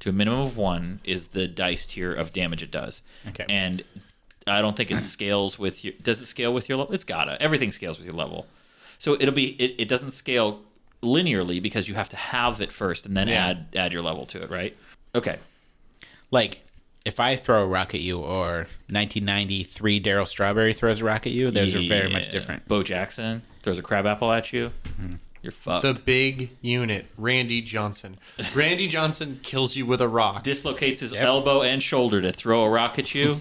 [SPEAKER 1] to a minimum of one is the dice tier of damage it does.
[SPEAKER 4] Okay.
[SPEAKER 1] And I don't think it scales with your. Does it scale with your level? It's gotta. Everything scales with your level. So it'll be. It, it doesn't scale linearly because you have to have it first and then add add your level to it, right? Okay.
[SPEAKER 4] Like, if I throw a rock at you or 1993 Daryl Strawberry throws a rock at you, those are very much
[SPEAKER 1] Yeah.
[SPEAKER 4] different. Mm-hmm.
[SPEAKER 1] Bo Jackson throws a crab apple at you. You're fucked.
[SPEAKER 3] the big unit, Randy Johnson. Randy Johnson kills you with a rock.
[SPEAKER 1] dislocates his elbow and shoulder to throw a rock at you,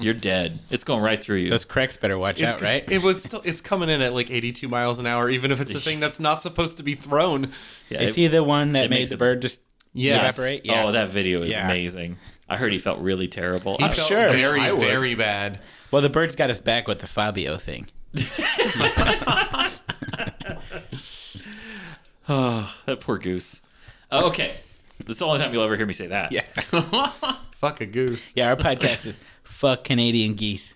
[SPEAKER 1] you're dead. It's going right through you.
[SPEAKER 4] Those cracks better watch
[SPEAKER 3] It's,
[SPEAKER 4] out, right?
[SPEAKER 3] It was still. It's coming in at like 82 miles an hour, even if it's a thing that's not supposed to be thrown.
[SPEAKER 1] Yeah,
[SPEAKER 4] Is
[SPEAKER 1] it-
[SPEAKER 4] he the one that made
[SPEAKER 1] makes
[SPEAKER 4] the
[SPEAKER 1] it-
[SPEAKER 4] bird just
[SPEAKER 3] Yes.
[SPEAKER 4] evaporate? Yeah.
[SPEAKER 1] Oh, that video is
[SPEAKER 4] Yeah.
[SPEAKER 1] amazing. I heard he felt really terrible. I
[SPEAKER 3] He felt
[SPEAKER 4] sure.
[SPEAKER 3] very,
[SPEAKER 4] I would.
[SPEAKER 3] very bad.
[SPEAKER 4] Well, the bird's got us back with the Fabio thing.
[SPEAKER 1] that poor goose. Oh, okay. That's the only time you'll ever hear me say that.
[SPEAKER 4] Yeah.
[SPEAKER 3] Fuck a goose.
[SPEAKER 4] Yeah, our podcast is fuck Canadian geese.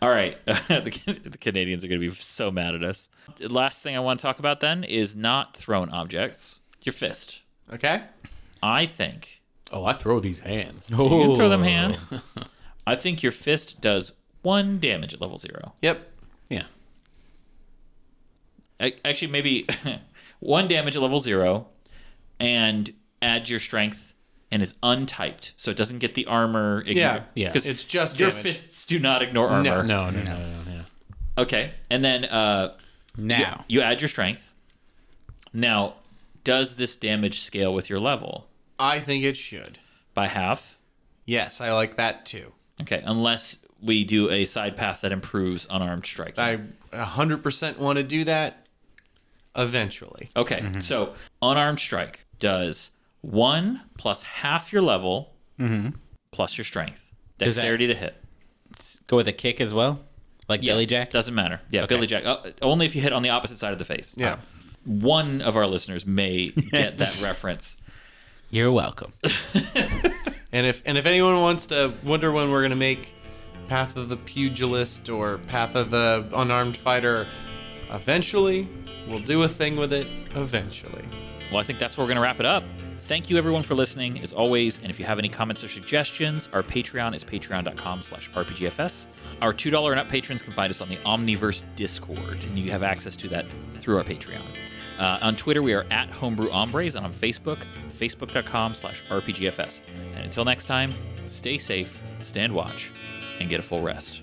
[SPEAKER 1] All right. the, Can- the Canadians are going to be so mad at us. Last thing I want to talk about then is not thrown objects, your fist.
[SPEAKER 3] Okay.
[SPEAKER 1] I think
[SPEAKER 2] oh, I throw these hands.
[SPEAKER 4] Oh.
[SPEAKER 1] you can throw them hands. I think your fist does one damage at level zero.
[SPEAKER 3] Yep.
[SPEAKER 2] Yeah,
[SPEAKER 1] Ac- actually maybe one damage at level zero and add your strength and is untyped so it doesn't get the armor igno-
[SPEAKER 3] Yeah.
[SPEAKER 2] Yeah.
[SPEAKER 1] because
[SPEAKER 3] It's just
[SPEAKER 1] your
[SPEAKER 3] damage.
[SPEAKER 1] fists do not ignore armor
[SPEAKER 2] no, no, no, no, no. yeah.
[SPEAKER 1] okay and then uh
[SPEAKER 4] Now,
[SPEAKER 1] you add your strength now does this damage scale with your level
[SPEAKER 3] I think it should.
[SPEAKER 1] by half
[SPEAKER 3] Yes, I like that too.
[SPEAKER 1] okay unless we do a side path that improves unarmed strike
[SPEAKER 3] I 100% want to do that eventually.
[SPEAKER 1] Okay,
[SPEAKER 4] Mm-hmm.
[SPEAKER 1] so unarmed strike does one plus half your level plus your strength,
[SPEAKER 4] Mm-hmm. that-
[SPEAKER 1] dexterity to hit.
[SPEAKER 4] go with a kick as well, like Billy Jack.
[SPEAKER 1] doesn't matter. Yeah, Billy Jack. Uh, only if you hit on the opposite side of the face.
[SPEAKER 3] Yeah.
[SPEAKER 4] Uh,
[SPEAKER 1] One of our listeners may get that reference.
[SPEAKER 4] You're welcome.
[SPEAKER 3] And if and if anyone wants to wonder when we're gonna make Path of the Pugilist or Path of the Unarmed Fighter, eventually we'll do a thing with it. Eventually.
[SPEAKER 1] Well, I think that's where we're going to wrap it up. Thank you, everyone, for listening, as always. And if you have any comments or suggestions, our Patreon is patreon.com slash RPGFS. Our $2 and up patrons can find us on the Omniverse Discord, and you have access to that through our Patreon. Uh, on Twitter, we are at Homebrew Hombres, and on Facebook, facebook.com slash RPGFS. And until next time, stay safe, stand watch, and get a full rest.